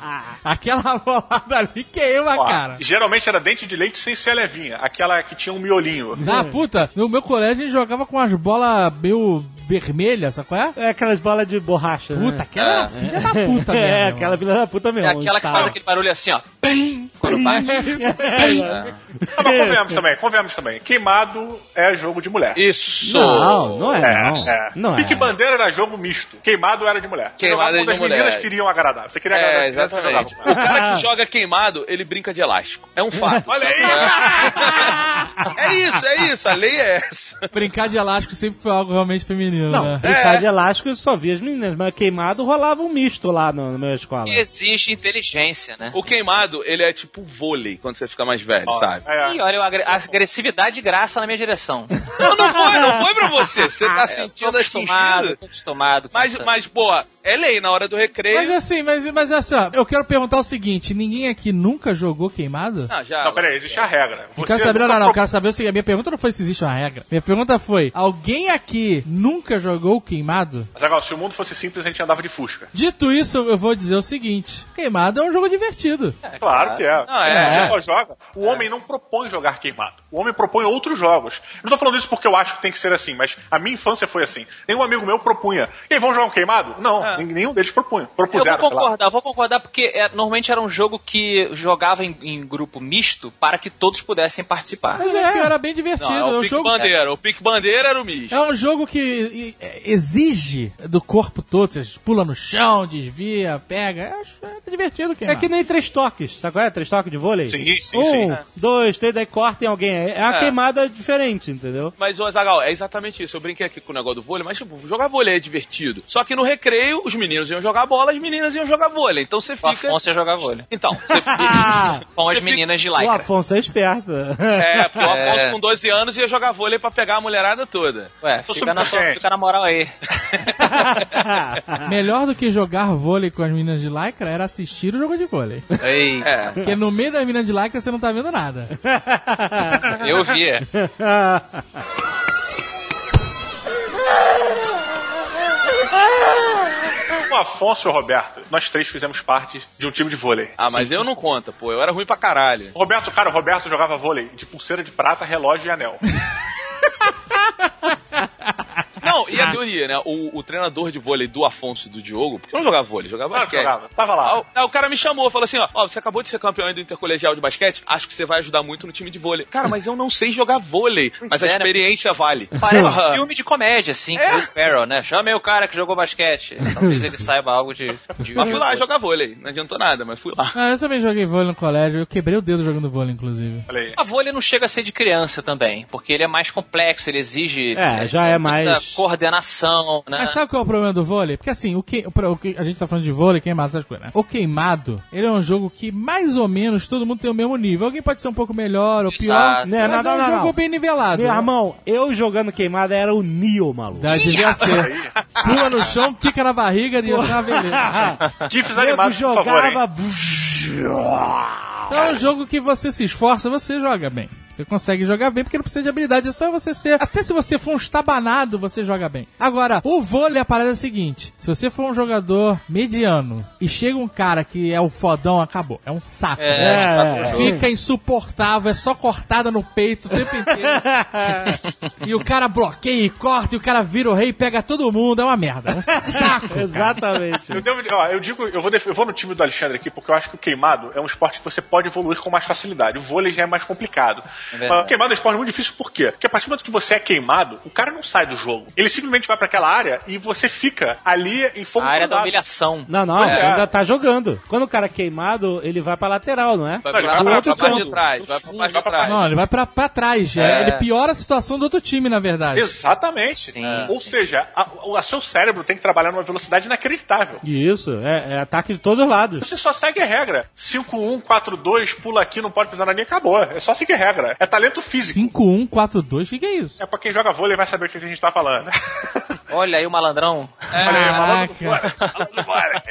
[SPEAKER 5] Aquela bolada ali queima,
[SPEAKER 7] Ó,
[SPEAKER 5] cara.
[SPEAKER 7] Geralmente era dente de leite sem ser a levinha, aquela que tinha um miolinho.
[SPEAKER 5] Ah, puta, no meu colégio a gente jogava com as bolas meio vermelhas, sabe qual é?
[SPEAKER 9] É aquelas bolas de borracha. né?
[SPEAKER 5] Puta, aquela era
[SPEAKER 6] É.
[SPEAKER 5] filha da puta mesmo.
[SPEAKER 9] É, aquela filha da puta
[SPEAKER 6] É
[SPEAKER 9] mesmo.
[SPEAKER 6] aquela que
[SPEAKER 9] Tá.
[SPEAKER 6] faz aquele barulho assim, ó. Pim, quando bate.
[SPEAKER 7] Ah, mas convenhamos também, convenhamos também. Queimado é jogo de mulher.
[SPEAKER 4] Isso.
[SPEAKER 9] Não, não é. não.
[SPEAKER 7] É.
[SPEAKER 9] Não
[SPEAKER 7] Pique
[SPEAKER 9] é.
[SPEAKER 7] bandeira era jogo misto. Queimado era de mulher.
[SPEAKER 4] Queimado
[SPEAKER 7] Quando
[SPEAKER 4] era de
[SPEAKER 7] as meninas
[SPEAKER 4] mulher.
[SPEAKER 7] queriam agradar. Você queria agradar
[SPEAKER 4] É,
[SPEAKER 7] as crianças, você
[SPEAKER 4] exatamente.
[SPEAKER 7] jogava
[SPEAKER 4] O cara que joga queimado, ele brinca de elástico. É um fato.
[SPEAKER 7] com ela. Olha aí!
[SPEAKER 4] É isso, é isso. A lei é essa.
[SPEAKER 5] Brincar de elástico sempre foi algo realmente feminino,
[SPEAKER 9] Não,
[SPEAKER 5] né?
[SPEAKER 9] brincar de elástico eu só via as meninas, mas queimado rolava um misto lá no- na minha escola.
[SPEAKER 6] E exige inteligência, né?
[SPEAKER 4] O queimado, ele é tipo vôlei quando você fica mais velho, sabe?
[SPEAKER 7] É.
[SPEAKER 6] Ih, olha, eu agre- a agressividade e graça na minha direção.
[SPEAKER 4] Não, não foi, não foi pra você. Você tá
[SPEAKER 6] Ah, é, Tô
[SPEAKER 4] sentindo
[SPEAKER 6] acostumado,
[SPEAKER 4] atingido.
[SPEAKER 6] tô acostumado. com
[SPEAKER 4] Mas,
[SPEAKER 6] essa-
[SPEAKER 4] mas, porra, é lei na hora do recreio.
[SPEAKER 5] Mas assim, mas, mas assim, ó, eu quero perguntar o seguinte: ninguém aqui nunca jogou queimado?
[SPEAKER 4] Não, ah, já.
[SPEAKER 7] Não, peraí, existe a regra.
[SPEAKER 5] Eu
[SPEAKER 7] Você
[SPEAKER 5] quero saber, não,
[SPEAKER 7] nunca
[SPEAKER 5] não, eu
[SPEAKER 7] pro-
[SPEAKER 5] quero saber o seguinte, a minha pergunta não foi se existe uma regra. Minha pergunta foi, alguém aqui nunca jogou queimado?
[SPEAKER 7] Mas, Agal, se o mundo fosse simples, a gente andava de fusca.
[SPEAKER 5] Dito isso, eu vou dizer o seguinte, queimado é um jogo divertido.
[SPEAKER 7] Claro que é.
[SPEAKER 4] Não, é.
[SPEAKER 7] Você só joga. O homem não propõe jogar queimado. O homem propõe outros jogos. Eu não tô falando isso porque eu acho que tem que ser assim, mas a minha infância foi assim. Nenhum amigo meu propunha. Ei, vamos jogar um queimado? Não,
[SPEAKER 4] É.
[SPEAKER 7] nem- nenhum deles propunha.
[SPEAKER 6] Eu vou
[SPEAKER 7] Propuseram, sei lá.
[SPEAKER 6] concordar, vou concordar porque é, normalmente era um jogo que jogava em, em grupo misto para que todos pudessem participar.
[SPEAKER 5] Mas é que era bem divertido.
[SPEAKER 4] Não, é
[SPEAKER 5] é,
[SPEAKER 4] o
[SPEAKER 5] um
[SPEAKER 4] pique
[SPEAKER 5] jogo,
[SPEAKER 4] bandeira. O pique bandeira era o Mish.
[SPEAKER 5] é um jogo que e- é, exige do corpo todo. Você pula no chão, desvia, pega. É, acho- é divertido
[SPEAKER 9] É
[SPEAKER 5] queimado.
[SPEAKER 9] que nem três toques, sabe qual é? Três toques de vôlei?
[SPEAKER 7] Sim, sim,
[SPEAKER 9] um,
[SPEAKER 7] sim.
[SPEAKER 9] dois, três, daí corta em alguém. É uma
[SPEAKER 4] É.
[SPEAKER 9] queimada diferente, entendeu?
[SPEAKER 4] Mas, ô, Zagal, é exatamente isso. Eu brinquei aqui com o negócio do vôlei, mas, tipo, jogar vôlei é divertido. Só que no recreio, os meninos iam jogar bola, as meninas iam jogar vôlei. Então você
[SPEAKER 6] O
[SPEAKER 4] fica.
[SPEAKER 6] Afonso é- ia jogar vôlei.
[SPEAKER 4] Então, você fica.
[SPEAKER 6] Com
[SPEAKER 4] Você
[SPEAKER 6] as
[SPEAKER 4] fica-
[SPEAKER 6] meninas de
[SPEAKER 9] O
[SPEAKER 6] lycra.
[SPEAKER 9] Afonso é esperto.
[SPEAKER 4] É, porque o Afonso
[SPEAKER 6] É.
[SPEAKER 4] com 12 anos ia jogar vôlei pra pegar a mulherada toda.
[SPEAKER 6] Ué,
[SPEAKER 7] Tô
[SPEAKER 6] fica na,
[SPEAKER 7] subconsciente.
[SPEAKER 6] fica na moral aí.
[SPEAKER 5] Melhor do que jogar vôlei com as meninas de lycra era assistir o jogo de vôlei.
[SPEAKER 6] Ei,
[SPEAKER 4] É.
[SPEAKER 5] Porque no meio das meninas de lycra você não tá vendo nada.
[SPEAKER 6] eu via.
[SPEAKER 7] O Afonso e o Roberto, nós três fizemos parte de um time de vôlei.
[SPEAKER 4] Ah, mas eu não conta, pô. Eu era ruim pra caralho.
[SPEAKER 7] O Roberto, cara, o Roberto jogava vôlei de pulseira de prata, relógio e anel.
[SPEAKER 4] Não, e a teoria, né? O, o treinador de vôlei do Afonso e do Diogo, porque eu não jogava vôlei, jogava
[SPEAKER 7] Ah,
[SPEAKER 4] basquete.
[SPEAKER 7] jogava. Tava lá.
[SPEAKER 4] Ah, o- ah, o cara me chamou, falou assim, ó, ó, você acabou de ser campeão aí do intercolegial de basquete, acho que você vai ajudar muito no time de vôlei. Cara, mas eu não sei jogar vôlei, mas a
[SPEAKER 6] é, né?
[SPEAKER 4] experiência vale.
[SPEAKER 6] Parece
[SPEAKER 4] Porra.
[SPEAKER 6] um filme de comédia, assim.
[SPEAKER 4] É.
[SPEAKER 6] com o Farrell, né? Chame o cara que jogou basquete. Talvez ele saiba algo de... de
[SPEAKER 4] Mas fui lá jogar vôlei, não adiantou nada, mas fui lá.
[SPEAKER 5] Ah, eu também joguei vôlei no colégio. Eu quebrei o dedo jogando vôlei, inclusive.
[SPEAKER 7] Olha aí.
[SPEAKER 6] A vôlei não chega a ser de criança também, porque ele é mais complexo, ele exige
[SPEAKER 9] É, já é
[SPEAKER 6] muita
[SPEAKER 9] mais-
[SPEAKER 6] coordenação, né?
[SPEAKER 5] Mas sabe qual é o problema do vôlei? Porque assim, o que, o que- a gente tá falando de vôlei, queimado, essas coisas, né? O queimado, ele é um jogo que mais ou menos todo mundo tem o mesmo nível. Alguém pode ser um pouco melhor ou pior,
[SPEAKER 6] Exato.
[SPEAKER 9] Né,
[SPEAKER 5] mas
[SPEAKER 9] não,
[SPEAKER 5] é um
[SPEAKER 9] não, não,
[SPEAKER 5] jogo
[SPEAKER 9] não.
[SPEAKER 5] bem nivelado.
[SPEAKER 9] Meu
[SPEAKER 5] né?
[SPEAKER 9] irmão, eu jogando queimada era o Neo, maluco.
[SPEAKER 5] Da, devia ser. Pula no chão, pica na barriga, devia ser uma beleza.
[SPEAKER 7] GIFs
[SPEAKER 9] Eu que
[SPEAKER 7] animados, por favor, hein?
[SPEAKER 9] jogava.
[SPEAKER 5] Então é um jogo que você se esforça, você joga bem. Você consegue jogar bem porque não precisa de habilidade, é só você ser. Até se você for um estabanado, você joga bem. Agora, o vôlei, a parada é a seguinte: se você for um jogador mediano e chega um cara que é o fodão, acabou. É um saco.
[SPEAKER 6] É,
[SPEAKER 9] É.
[SPEAKER 5] Fica insuportável, é só cortada no peito o tempo inteiro. e o cara bloqueia e corta, e o cara vira o rei e pega todo mundo, é uma merda. É um saco.
[SPEAKER 9] Exatamente.
[SPEAKER 7] Eu, devo- ó, eu digo, eu vou, def- eu vou no time do Alexandre aqui, porque eu acho que o queimado é um esporte que você pode evoluir com mais facilidade. O vôlei já é mais complicado.
[SPEAKER 6] verdade.
[SPEAKER 7] Mas o queimado é um esporte muito difícil, por quê? Porque a partir do momento que você é queimado, o cara não sai do jogo. Ele simplesmente vai pra aquela área e você fica ali em fogo
[SPEAKER 6] A área da
[SPEAKER 7] cruzado.
[SPEAKER 6] humilhação.
[SPEAKER 9] Não, não,
[SPEAKER 7] Pois é.
[SPEAKER 9] ainda tá jogando. Quando o cara é queimado, ele vai pra lateral, não é?
[SPEAKER 4] Vai
[SPEAKER 7] Não, ele
[SPEAKER 4] pra,
[SPEAKER 7] vai
[SPEAKER 4] pra,
[SPEAKER 7] pro
[SPEAKER 4] pra
[SPEAKER 7] outro
[SPEAKER 4] parte de
[SPEAKER 7] canto.
[SPEAKER 4] trás, vai pra parte de trás.
[SPEAKER 5] Não, ele vai pra, pra trás. já.
[SPEAKER 6] É.
[SPEAKER 5] Ele piora a situação do outro time, na verdade.
[SPEAKER 7] Exatamente.
[SPEAKER 6] Sim,
[SPEAKER 7] Ou
[SPEAKER 6] sim.
[SPEAKER 7] seja, a, o a seu cérebro tem que trabalhar numa velocidade inacreditável.
[SPEAKER 9] Isso, é, é ataque de todos os lados.
[SPEAKER 7] Você só segue a regra. 5-1, 4-2, pula aqui, não pode pisar na linha, acabou. É só seguir a regra. É talento físico.
[SPEAKER 5] 5142, o um que, que é isso?
[SPEAKER 7] É pra quem joga vôlei vai saber o que a gente tá falando.
[SPEAKER 6] Olha aí o malandrão.
[SPEAKER 7] Olha aí, malandro
[SPEAKER 5] Caraca.
[SPEAKER 7] fora. Malandro fora.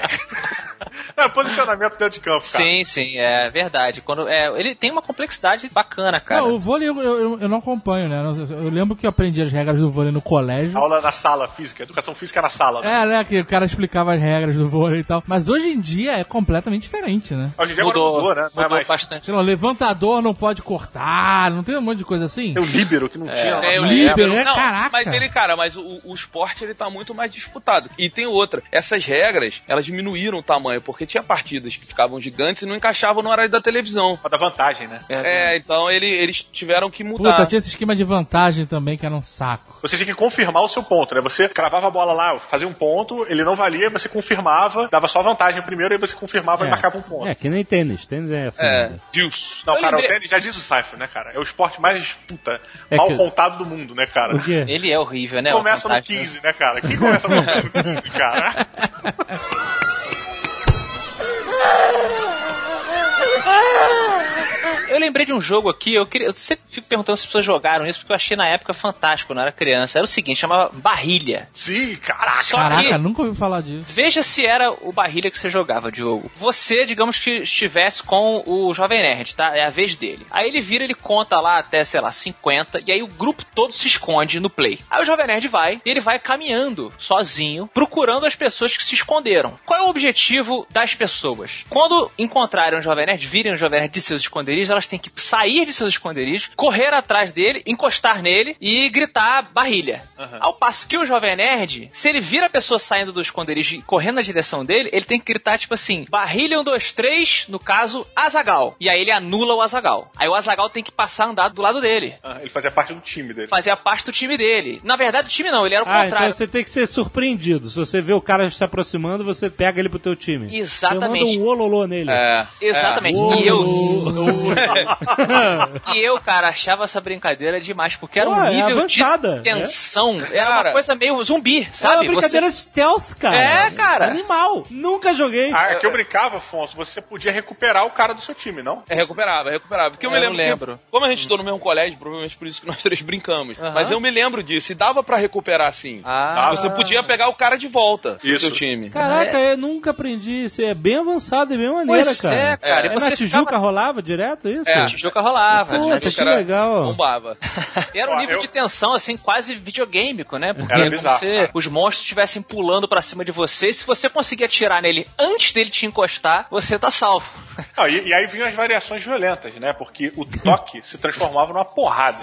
[SPEAKER 7] É posicionamento dentro de campo, cara.
[SPEAKER 6] Sim, sim, é verdade. Quando, é, ele tem uma complexidade bacana, cara.
[SPEAKER 5] Não, É, o vôlei eu, eu- eu não acompanho, né? Eu, eu lembro que eu aprendi as regras do vôlei no colégio.
[SPEAKER 7] Aula na sala, física, educação física na sala.
[SPEAKER 5] É, né? Que o cara explicava as regras do vôlei e tal. Mas hoje em dia é completamente diferente, né?
[SPEAKER 7] Hoje em dia
[SPEAKER 6] mudou,
[SPEAKER 7] agora mudou, né? Não é
[SPEAKER 6] mudou
[SPEAKER 7] mais.
[SPEAKER 6] bastante.
[SPEAKER 5] Sei lá, o levantador não pode cortar, não tem um monte de coisa assim?
[SPEAKER 7] Tem o líbero que não tinha.
[SPEAKER 4] É, eu
[SPEAKER 5] Líder,
[SPEAKER 4] lembro.
[SPEAKER 5] é?
[SPEAKER 4] Não,
[SPEAKER 5] Caraca.
[SPEAKER 4] Mas ele, cara, mas o, o esporte ele tá muito mais disputado. E tem outra, essas regras, elas diminuíram o tamanho, porque tinha partidas que ficavam gigantes e não encaixavam no horário da televisão.
[SPEAKER 7] Pra dar vantagem, né?
[SPEAKER 6] É,
[SPEAKER 4] É, então ele- eles tiveram que mudar.
[SPEAKER 5] Puta, tinha esse esquema de vantagem também que era um saco.
[SPEAKER 7] Você tinha que confirmar o seu ponto, né? Você cravava a bola lá, fazia um ponto, ele não valia, você confirmava, dava só vantagem primeiro, aí você confirmava e marcava um ponto.
[SPEAKER 9] É, que nem tênis. Tênis é assim.
[SPEAKER 4] É,
[SPEAKER 9] né?
[SPEAKER 4] Deus.
[SPEAKER 7] Não,
[SPEAKER 6] Eu
[SPEAKER 7] cara, o
[SPEAKER 6] lembrei-
[SPEAKER 7] tênis já diz o Cypher, né, cara? É o esporte mais, puta,
[SPEAKER 9] É
[SPEAKER 7] mal
[SPEAKER 9] que-
[SPEAKER 7] contado do mundo, né, cara?
[SPEAKER 9] O quê?
[SPEAKER 6] Ele é horrível, né?
[SPEAKER 7] Quem começa
[SPEAKER 6] o
[SPEAKER 7] no
[SPEAKER 6] fantástico, né?
[SPEAKER 7] 15, né, cara? Quem começa no 15, cara?
[SPEAKER 6] Eu lembrei de um jogo aqui, eu, queria, eu sempre fico perguntando se as pessoas jogaram isso, porque eu achei na época fantástico, quando eu era criança. Era o seguinte, chamava Barrilha.
[SPEAKER 7] Sim, caraca.
[SPEAKER 6] Só
[SPEAKER 5] Caraca,
[SPEAKER 6] que-
[SPEAKER 5] nunca ouvi falar disso.
[SPEAKER 6] Veja se era o barrilha que você jogava, Diogo. Você, digamos que estivesse com o Jovem Nerd, tá? É a vez dele. Aí ele vira, ele conta lá até, sei lá, 50, e aí o grupo todo se esconde no play. Aí o Jovem Nerd vai, e ele vai caminhando sozinho, procurando as pessoas que se esconderam. Qual é o objetivo das pessoas? Quando encontrarem o Jovem Nerd, virem o Jovem Nerd né, de seus esconderijos, elas têm que sair de seus esconderijos, correr atrás dele, encostar nele e gritar barrilha. Ao passo que o Jovem Nerd, se ele vira a pessoa saindo do esconderijo e correndo na direção dele, ele tem que gritar tipo assim: barrilha 1, 2, 3, no caso, Azagal. E aí ele anula o Azagal. Aí o Azagal tem que passar andado do lado dele.
[SPEAKER 7] Ah, Ele fazia parte do time dele.
[SPEAKER 6] Fazia parte do time dele. Na verdade, o time não, ele era o
[SPEAKER 9] Ah, então
[SPEAKER 6] contrário.
[SPEAKER 9] você tem que ser surpreendido. Se você vê o cara se aproximando, você pega ele pro teu time.
[SPEAKER 6] Exatamente.
[SPEAKER 9] Você manda um ololô nele.
[SPEAKER 6] Exatamente.
[SPEAKER 9] É.
[SPEAKER 6] E eu.
[SPEAKER 9] Uou.
[SPEAKER 6] e eu, cara, achava essa brincadeira demais, porque era
[SPEAKER 9] Pô,
[SPEAKER 6] um
[SPEAKER 9] é
[SPEAKER 6] nível
[SPEAKER 9] avançada,
[SPEAKER 6] de tensão.
[SPEAKER 7] É.
[SPEAKER 6] Era uma
[SPEAKER 4] Cara.
[SPEAKER 6] coisa meio zumbi,
[SPEAKER 9] É uma
[SPEAKER 6] sabe? Você-
[SPEAKER 9] brincadeira stealth, cara.
[SPEAKER 6] É, cara.
[SPEAKER 9] Animal. Nunca joguei.
[SPEAKER 7] Ah, é que eu brincava, Afonso, você podia recuperar o cara do seu time, não?
[SPEAKER 4] É recuperável, é recuperável. Porque eu,
[SPEAKER 6] Eu
[SPEAKER 4] me
[SPEAKER 6] não
[SPEAKER 4] lembro.
[SPEAKER 6] lembro.
[SPEAKER 4] que- como a gente estudou no mesmo colégio, provavelmente por isso que nós três brincamos.
[SPEAKER 6] Aham.
[SPEAKER 4] Mas eu me lembro disso. E dava pra recuperar sim.
[SPEAKER 6] Ah.
[SPEAKER 4] Você podia pegar o cara de volta do
[SPEAKER 7] Isso.
[SPEAKER 4] seu time.
[SPEAKER 9] Caraca, eu nunca aprendi isso. É bem avançado e bem maneira,
[SPEAKER 6] Pois
[SPEAKER 9] cara.
[SPEAKER 6] é, cara. E
[SPEAKER 9] É
[SPEAKER 6] você
[SPEAKER 9] na Tijuca
[SPEAKER 6] ficava-
[SPEAKER 9] rolava direto?
[SPEAKER 3] direto isso?
[SPEAKER 4] É.
[SPEAKER 6] Tijuca rolava.
[SPEAKER 3] Pô,
[SPEAKER 6] mas
[SPEAKER 3] que
[SPEAKER 6] era-
[SPEAKER 3] legal.
[SPEAKER 4] Bombava.
[SPEAKER 6] Era um
[SPEAKER 7] Ó,
[SPEAKER 6] nível
[SPEAKER 7] eu-
[SPEAKER 6] de tensão, assim, quase videogêmico, né? Porque
[SPEAKER 7] Era
[SPEAKER 6] é como
[SPEAKER 7] bizarro,
[SPEAKER 6] se
[SPEAKER 7] cara.
[SPEAKER 6] os monstros estivessem pulando pra cima de você. e Se você conseguir atirar nele antes dele te encostar, você tá salvo.
[SPEAKER 7] Ah, e, e aí vinham as variações violentas, né? Porque o toque se transformava numa porrada.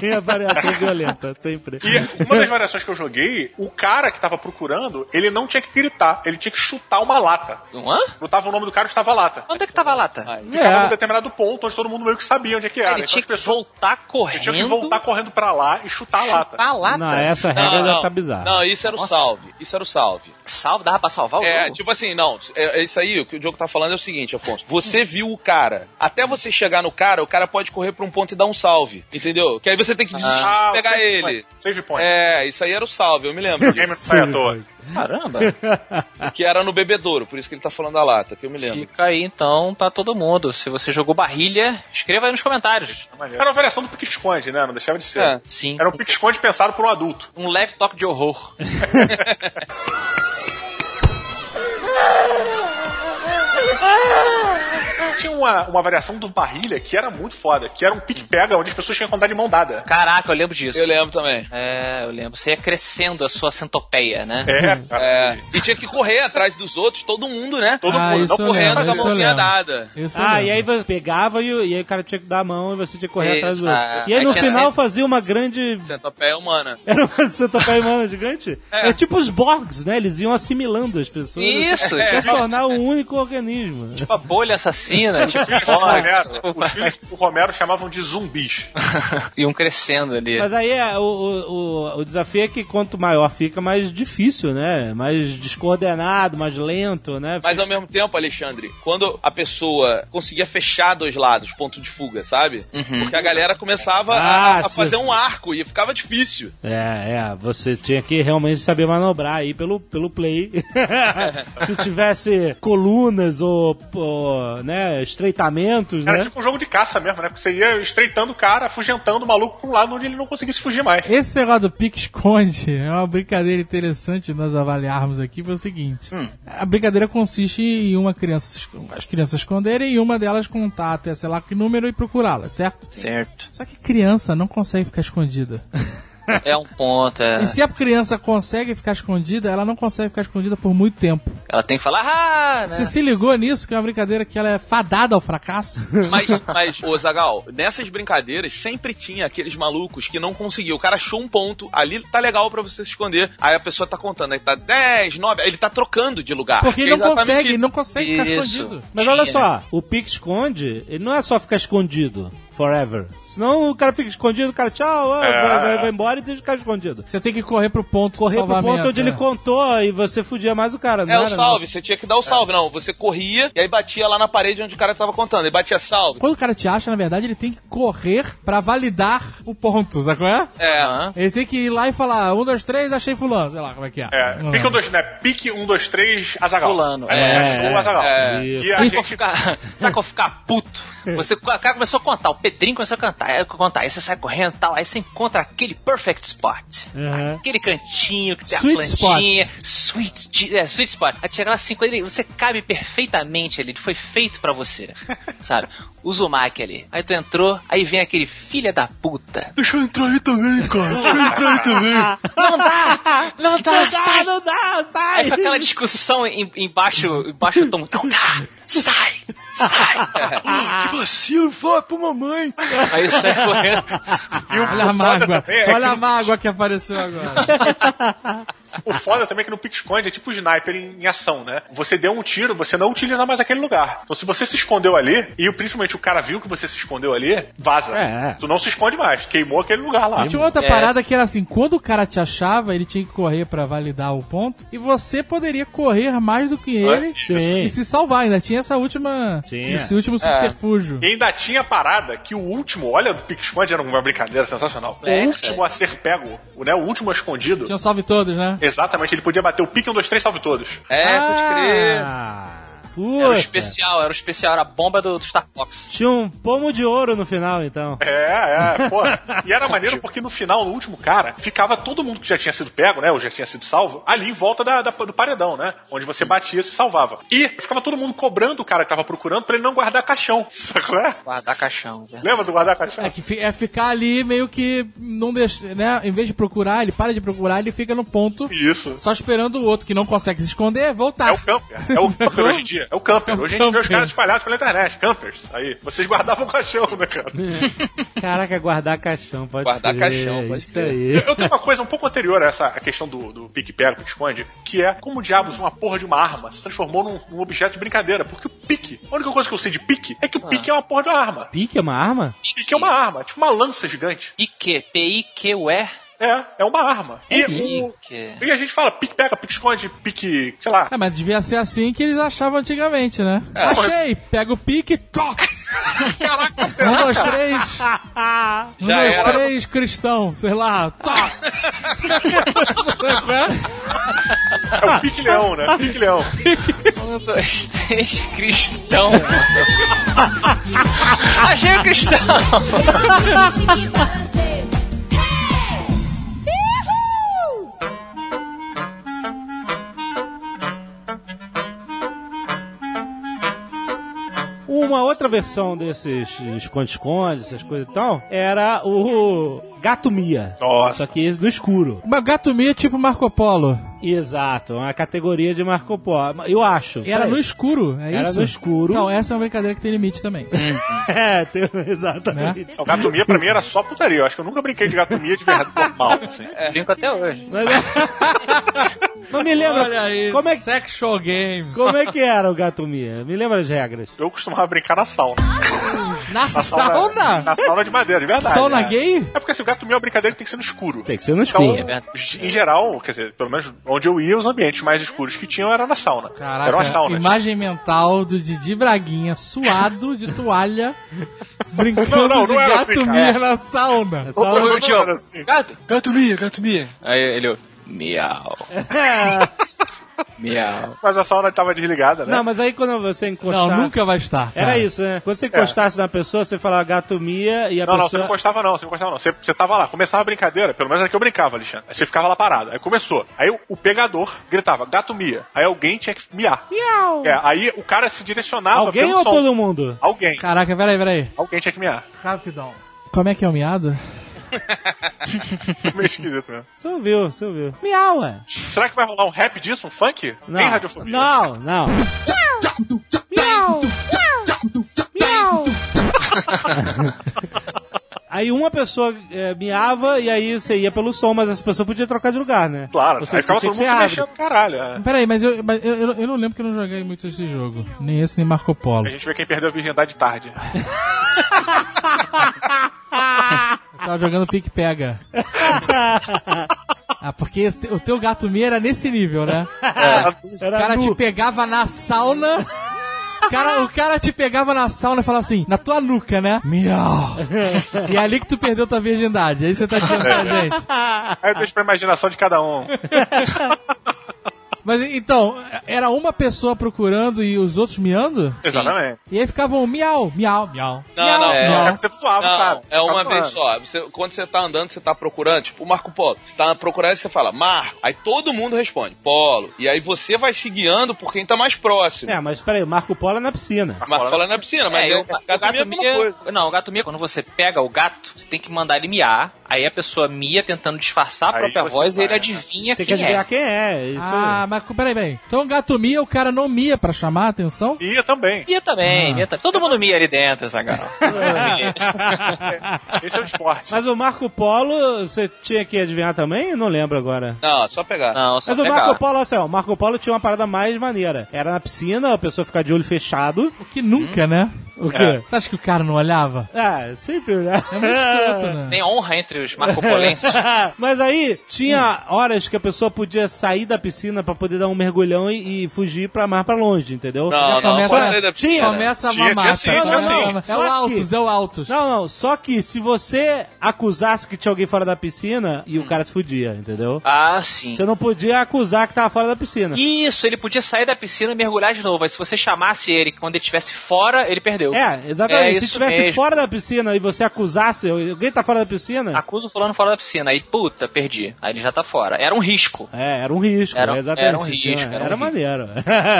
[SPEAKER 3] Tem a variação violenta, sempre.
[SPEAKER 7] E uma das variações que eu joguei, o cara que tava procurando, ele não tinha que gritar, ele tinha que chutar uma lata.
[SPEAKER 6] Hã?
[SPEAKER 7] Botava o nome do cara e chutava a lata.
[SPEAKER 6] Onde é que tava a lata?
[SPEAKER 7] Ficava
[SPEAKER 3] É.
[SPEAKER 7] num determinado ponto onde todo mundo meio que sabia onde é que era.
[SPEAKER 6] Ah, ele
[SPEAKER 7] Então
[SPEAKER 6] tinha
[SPEAKER 7] as
[SPEAKER 6] que voltar
[SPEAKER 7] ele
[SPEAKER 6] correndo.
[SPEAKER 7] tinha que voltar correndo pra lá e chutar a lata.
[SPEAKER 6] a lata.
[SPEAKER 3] Não, essa regra já tá bizarra.
[SPEAKER 4] Não, isso era o salve. Isso era o salve.
[SPEAKER 6] Salve, dava pra salvar o
[SPEAKER 4] É,
[SPEAKER 6] jogo?
[SPEAKER 4] tipo assim, não, é, é isso aí, o que o Diogo tá falando é o seguinte, Afonso. Você viu o cara. Até você chegar no cara, o cara pode correr pra um ponto e dar um salve. Entendeu? Que aí você tem que desistir
[SPEAKER 7] Ah,
[SPEAKER 4] de
[SPEAKER 7] o
[SPEAKER 4] pegar
[SPEAKER 7] save
[SPEAKER 4] ele.
[SPEAKER 7] point, Save point.
[SPEAKER 4] É, isso aí era o salve, eu me lembro.
[SPEAKER 7] O game não sai à toa.
[SPEAKER 6] Caramba.
[SPEAKER 4] que era no bebedouro, por isso que ele tá falando da lata, que eu me lembro.
[SPEAKER 6] Fica aí então pra todo mundo. Se você jogou barrilha, escreva aí nos comentários.
[SPEAKER 7] Era uma variação do pique-esconde, né? Não deixava de ser.
[SPEAKER 4] É.
[SPEAKER 6] Ah, Sim.
[SPEAKER 7] Era um pique-esconde pensado por um adulto.
[SPEAKER 6] um leve toque de horror.
[SPEAKER 7] Tinha uma, uma variação do barrilha que era muito foda, que era um pique-pega onde as pessoas tinham que andar de mão dada.
[SPEAKER 6] Caraca, eu lembro disso.
[SPEAKER 4] Eu lembro também.
[SPEAKER 6] É, eu lembro. Você ia crescendo a sua centopeia, né?
[SPEAKER 7] É, cara.
[SPEAKER 4] É, e tinha que correr atrás dos outros, todo mundo, né?
[SPEAKER 7] Todo
[SPEAKER 5] Ah,
[SPEAKER 7] mundo
[SPEAKER 5] isso
[SPEAKER 7] não
[SPEAKER 5] eu
[SPEAKER 7] correndo.
[SPEAKER 4] Correndo
[SPEAKER 5] lembro,
[SPEAKER 4] com a
[SPEAKER 5] isso eu
[SPEAKER 4] mãozinha
[SPEAKER 5] lembro.
[SPEAKER 4] dada.
[SPEAKER 5] Isso
[SPEAKER 3] Ah,
[SPEAKER 5] mesmo.
[SPEAKER 3] e aí você pegava e, o- e aí o cara tinha que dar a mão e você tinha que correr
[SPEAKER 6] Isso,
[SPEAKER 3] atrás do outro.
[SPEAKER 6] ah,
[SPEAKER 3] e aí
[SPEAKER 6] aí
[SPEAKER 3] no
[SPEAKER 6] tinha
[SPEAKER 3] final
[SPEAKER 6] sempre-
[SPEAKER 3] fazia uma grande.
[SPEAKER 4] Centopeia humana.
[SPEAKER 3] Era uma centopeia humana gigante?
[SPEAKER 4] É.
[SPEAKER 3] É. tipo os Borgs, né? Eles iam assimilando as pessoas.
[SPEAKER 6] Isso,
[SPEAKER 3] Até
[SPEAKER 6] é.
[SPEAKER 3] se tornar um único organismo.
[SPEAKER 6] Tipo a bolha assassina. tipo,
[SPEAKER 7] Os filhos do
[SPEAKER 6] ó,
[SPEAKER 4] né?
[SPEAKER 7] Romero- né? Os filhos do Romero chamavam de zumbis.
[SPEAKER 6] e um crescendo ali.
[SPEAKER 3] Mas aí é, o, o, o- o desafio é que quanto maior fica, mais difícil, né? Mais descoordenado, mais lento, né?
[SPEAKER 4] Mas ao mesmo tempo, Alexandre, quando a pessoa conseguia fechar dois lados, ponto de fuga, sabe? Porque a galera começava a- a,
[SPEAKER 3] Ah, sim,
[SPEAKER 4] fazer
[SPEAKER 3] sim.
[SPEAKER 4] um arco e ficava difícil.
[SPEAKER 3] É, é, você tinha que realmente saber manobrar aí pelo, pelo play. Se tivesse colunas ou, ou, né, estreitamentos,
[SPEAKER 7] Era
[SPEAKER 3] né?
[SPEAKER 7] tipo um jogo de caça mesmo, né? Porque você ia estreitando o cara, afugentando o maluco pra um lado onde ele não conseguisse fugir mais.
[SPEAKER 5] Esse negócio do pique-esconde é uma brincadeira interessante de nós avaliarmos aqui. Foi o seguinte:
[SPEAKER 3] Hum.
[SPEAKER 5] a brincadeira consiste em uma criança, se esco- as crianças se esconderem e uma delas contar até sei lá que número e procurá-la, certo?
[SPEAKER 6] Certo.
[SPEAKER 5] Só que criança não consegue ficar escondida.
[SPEAKER 6] É um ponto. é.
[SPEAKER 5] E se a criança consegue ficar escondida, ela não consegue ficar escondida por muito tempo.
[SPEAKER 6] Ela tem que falar, ah, né?
[SPEAKER 5] Você se ligou nisso, que é uma brincadeira que ela é fadada ao fracasso?
[SPEAKER 4] Mas, mas, ô Zagal, nessas brincadeiras sempre tinha aqueles malucos que não conseguiam. O cara achou um ponto, ali tá legal pra você se esconder. Aí a pessoa tá contando, aí tá 10, 9, aí ele tá trocando de lugar.
[SPEAKER 5] Porque
[SPEAKER 4] Que é
[SPEAKER 5] não
[SPEAKER 4] exatamente
[SPEAKER 5] consegue,
[SPEAKER 4] que-
[SPEAKER 5] não consegue ficar
[SPEAKER 6] Isso.
[SPEAKER 5] escondido.
[SPEAKER 3] Mas olha
[SPEAKER 6] Tinha.
[SPEAKER 4] né?
[SPEAKER 3] só, o pique esconde, ele não é só ficar escondido forever. Senão o cara fica escondido, o cara tchau, ó,
[SPEAKER 4] É.
[SPEAKER 3] vai, vai- vai embora e deixa o cara escondido.
[SPEAKER 5] Você tem que correr pro ponto
[SPEAKER 3] Correr
[SPEAKER 5] de
[SPEAKER 3] pro
[SPEAKER 5] salvamento.
[SPEAKER 3] ponto onde ele
[SPEAKER 5] né?
[SPEAKER 3] contou e você fudia mais o cara, não
[SPEAKER 4] É o
[SPEAKER 3] era, não?
[SPEAKER 4] salve, você tinha que dar o salve, não. Você corria e aí batia lá na parede onde o cara tava contando. E batia salve.
[SPEAKER 5] Quando o cara te acha, na verdade, ele tem que correr pra validar o ponto, sabe qual é?
[SPEAKER 4] É.
[SPEAKER 6] Aham.
[SPEAKER 5] Ele tem que ir lá e falar, um, dois, três, achei fulano, sei lá como é que é.
[SPEAKER 7] É,
[SPEAKER 5] Não
[SPEAKER 7] pique um,
[SPEAKER 5] lembro.
[SPEAKER 7] dois, né? Pique um, dois, três, Azagal.
[SPEAKER 6] Fulano,
[SPEAKER 7] Aí você
[SPEAKER 3] é,
[SPEAKER 7] achou o Azagal.
[SPEAKER 3] é,
[SPEAKER 7] E
[SPEAKER 3] isso.
[SPEAKER 7] a
[SPEAKER 6] Sabe que eu
[SPEAKER 7] gente
[SPEAKER 6] ficar, sabe que eu ficar puto? Você, o cara começou a contar, o Pedrinho começou a cantar, aí, contar, aí você sai correndo e tal, aí você encontra aquele perfect spot.
[SPEAKER 3] Uhum.
[SPEAKER 6] Aquele cantinho que tem
[SPEAKER 5] Sweet
[SPEAKER 6] a plantinha. Sweet, de- é, sweet spot. Aí chega lá assim, quando ele, você cabe perfeitamente ali, ele foi feito pra você. sabe? Usa o Mac ali. Aí tu entrou, aí vem aquele filha da puta.
[SPEAKER 7] Deixa eu entrar aí também, cara. Deixa eu entrar aí também.
[SPEAKER 6] Não dá! Não dá! Então, sai!
[SPEAKER 3] Ah, não dá, sai!
[SPEAKER 6] Aí foi aquela discussão em- embaixo, embaixo do tom. Não dá! Sai! Sai!
[SPEAKER 7] Ah, Que vacilo, fala pra mamãe.
[SPEAKER 6] Aí sai correndo.
[SPEAKER 5] Olha a mágoa,
[SPEAKER 7] também é
[SPEAKER 5] olha a
[SPEAKER 7] que-
[SPEAKER 5] mágoa que apareceu agora.
[SPEAKER 7] O foda também é que no pique esconde é tipo sniper em, em ação, né? Você deu um tiro, você não utiliza mais aquele lugar. Então se você se escondeu ali, e principalmente o cara viu que você se escondeu ali, vaza.
[SPEAKER 3] É.
[SPEAKER 7] Tu não se esconde mais, queimou aquele lugar lá.
[SPEAKER 5] E tinha outra
[SPEAKER 6] É.
[SPEAKER 5] parada que era assim, quando o cara te achava, ele tinha que correr pra validar o ponto, e você poderia correr mais do que ele
[SPEAKER 3] Sim.
[SPEAKER 5] e se salvar, ainda tinha essa última,
[SPEAKER 3] Tinha.
[SPEAKER 5] esse último subterfúgio.
[SPEAKER 7] É. E ainda tinha a parada que o último, olha, do pique esconde era uma brincadeira sensacional.
[SPEAKER 6] É,
[SPEAKER 7] o último a ser pego, o, né, o último a escondido,
[SPEAKER 3] um
[SPEAKER 5] Tinha um salve todos, né?
[SPEAKER 7] exatamente, ele podia bater o pique, um, dois, três, salve todos.
[SPEAKER 4] É, pode crer.
[SPEAKER 3] Ah,
[SPEAKER 6] Era o
[SPEAKER 3] Puta.
[SPEAKER 6] especial, era o especial, era a bomba do, do Star Fox.
[SPEAKER 3] Tinha um pomo de ouro no final, então.
[SPEAKER 7] É, é, porra. E era maneiro porque no final, no último cara, ficava todo mundo que já tinha sido pego, né? Ou já tinha sido salvo, ali em volta da, da- do paredão, né? Onde você batia e se salvava. E ficava todo mundo cobrando o cara que tava procurando pra ele não guardar caixão. Sacou? É?
[SPEAKER 6] Guardar caixão. né?
[SPEAKER 7] Lembra do guardar caixão?
[SPEAKER 5] É, que fi- é ficar ali meio que não deixa, né? Em vez de procurar, ele para de procurar, ele fica no ponto
[SPEAKER 7] Isso.
[SPEAKER 5] só esperando o outro que não consegue se esconder voltar.
[SPEAKER 7] É o camper. É o camper hoje em dia. É o camper. Hoje a gente vê os caras espalhados pela internet. Campers. Aí, vocês guardavam o caixão, né, cara?
[SPEAKER 3] Caraca, guardar caixão, pode
[SPEAKER 4] Guardar
[SPEAKER 3] ser,
[SPEAKER 4] caixão, pode
[SPEAKER 3] Isso
[SPEAKER 4] ser.
[SPEAKER 3] aí.
[SPEAKER 7] Eu tenho uma coisa um pouco anterior a essa a questão do, do pique-pega, pique-esconde, que é como diabos uma porra de uma arma se transformou num, num objeto de brincadeira. Porque o pique, a única coisa que eu sei de pique é que o
[SPEAKER 5] Ah.
[SPEAKER 7] pique é uma porra de uma arma.
[SPEAKER 3] Pique é uma arma?
[SPEAKER 7] Pique é uma arma, tipo uma lança gigante.
[SPEAKER 6] Ike, P-I-Q-U-E.
[SPEAKER 7] É, é uma arma. E, o,
[SPEAKER 6] Ike.
[SPEAKER 7] e a gente fala pique-pega, pique-esconde, pique, sei lá.
[SPEAKER 5] É, mas devia ser assim que eles achavam antigamente, né?
[SPEAKER 7] É,
[SPEAKER 5] Achei! Pega o pique, toca! um, dois, três! um,
[SPEAKER 4] Já
[SPEAKER 5] dois,
[SPEAKER 4] era.
[SPEAKER 5] três, cristão, sei lá, toca!
[SPEAKER 7] É o pique-leão, né? Pique-leão.
[SPEAKER 6] Um, dois, três, cristão. Achei o cristão.
[SPEAKER 3] Uma outra versão desses esconde-esconde, essas coisas e tal, era o Gato Mia.
[SPEAKER 7] Nossa.
[SPEAKER 3] Só que esse no escuro.
[SPEAKER 5] Mas Gato Mia é tipo Marco Polo.
[SPEAKER 3] Exato, uma categoria de Marco Polo. Eu acho.
[SPEAKER 5] Era no escuro, é
[SPEAKER 3] Era
[SPEAKER 5] isso?
[SPEAKER 3] no escuro.
[SPEAKER 5] Não, essa é uma brincadeira que tem limite também.
[SPEAKER 3] É, tem- exatamente.
[SPEAKER 7] O gato mia pra mim era só putaria. Eu acho que eu nunca brinquei de gato mia de verdade normal. Assim.
[SPEAKER 4] É.
[SPEAKER 6] Brinco até hoje.
[SPEAKER 3] Mas- é. Não me lembra. Como é, que-
[SPEAKER 5] Sexual game.
[SPEAKER 3] como é que era o Gato Mia? Me lembra as regras.
[SPEAKER 7] Eu costumava brincar na sauna.
[SPEAKER 5] Na sauna?
[SPEAKER 7] Na sauna de madeira, de verdade.
[SPEAKER 5] Sauna
[SPEAKER 7] é.
[SPEAKER 5] gay?
[SPEAKER 7] É porque assim, o gato meu é uma brincadeira que tem que ser no escuro.
[SPEAKER 3] Tem que ser no
[SPEAKER 7] Então,
[SPEAKER 3] escuro.
[SPEAKER 6] É verdade.
[SPEAKER 7] em geral, quer dizer, pelo menos onde eu ia, os ambientes mais escuros que tinham era na sauna. era uma sauna.
[SPEAKER 5] imagem mental do Didi Braguinha, suado de toalha, brincando
[SPEAKER 7] Não, não,
[SPEAKER 5] de
[SPEAKER 7] não era
[SPEAKER 5] gato
[SPEAKER 7] assim, cara.
[SPEAKER 5] mia na sauna.
[SPEAKER 3] Só-
[SPEAKER 7] Não,
[SPEAKER 6] Ô,
[SPEAKER 7] não
[SPEAKER 6] Diogo.
[SPEAKER 7] era assim.
[SPEAKER 6] Gato. Gato Mia, gato Mia. Aí ele, ó, miau. miau.
[SPEAKER 7] tipo, Mas a sauna tava desligada, né?
[SPEAKER 3] É. Não, mas aí quando você encostar.
[SPEAKER 5] Não, nunca É. vai estar.
[SPEAKER 3] Era
[SPEAKER 5] cara.
[SPEAKER 3] isso, né? Quando você encostasse na pessoa, você falava Gato Mia e a
[SPEAKER 7] É. Não, não, você
[SPEAKER 3] pessoa.
[SPEAKER 7] não gostava não, você não gostava não. Você, você tava lá, começava a brincadeira, pelo menos era que eu brincava, Alexandre. Aí você ficava lá parado. Aí começou. Aí o, o pegador gritava, gato mia. Aí alguém tinha que miar.
[SPEAKER 3] Miau!
[SPEAKER 7] É, aí o cara se direcionava
[SPEAKER 3] Alguém
[SPEAKER 7] pelo
[SPEAKER 3] ou
[SPEAKER 7] som.
[SPEAKER 3] todo mundo?
[SPEAKER 7] Alguém.
[SPEAKER 5] Caraca, peraí, peraí.
[SPEAKER 7] Alguém tinha que miar.
[SPEAKER 5] Rapidão. Como é que é o miado?
[SPEAKER 7] Meio esquisito mesmo.
[SPEAKER 3] Você ouviu, você ouviu. Miau, ué.
[SPEAKER 7] Será que vai rolar um rap disso? Um funk?
[SPEAKER 3] Não.
[SPEAKER 7] Em radiofobia?
[SPEAKER 3] Não, não. Miau! Miau! Aí uma pessoa eh, miava e aí você ia pelo som, mas essa pessoa podia trocar de lugar, né?
[SPEAKER 7] Claro,
[SPEAKER 3] você,
[SPEAKER 7] aí ficava
[SPEAKER 3] tinha
[SPEAKER 7] todo
[SPEAKER 3] que
[SPEAKER 7] mundo
[SPEAKER 3] ser
[SPEAKER 7] se
[SPEAKER 3] rápido.
[SPEAKER 7] mexendo, caralho. é.
[SPEAKER 5] Peraí, mas, eu, mas eu, eu, eu não lembro que eu não joguei muito esse jogo. Nem esse, nem Marco Polo.
[SPEAKER 7] A gente vê quem perdeu a virgindade tarde.
[SPEAKER 5] Eu tava jogando pique-pega. ah, porque esse- o teu gato mia era nesse nível, né?
[SPEAKER 3] Era
[SPEAKER 5] o cara tipo-
[SPEAKER 3] nu.
[SPEAKER 5] te pegava na sauna. O cara, o cara te pegava na sauna e falava assim, na tua nuca, né? Miau! e é ali que tu perdeu tua virgindade. Aí você tá dizendo pra
[SPEAKER 7] É.
[SPEAKER 5] gente.
[SPEAKER 7] Aí eu deixo pra imaginação de cada um.
[SPEAKER 5] Mas então, era uma pessoa procurando e os outros miando?
[SPEAKER 7] Exatamente.
[SPEAKER 5] E aí ficavam um miau, miau, miau.
[SPEAKER 4] Não,
[SPEAKER 5] miau,
[SPEAKER 4] não, é-
[SPEAKER 5] miau.
[SPEAKER 7] É que você suava, cara. Tá
[SPEAKER 4] Não, é uma
[SPEAKER 7] Ficava
[SPEAKER 4] vez
[SPEAKER 7] suando.
[SPEAKER 4] só. Você- quando você tá andando, você tá procurando, tipo, o Marco Polo. Você tá procurando e você fala, Marco. Aí todo mundo responde, Polo. E aí você vai se guiando por quem tá mais próximo.
[SPEAKER 3] É, mas peraí, Marco Polo é na piscina.
[SPEAKER 7] Ah,
[SPEAKER 4] O Marco fala na piscina, mas
[SPEAKER 6] É,
[SPEAKER 4] é,
[SPEAKER 6] o,
[SPEAKER 4] gato,
[SPEAKER 6] o gato
[SPEAKER 4] mia é a mesma coisa.
[SPEAKER 6] mia. Não, o gato mia, quando você pega o gato, você tem que mandar ele miar. Aí a pessoa mia tentando disfarçar a
[SPEAKER 7] Aí
[SPEAKER 6] própria
[SPEAKER 7] você
[SPEAKER 6] voz e
[SPEAKER 7] vai,
[SPEAKER 6] ele
[SPEAKER 7] né?
[SPEAKER 6] adivinha
[SPEAKER 3] Tem que
[SPEAKER 6] quem
[SPEAKER 3] adivinhar
[SPEAKER 6] é.
[SPEAKER 3] quem é. Isso
[SPEAKER 5] Ah, mas peraí, peraí. Então o gato mia, o cara não mia pra chamar a atenção?
[SPEAKER 7] Ia também.
[SPEAKER 6] Mia
[SPEAKER 3] Ah.
[SPEAKER 6] também, mia também. Todo mundo mia ali dentro, essa galera.
[SPEAKER 5] Ah,
[SPEAKER 7] Esse é o esporte.
[SPEAKER 3] Mas o Marco Polo, você tinha que adivinhar também? Eu Não lembro agora.
[SPEAKER 4] Não, só pegar.
[SPEAKER 6] Não, só
[SPEAKER 3] Mas o
[SPEAKER 7] é
[SPEAKER 6] pegar.
[SPEAKER 3] Marco Polo, assim, ó, o Marco Polo tinha uma parada mais maneira. Era na piscina, a pessoa ficar de olho fechado.
[SPEAKER 7] Hum?
[SPEAKER 5] Que nunca, né?
[SPEAKER 3] O
[SPEAKER 7] É.
[SPEAKER 3] quê?
[SPEAKER 5] Você acha que o cara não olhava?
[SPEAKER 3] Ah, sempre, né?
[SPEAKER 5] É muito escroto, né?
[SPEAKER 6] Tem honra entre os marcopolenses.
[SPEAKER 3] Mas aí tinha horas que a pessoa podia sair da piscina pra poder dar um mergulhão e, e fugir pra mar pra longe, entendeu?
[SPEAKER 4] Não, não,
[SPEAKER 5] começa-
[SPEAKER 4] pode sair da
[SPEAKER 3] tinha-
[SPEAKER 4] piscina.
[SPEAKER 5] Começa a
[SPEAKER 7] né? Tinha- tinha
[SPEAKER 5] mamata.
[SPEAKER 7] sim, tinha
[SPEAKER 5] começa a
[SPEAKER 7] sim.
[SPEAKER 5] mamata. É
[SPEAKER 3] Só
[SPEAKER 5] o
[SPEAKER 3] que-
[SPEAKER 5] Altos, é o Altos.
[SPEAKER 3] Não, não, só que se você acusasse que tinha alguém fora da piscina, e o cara se fudia, entendeu?
[SPEAKER 6] Ah, sim.
[SPEAKER 3] Você não podia acusar que tava fora da piscina.
[SPEAKER 6] Isso, ele podia sair da piscina e mergulhar de novo. Mas se você chamasse ele quando ele estivesse fora, ele perdeu.
[SPEAKER 3] É, exatamente.
[SPEAKER 6] É
[SPEAKER 3] se
[SPEAKER 6] isso
[SPEAKER 3] tivesse
[SPEAKER 6] mesmo.
[SPEAKER 3] fora da piscina e você acusasse, alguém tá fora da piscina,
[SPEAKER 6] Acusa o fulano fora da piscina. Aí, puta, perdi. Aí ele já tá fora. Era um risco.
[SPEAKER 3] É, era um risco.
[SPEAKER 6] Era-
[SPEAKER 3] exatamente.
[SPEAKER 6] era um
[SPEAKER 3] Tinha-
[SPEAKER 6] risco, era um risco.
[SPEAKER 3] maneiro.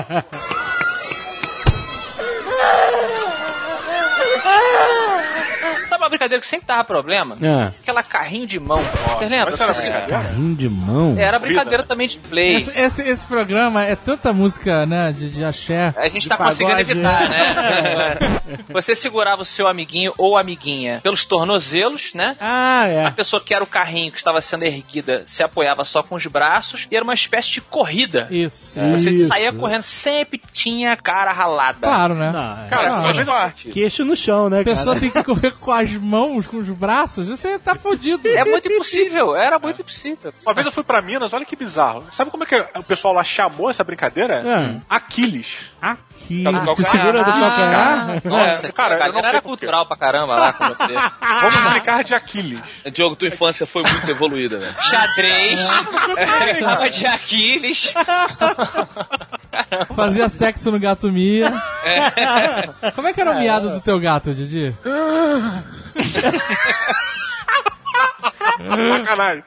[SPEAKER 6] Sabe uma brincadeira que sempre dava problema?
[SPEAKER 3] Ah.
[SPEAKER 6] Aquela carrinho de mão. Vocês lembram?
[SPEAKER 7] Mas era
[SPEAKER 6] Você-
[SPEAKER 7] brincadeira?
[SPEAKER 3] Carrinho de mão?
[SPEAKER 6] assim, Era
[SPEAKER 7] né?
[SPEAKER 6] brincadeira também de play.
[SPEAKER 5] Esse, esse, esse programa é tanta música, né, de, de axé.
[SPEAKER 6] A gente tá
[SPEAKER 3] pagode.
[SPEAKER 6] conseguindo evitar, né? Você segurava o seu amiguinho ou amiguinha pelos tornozelos, né?
[SPEAKER 3] Ah,
[SPEAKER 6] A
[SPEAKER 3] é.
[SPEAKER 6] pessoa que era o carrinho que estava sendo erguida se apoiava só com os braços e era uma espécie de corrida.
[SPEAKER 5] Isso.
[SPEAKER 6] Você
[SPEAKER 3] Isso.
[SPEAKER 6] saía correndo, sempre tinha a cara ralada.
[SPEAKER 5] Claro, né?
[SPEAKER 3] Não, é.
[SPEAKER 7] Cara,
[SPEAKER 5] Não,
[SPEAKER 7] faz parte.
[SPEAKER 3] Queixo no chão, né,
[SPEAKER 5] A pessoa
[SPEAKER 3] cara?
[SPEAKER 5] tem que correr com as mãos, com os braços. Você tá fodido.
[SPEAKER 6] É muito impossível, era
[SPEAKER 7] É.
[SPEAKER 6] muito impossível.
[SPEAKER 7] Uma vez eu fui pra Minas, olha que bizarro. Sabe como é que o pessoal lá chamou essa brincadeira?
[SPEAKER 4] É.
[SPEAKER 3] Hum.
[SPEAKER 7] Aquiles.
[SPEAKER 3] Aqui.
[SPEAKER 7] Tá no
[SPEAKER 3] Tu
[SPEAKER 7] calcanhar.
[SPEAKER 3] segura do
[SPEAKER 7] Ah.
[SPEAKER 3] calcanhar?
[SPEAKER 6] Nossa,
[SPEAKER 7] É,
[SPEAKER 6] cara,
[SPEAKER 7] cara, eu não sei
[SPEAKER 6] era
[SPEAKER 7] por quê.
[SPEAKER 6] cultural pra caramba lá com você.
[SPEAKER 4] Ah.
[SPEAKER 7] Vamos brincar de Aquiles.
[SPEAKER 4] Diogo, tua infância foi muito evoluída, né? velho.
[SPEAKER 6] Xadrez,
[SPEAKER 5] Ah,
[SPEAKER 6] brincava de Aquiles.
[SPEAKER 5] Fazia sexo no gato Mia. Como é que era o miado do teu gato, Didi?
[SPEAKER 7] Sacanagem.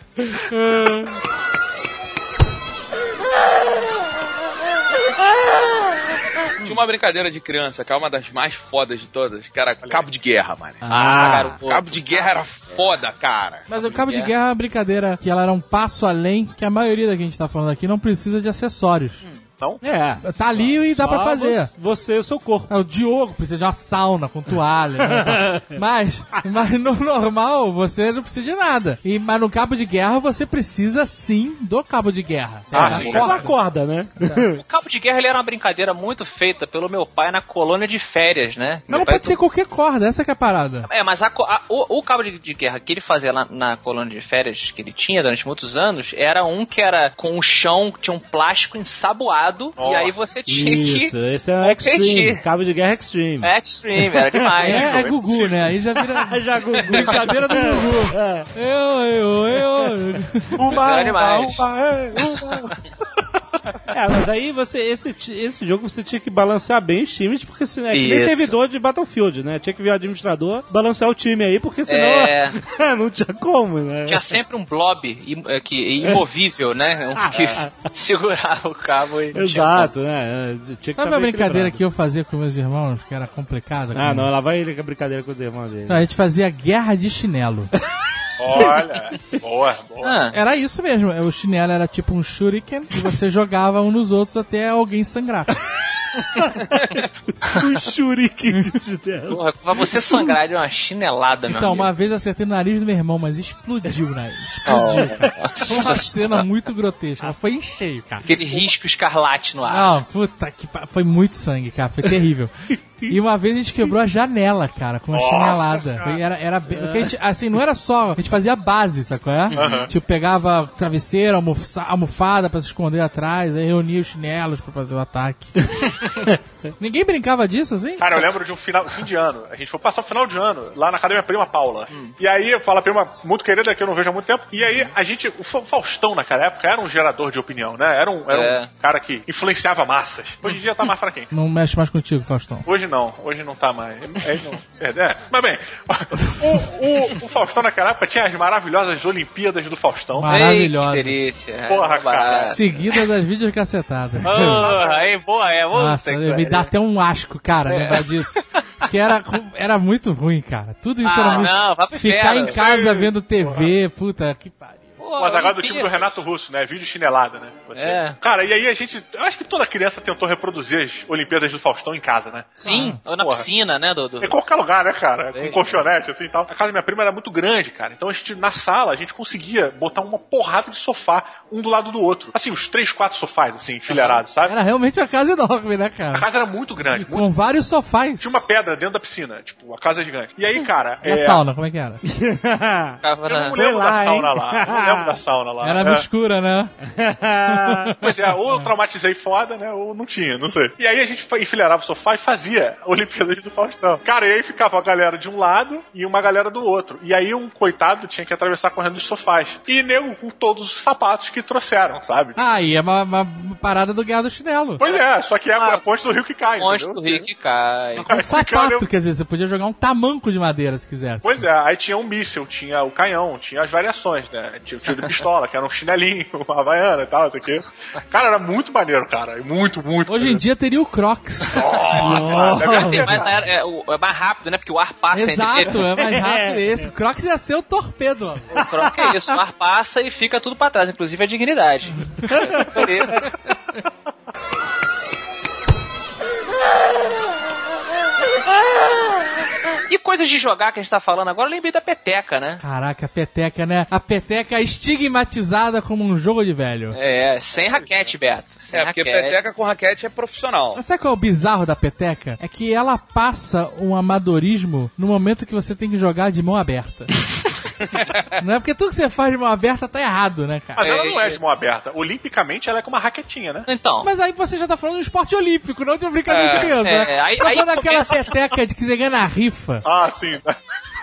[SPEAKER 4] Tinha uma brincadeira de criança, que é uma das mais fodas de todas, que era cabo de guerra, mano.
[SPEAKER 6] Ah, garoto.
[SPEAKER 4] Cabo de guerra era foda, cara.
[SPEAKER 5] Mas o cabo de guerra é uma brincadeira que ela era um passo além, que a maioria da que a gente tá falando aqui não precisa de acessórios.
[SPEAKER 6] Hum.
[SPEAKER 3] É.
[SPEAKER 5] Tá ali e dá pra
[SPEAKER 3] Só
[SPEAKER 5] fazer.
[SPEAKER 3] vo- Ah, Você e o seu corpo.
[SPEAKER 5] Ah, O Diogo precisa de uma sauna com toalha. né? mas, mas no normal você não precisa de nada. E, mas no cabo de guerra você precisa sim do cabo de guerra.
[SPEAKER 7] Ah,
[SPEAKER 5] Da
[SPEAKER 7] sim.
[SPEAKER 3] Você
[SPEAKER 5] corda.
[SPEAKER 3] não corda, né?
[SPEAKER 6] O cabo de guerra ele era uma brincadeira muito feita pelo meu pai na colônia de férias, né?
[SPEAKER 5] Mas
[SPEAKER 6] Meu
[SPEAKER 5] não
[SPEAKER 6] pai-
[SPEAKER 5] pode ser qualquer corda, essa que é a parada.
[SPEAKER 6] É, mas a co- a- o, o cabo de, de guerra que ele fazia lá na colônia de férias que ele tinha durante muitos anos era um que era com o chão, que tinha um plástico ensaboado, e
[SPEAKER 7] Nossa.
[SPEAKER 6] aí você tinha
[SPEAKER 3] Isso,
[SPEAKER 6] que.
[SPEAKER 3] esse é o Extreme.
[SPEAKER 6] competir.
[SPEAKER 3] Cabo de guerra Extreme.
[SPEAKER 6] É extreme, era demais.
[SPEAKER 5] É, é Gugu, né? Aí já vira
[SPEAKER 3] Já Gugu.
[SPEAKER 5] brincadeira do
[SPEAKER 6] É.
[SPEAKER 5] Gugu.
[SPEAKER 3] É.
[SPEAKER 5] Eu, eu, eu.
[SPEAKER 6] era demais.
[SPEAKER 3] É, mas aí você, esse, ti- esse jogo você tinha que balançar bem os times, porque senão é que nem
[SPEAKER 6] Isso.
[SPEAKER 3] servidor de Battlefield, né? Tinha que vir o administrador balançar o time aí, porque senão É, não tinha como, né?
[SPEAKER 6] É. Tinha sempre um blob im- é, que, imovível, né?
[SPEAKER 5] Ah,
[SPEAKER 6] Um que s- segurava o cabo e. não tinha um
[SPEAKER 3] Exato, né? Tinha que
[SPEAKER 5] Sabe
[SPEAKER 3] tá
[SPEAKER 5] a
[SPEAKER 3] bem
[SPEAKER 5] brincadeira
[SPEAKER 3] equilibrado.
[SPEAKER 5] que eu fazia com meus irmãos, que era complicada?
[SPEAKER 3] Ah,
[SPEAKER 5] Como-
[SPEAKER 3] não, lá vai ele com a brincadeira com os irmãos dele.
[SPEAKER 5] Não, A gente fazia guerra de chinelo.
[SPEAKER 7] Olha. Boa,
[SPEAKER 6] como.
[SPEAKER 7] boa.
[SPEAKER 6] Ah,
[SPEAKER 5] Era isso mesmo. O chinelo era tipo um shuriken e você jogava um nos outros até alguém sangrar.
[SPEAKER 3] o shuriken de chinelo.
[SPEAKER 6] porra, pra você sangrar de uma chinelada, meu
[SPEAKER 5] Então,
[SPEAKER 6] amigo.
[SPEAKER 5] uma vez acertei o nariz do meu irmão, mas explodiu, né? Explodiu. cara. Foi uma
[SPEAKER 6] assim?
[SPEAKER 5] cena muito grotesca. Foi em cheio, cara.
[SPEAKER 6] Aquele risco escarlate no ar.
[SPEAKER 5] Não, puta que pa... Foi muito sangue, cara. Foi terrível. E uma vez a gente quebrou a janela, cara, com uma chinelada. Foi- era, era bem- porque a
[SPEAKER 6] É.
[SPEAKER 5] gente, assim, não era só. A gente fazia base, sacou? É? Tipo, pegava travesseiro, almofa- almofada pra se esconder atrás, aí reunia os chinelos pra fazer o ataque. Ninguém brincava disso, assim?
[SPEAKER 7] Cara, eu lembro de um final, fim de ano. A gente foi passar o final de ano lá na casa da minha prima Paula.
[SPEAKER 4] Hum.
[SPEAKER 7] E aí, eu falo a prima muito querida, que eu não vejo há muito tempo. E aí, a gente, o Fa- Faustão naquela época era um gerador de opinião, né? Era um, era
[SPEAKER 6] É.
[SPEAKER 7] um cara que influenciava massas. Hoje em dia tá mais fraquinho.
[SPEAKER 5] Não mexe mais contigo, Faustão.
[SPEAKER 7] Hoje não, hoje não tá mais. É, não. É, é. Mas bem, o, o- o Faustão naquela época tinha as maravilhosas Olimpíadas do Faustão.
[SPEAKER 5] Mas-
[SPEAKER 6] Ei, que
[SPEAKER 5] Maravilhosa.
[SPEAKER 6] delícia.
[SPEAKER 7] Porra, cara.
[SPEAKER 5] Seguida das vídeos cacetadas.
[SPEAKER 6] Porra, aí, boa, é, boa.
[SPEAKER 5] Nossa, me dá até um asco, cara,
[SPEAKER 7] É.
[SPEAKER 5] lembrar disso. Que era, era muito ruim, cara. Tudo isso
[SPEAKER 6] Ah,
[SPEAKER 5] era muito.
[SPEAKER 6] não, vai pro
[SPEAKER 5] Ficar
[SPEAKER 6] inferno.
[SPEAKER 5] em casa vendo TV, puta que pariu.
[SPEAKER 7] Mas agora do time do Renato Russo, né? Vídeo chinelada, né? você.
[SPEAKER 6] Oh, É.
[SPEAKER 7] Cara, e aí a gente. Eu acho que toda criança tentou reproduzir as Olimpíadas do Faustão em casa, né?
[SPEAKER 6] Sim, ou na
[SPEAKER 7] Porra.
[SPEAKER 6] piscina, né, Dudu?
[SPEAKER 7] Em qualquer lugar, né, cara? Com
[SPEAKER 6] Sei.
[SPEAKER 7] colchonete, assim e tal. A casa da minha prima era muito grande, cara. Então a gente, na sala, a gente conseguia botar uma porrada de sofá um do lado do outro. Assim, uns três, quatro sofás, assim, enfileirados, sabe?
[SPEAKER 5] Era realmente uma casa enorme, né,
[SPEAKER 7] A
[SPEAKER 5] cara?
[SPEAKER 7] casa era muito grande. Muito...
[SPEAKER 5] Com vários sofás.
[SPEAKER 7] Tinha uma pedra dentro da piscina, tipo, a casa é gigante. E aí, cara.
[SPEAKER 5] Hum, E a
[SPEAKER 7] é,
[SPEAKER 5] sauna, como é que era?
[SPEAKER 6] Ficava
[SPEAKER 7] Eu
[SPEAKER 6] na-
[SPEAKER 7] não lembro da
[SPEAKER 3] lá,
[SPEAKER 7] sauna
[SPEAKER 3] hein?
[SPEAKER 7] lá. Eu não lembro da sauna lá.
[SPEAKER 5] Era
[SPEAKER 7] É.
[SPEAKER 5] obscura, né?
[SPEAKER 7] Pois é, ou eu traumatizei foda, né? Ou não tinha, não sei. E aí a gente fa- enfileirava o sofá e fazia a Olimpíada do Faustão. Cara, e aí ficava a galera de um lado e uma galera do outro. E aí um coitado tinha que atravessar correndo os sofás. E nego com todos os sapatos que trouxeram, sabe?
[SPEAKER 5] Ah, e é uma, uma parada do guiado do chinelo.
[SPEAKER 7] Pois é, só que é
[SPEAKER 5] ah,
[SPEAKER 7] a ponte do rio que cai,
[SPEAKER 6] Monte do
[SPEAKER 7] entendeu?
[SPEAKER 6] Rio que cai.
[SPEAKER 5] Com
[SPEAKER 7] é, Cara,
[SPEAKER 5] Um sapato,
[SPEAKER 7] eu-
[SPEAKER 5] quer dizer, você podia jogar um tamanco de madeira se quisesse.
[SPEAKER 7] Pois é, aí tinha um míssil, tinha o canhão, tinha as variações, né? Tinha o tiro de pistola, que era um chinelinho, uma havaiana e tal, isso aqui. Cara, era muito maneiro, cara. Muito, muito.
[SPEAKER 5] Hoje em dia teria o Crocs.
[SPEAKER 7] é. Nossa,
[SPEAKER 6] Mas tem mais aero- é, o- é mais rápido, né? Porque o ar passa
[SPEAKER 5] Exato,
[SPEAKER 6] entre...
[SPEAKER 5] é mais rápido esse. O Crocs ia ser o torpedo. ó.
[SPEAKER 6] O croque é isso, o ar passa e fica tudo pra trás, inclusive a dignidade. E coisas de jogar que a gente tá falando agora, eu lembrei da peteca, né?
[SPEAKER 5] Caraca, a peteca, né? A peteca estigmatizada como um jogo de velho.
[SPEAKER 6] É, sem raquete, Beto. Sem
[SPEAKER 4] É, porque
[SPEAKER 6] raquete.
[SPEAKER 4] peteca com raquete é profissional.
[SPEAKER 5] Mas sabe qual é o bizarro da peteca? É que ela passa um amadorismo no momento que você tem que jogar de mão aberta. Não é porque tudo que você faz de mão aberta tá errado, né, cara?
[SPEAKER 7] Mas ela não é de mão aberta. Olimpicamente, ela é com uma raquetinha, né?
[SPEAKER 6] Então,
[SPEAKER 5] Mas aí você já tá falando de um esporte olímpico, não de uma brincadeira de criança.
[SPEAKER 6] é,
[SPEAKER 5] né?
[SPEAKER 6] aí-
[SPEAKER 5] tá
[SPEAKER 6] aí
[SPEAKER 5] falando daquela
[SPEAKER 6] começa-
[SPEAKER 5] peteca de que você ganha na rifa.
[SPEAKER 7] Ah, sim.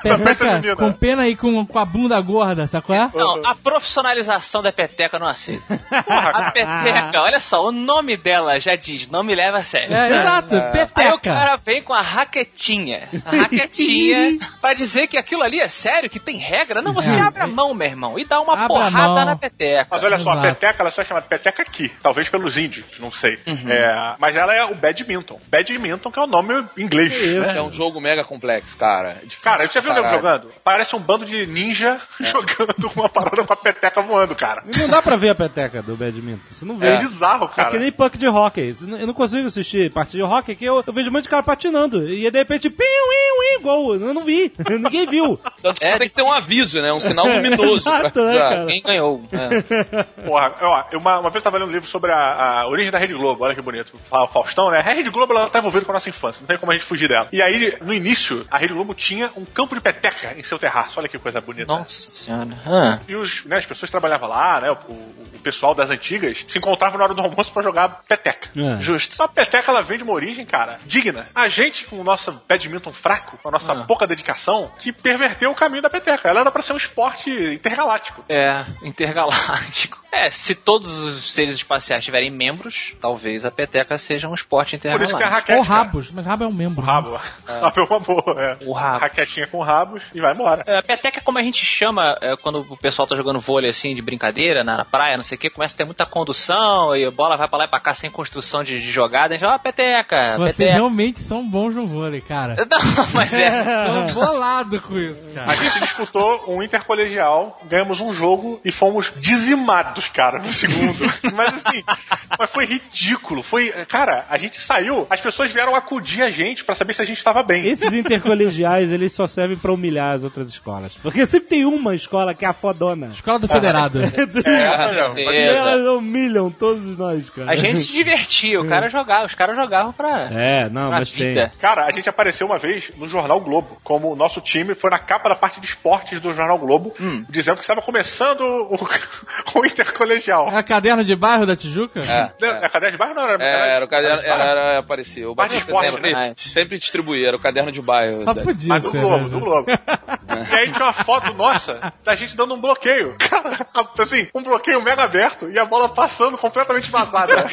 [SPEAKER 7] Da festa
[SPEAKER 5] Peteca
[SPEAKER 7] junina.
[SPEAKER 5] com pena e com, com a bunda gorda, sacou? É?
[SPEAKER 6] não, a profissionalização da peteca eu não aceito. A peteca, olha só, o nome dela já diz, não me leva a sério.
[SPEAKER 5] É, exato,
[SPEAKER 6] Aí o
[SPEAKER 5] peteca.
[SPEAKER 6] cara vem com a raquetinha. A raquetinha. pra dizer que aquilo ali é sério, que tem regra. Não, você abre a mão, meu irmão, e dá uma
[SPEAKER 5] Abre a mão.
[SPEAKER 6] porrada na peteca.
[SPEAKER 7] Mas olha só, a
[SPEAKER 5] Exato.
[SPEAKER 7] peteca, ela só é chamada peteca aqui. Talvez pelos índios, não sei.
[SPEAKER 5] Uhum.
[SPEAKER 7] É, mas ela é o badminton. Badminton, que é o nome em inglês. né?
[SPEAKER 4] É um jogo mega complexo, cara. É difícil
[SPEAKER 7] Cara, você viu o nego
[SPEAKER 4] caralho.
[SPEAKER 7] jogando? Parece um bando de ninja
[SPEAKER 5] É.
[SPEAKER 7] jogando uma parada com a peteca voando, cara.
[SPEAKER 3] E não dá pra ver a peteca do badminton. Você não vê.
[SPEAKER 7] É, bizarro,
[SPEAKER 3] É que
[SPEAKER 7] cara.
[SPEAKER 3] nem puck de hockey. Eu não consigo assistir partida de hockey, que eu, eu vejo um monte de cara patinando. E aí, de repente, pim, im, im, gol. Eu não vi. Ninguém viu.
[SPEAKER 6] É,
[SPEAKER 4] Tanto que você tem que ter um aviso, né? Um sinal luminoso. pra
[SPEAKER 3] Exato, né,
[SPEAKER 4] avisar.
[SPEAKER 3] cara?
[SPEAKER 6] Quem ganhou? É.
[SPEAKER 7] Porra, ó, eu uma, uma vez eu tava lendo um livro sobre a, a origem da Rede Globo, olha que bonito. Fa- Faustão, né? A Rede Globo ela tá envolvida com a nossa infância, não tem como a gente fugir dela. E aí, no início, a Rede Globo tinha um campo de peteca em seu terraço, olha que coisa bonita.
[SPEAKER 6] Nossa senhora. Ah.
[SPEAKER 7] E os, né, as pessoas trabalhavam lá, né? O, o- o pessoal das antigas se encontrava na hora do almoço pra jogar peteca.
[SPEAKER 3] É.
[SPEAKER 7] Justo. Só a peteca ela vem de uma origem, cara, digna. A gente, com o nosso badminton fraco, com a nossa pouca dedicação, que perverteu o caminho da peteca. Ela era pra ser um esporte intergaláctico.
[SPEAKER 6] É, intergaláctico. É, se todos os seres espaciais tiverem membros, talvez a peteca seja um esporte
[SPEAKER 7] Por isso que a
[SPEAKER 6] intergaláctico.
[SPEAKER 7] raquete.
[SPEAKER 5] Ou
[SPEAKER 7] cara.
[SPEAKER 5] rabos, mas rabo é um membro.
[SPEAKER 7] O rabo. Rabo é uma boa, é.
[SPEAKER 6] O rabo.
[SPEAKER 7] Raquetinha com rabos e vai embora.
[SPEAKER 6] É, A peteca é como a gente chama é, quando o pessoal tá jogando vôlei assim de brincadeira na, na praia, não sei o que, começa a ter muita condução e a bola vai pra lá e pra cá sem construção de, de jogada. A gente fala, ah, peteca,
[SPEAKER 5] Vocês
[SPEAKER 6] peteca.
[SPEAKER 5] realmente são bons no vôlei, cara.
[SPEAKER 6] Não, mas é.
[SPEAKER 5] Tô bolado com isso,
[SPEAKER 7] A
[SPEAKER 5] cara.
[SPEAKER 7] gente disputou um intercolegial, ganhamos um jogo e fomos dizimados, cara, no segundo. mas assim, mas foi ridículo. Foi, cara, a gente saiu, as pessoas vieram acudir a gente pra saber se a gente tava bem.
[SPEAKER 3] Esses intercolegiais, eles só servem pra humilhar as outras escolas. Porque sempre tem uma escola que é a fodona.
[SPEAKER 5] Escola do Federado.
[SPEAKER 3] E
[SPEAKER 6] Beleza.
[SPEAKER 3] elas humilham todos nós, cara.
[SPEAKER 6] A gente se divertia, o cara jogava, os caras jogavam pra,
[SPEAKER 3] É, não,
[SPEAKER 6] pra
[SPEAKER 3] mas tem.
[SPEAKER 6] vida.
[SPEAKER 7] Cara, a gente apareceu uma vez no Jornal Globo, como o nosso time foi na capa da parte de esportes do Jornal Globo,
[SPEAKER 4] Hum.
[SPEAKER 7] dizendo que estava começando o, o intercolegial.
[SPEAKER 5] É caderno de bairro da Tijuca?
[SPEAKER 4] É.
[SPEAKER 7] Né, Na cadeia de bairro não era.
[SPEAKER 4] É, era o caderno,
[SPEAKER 7] de bairro.
[SPEAKER 4] era, era, aparecia. O
[SPEAKER 7] Mas
[SPEAKER 4] Batista
[SPEAKER 7] esporte,
[SPEAKER 4] sempre,
[SPEAKER 6] né?
[SPEAKER 4] sempre distribuía, era o caderno de bairro.
[SPEAKER 5] Só
[SPEAKER 4] Da-
[SPEAKER 5] podia
[SPEAKER 7] Mas do
[SPEAKER 5] ser.
[SPEAKER 7] Globo,
[SPEAKER 5] né?
[SPEAKER 7] do Globo. e aí tinha uma foto nossa da gente dando um bloqueio. Cara, assim, um bloqueio mega aberto e a bola passando completamente vazada.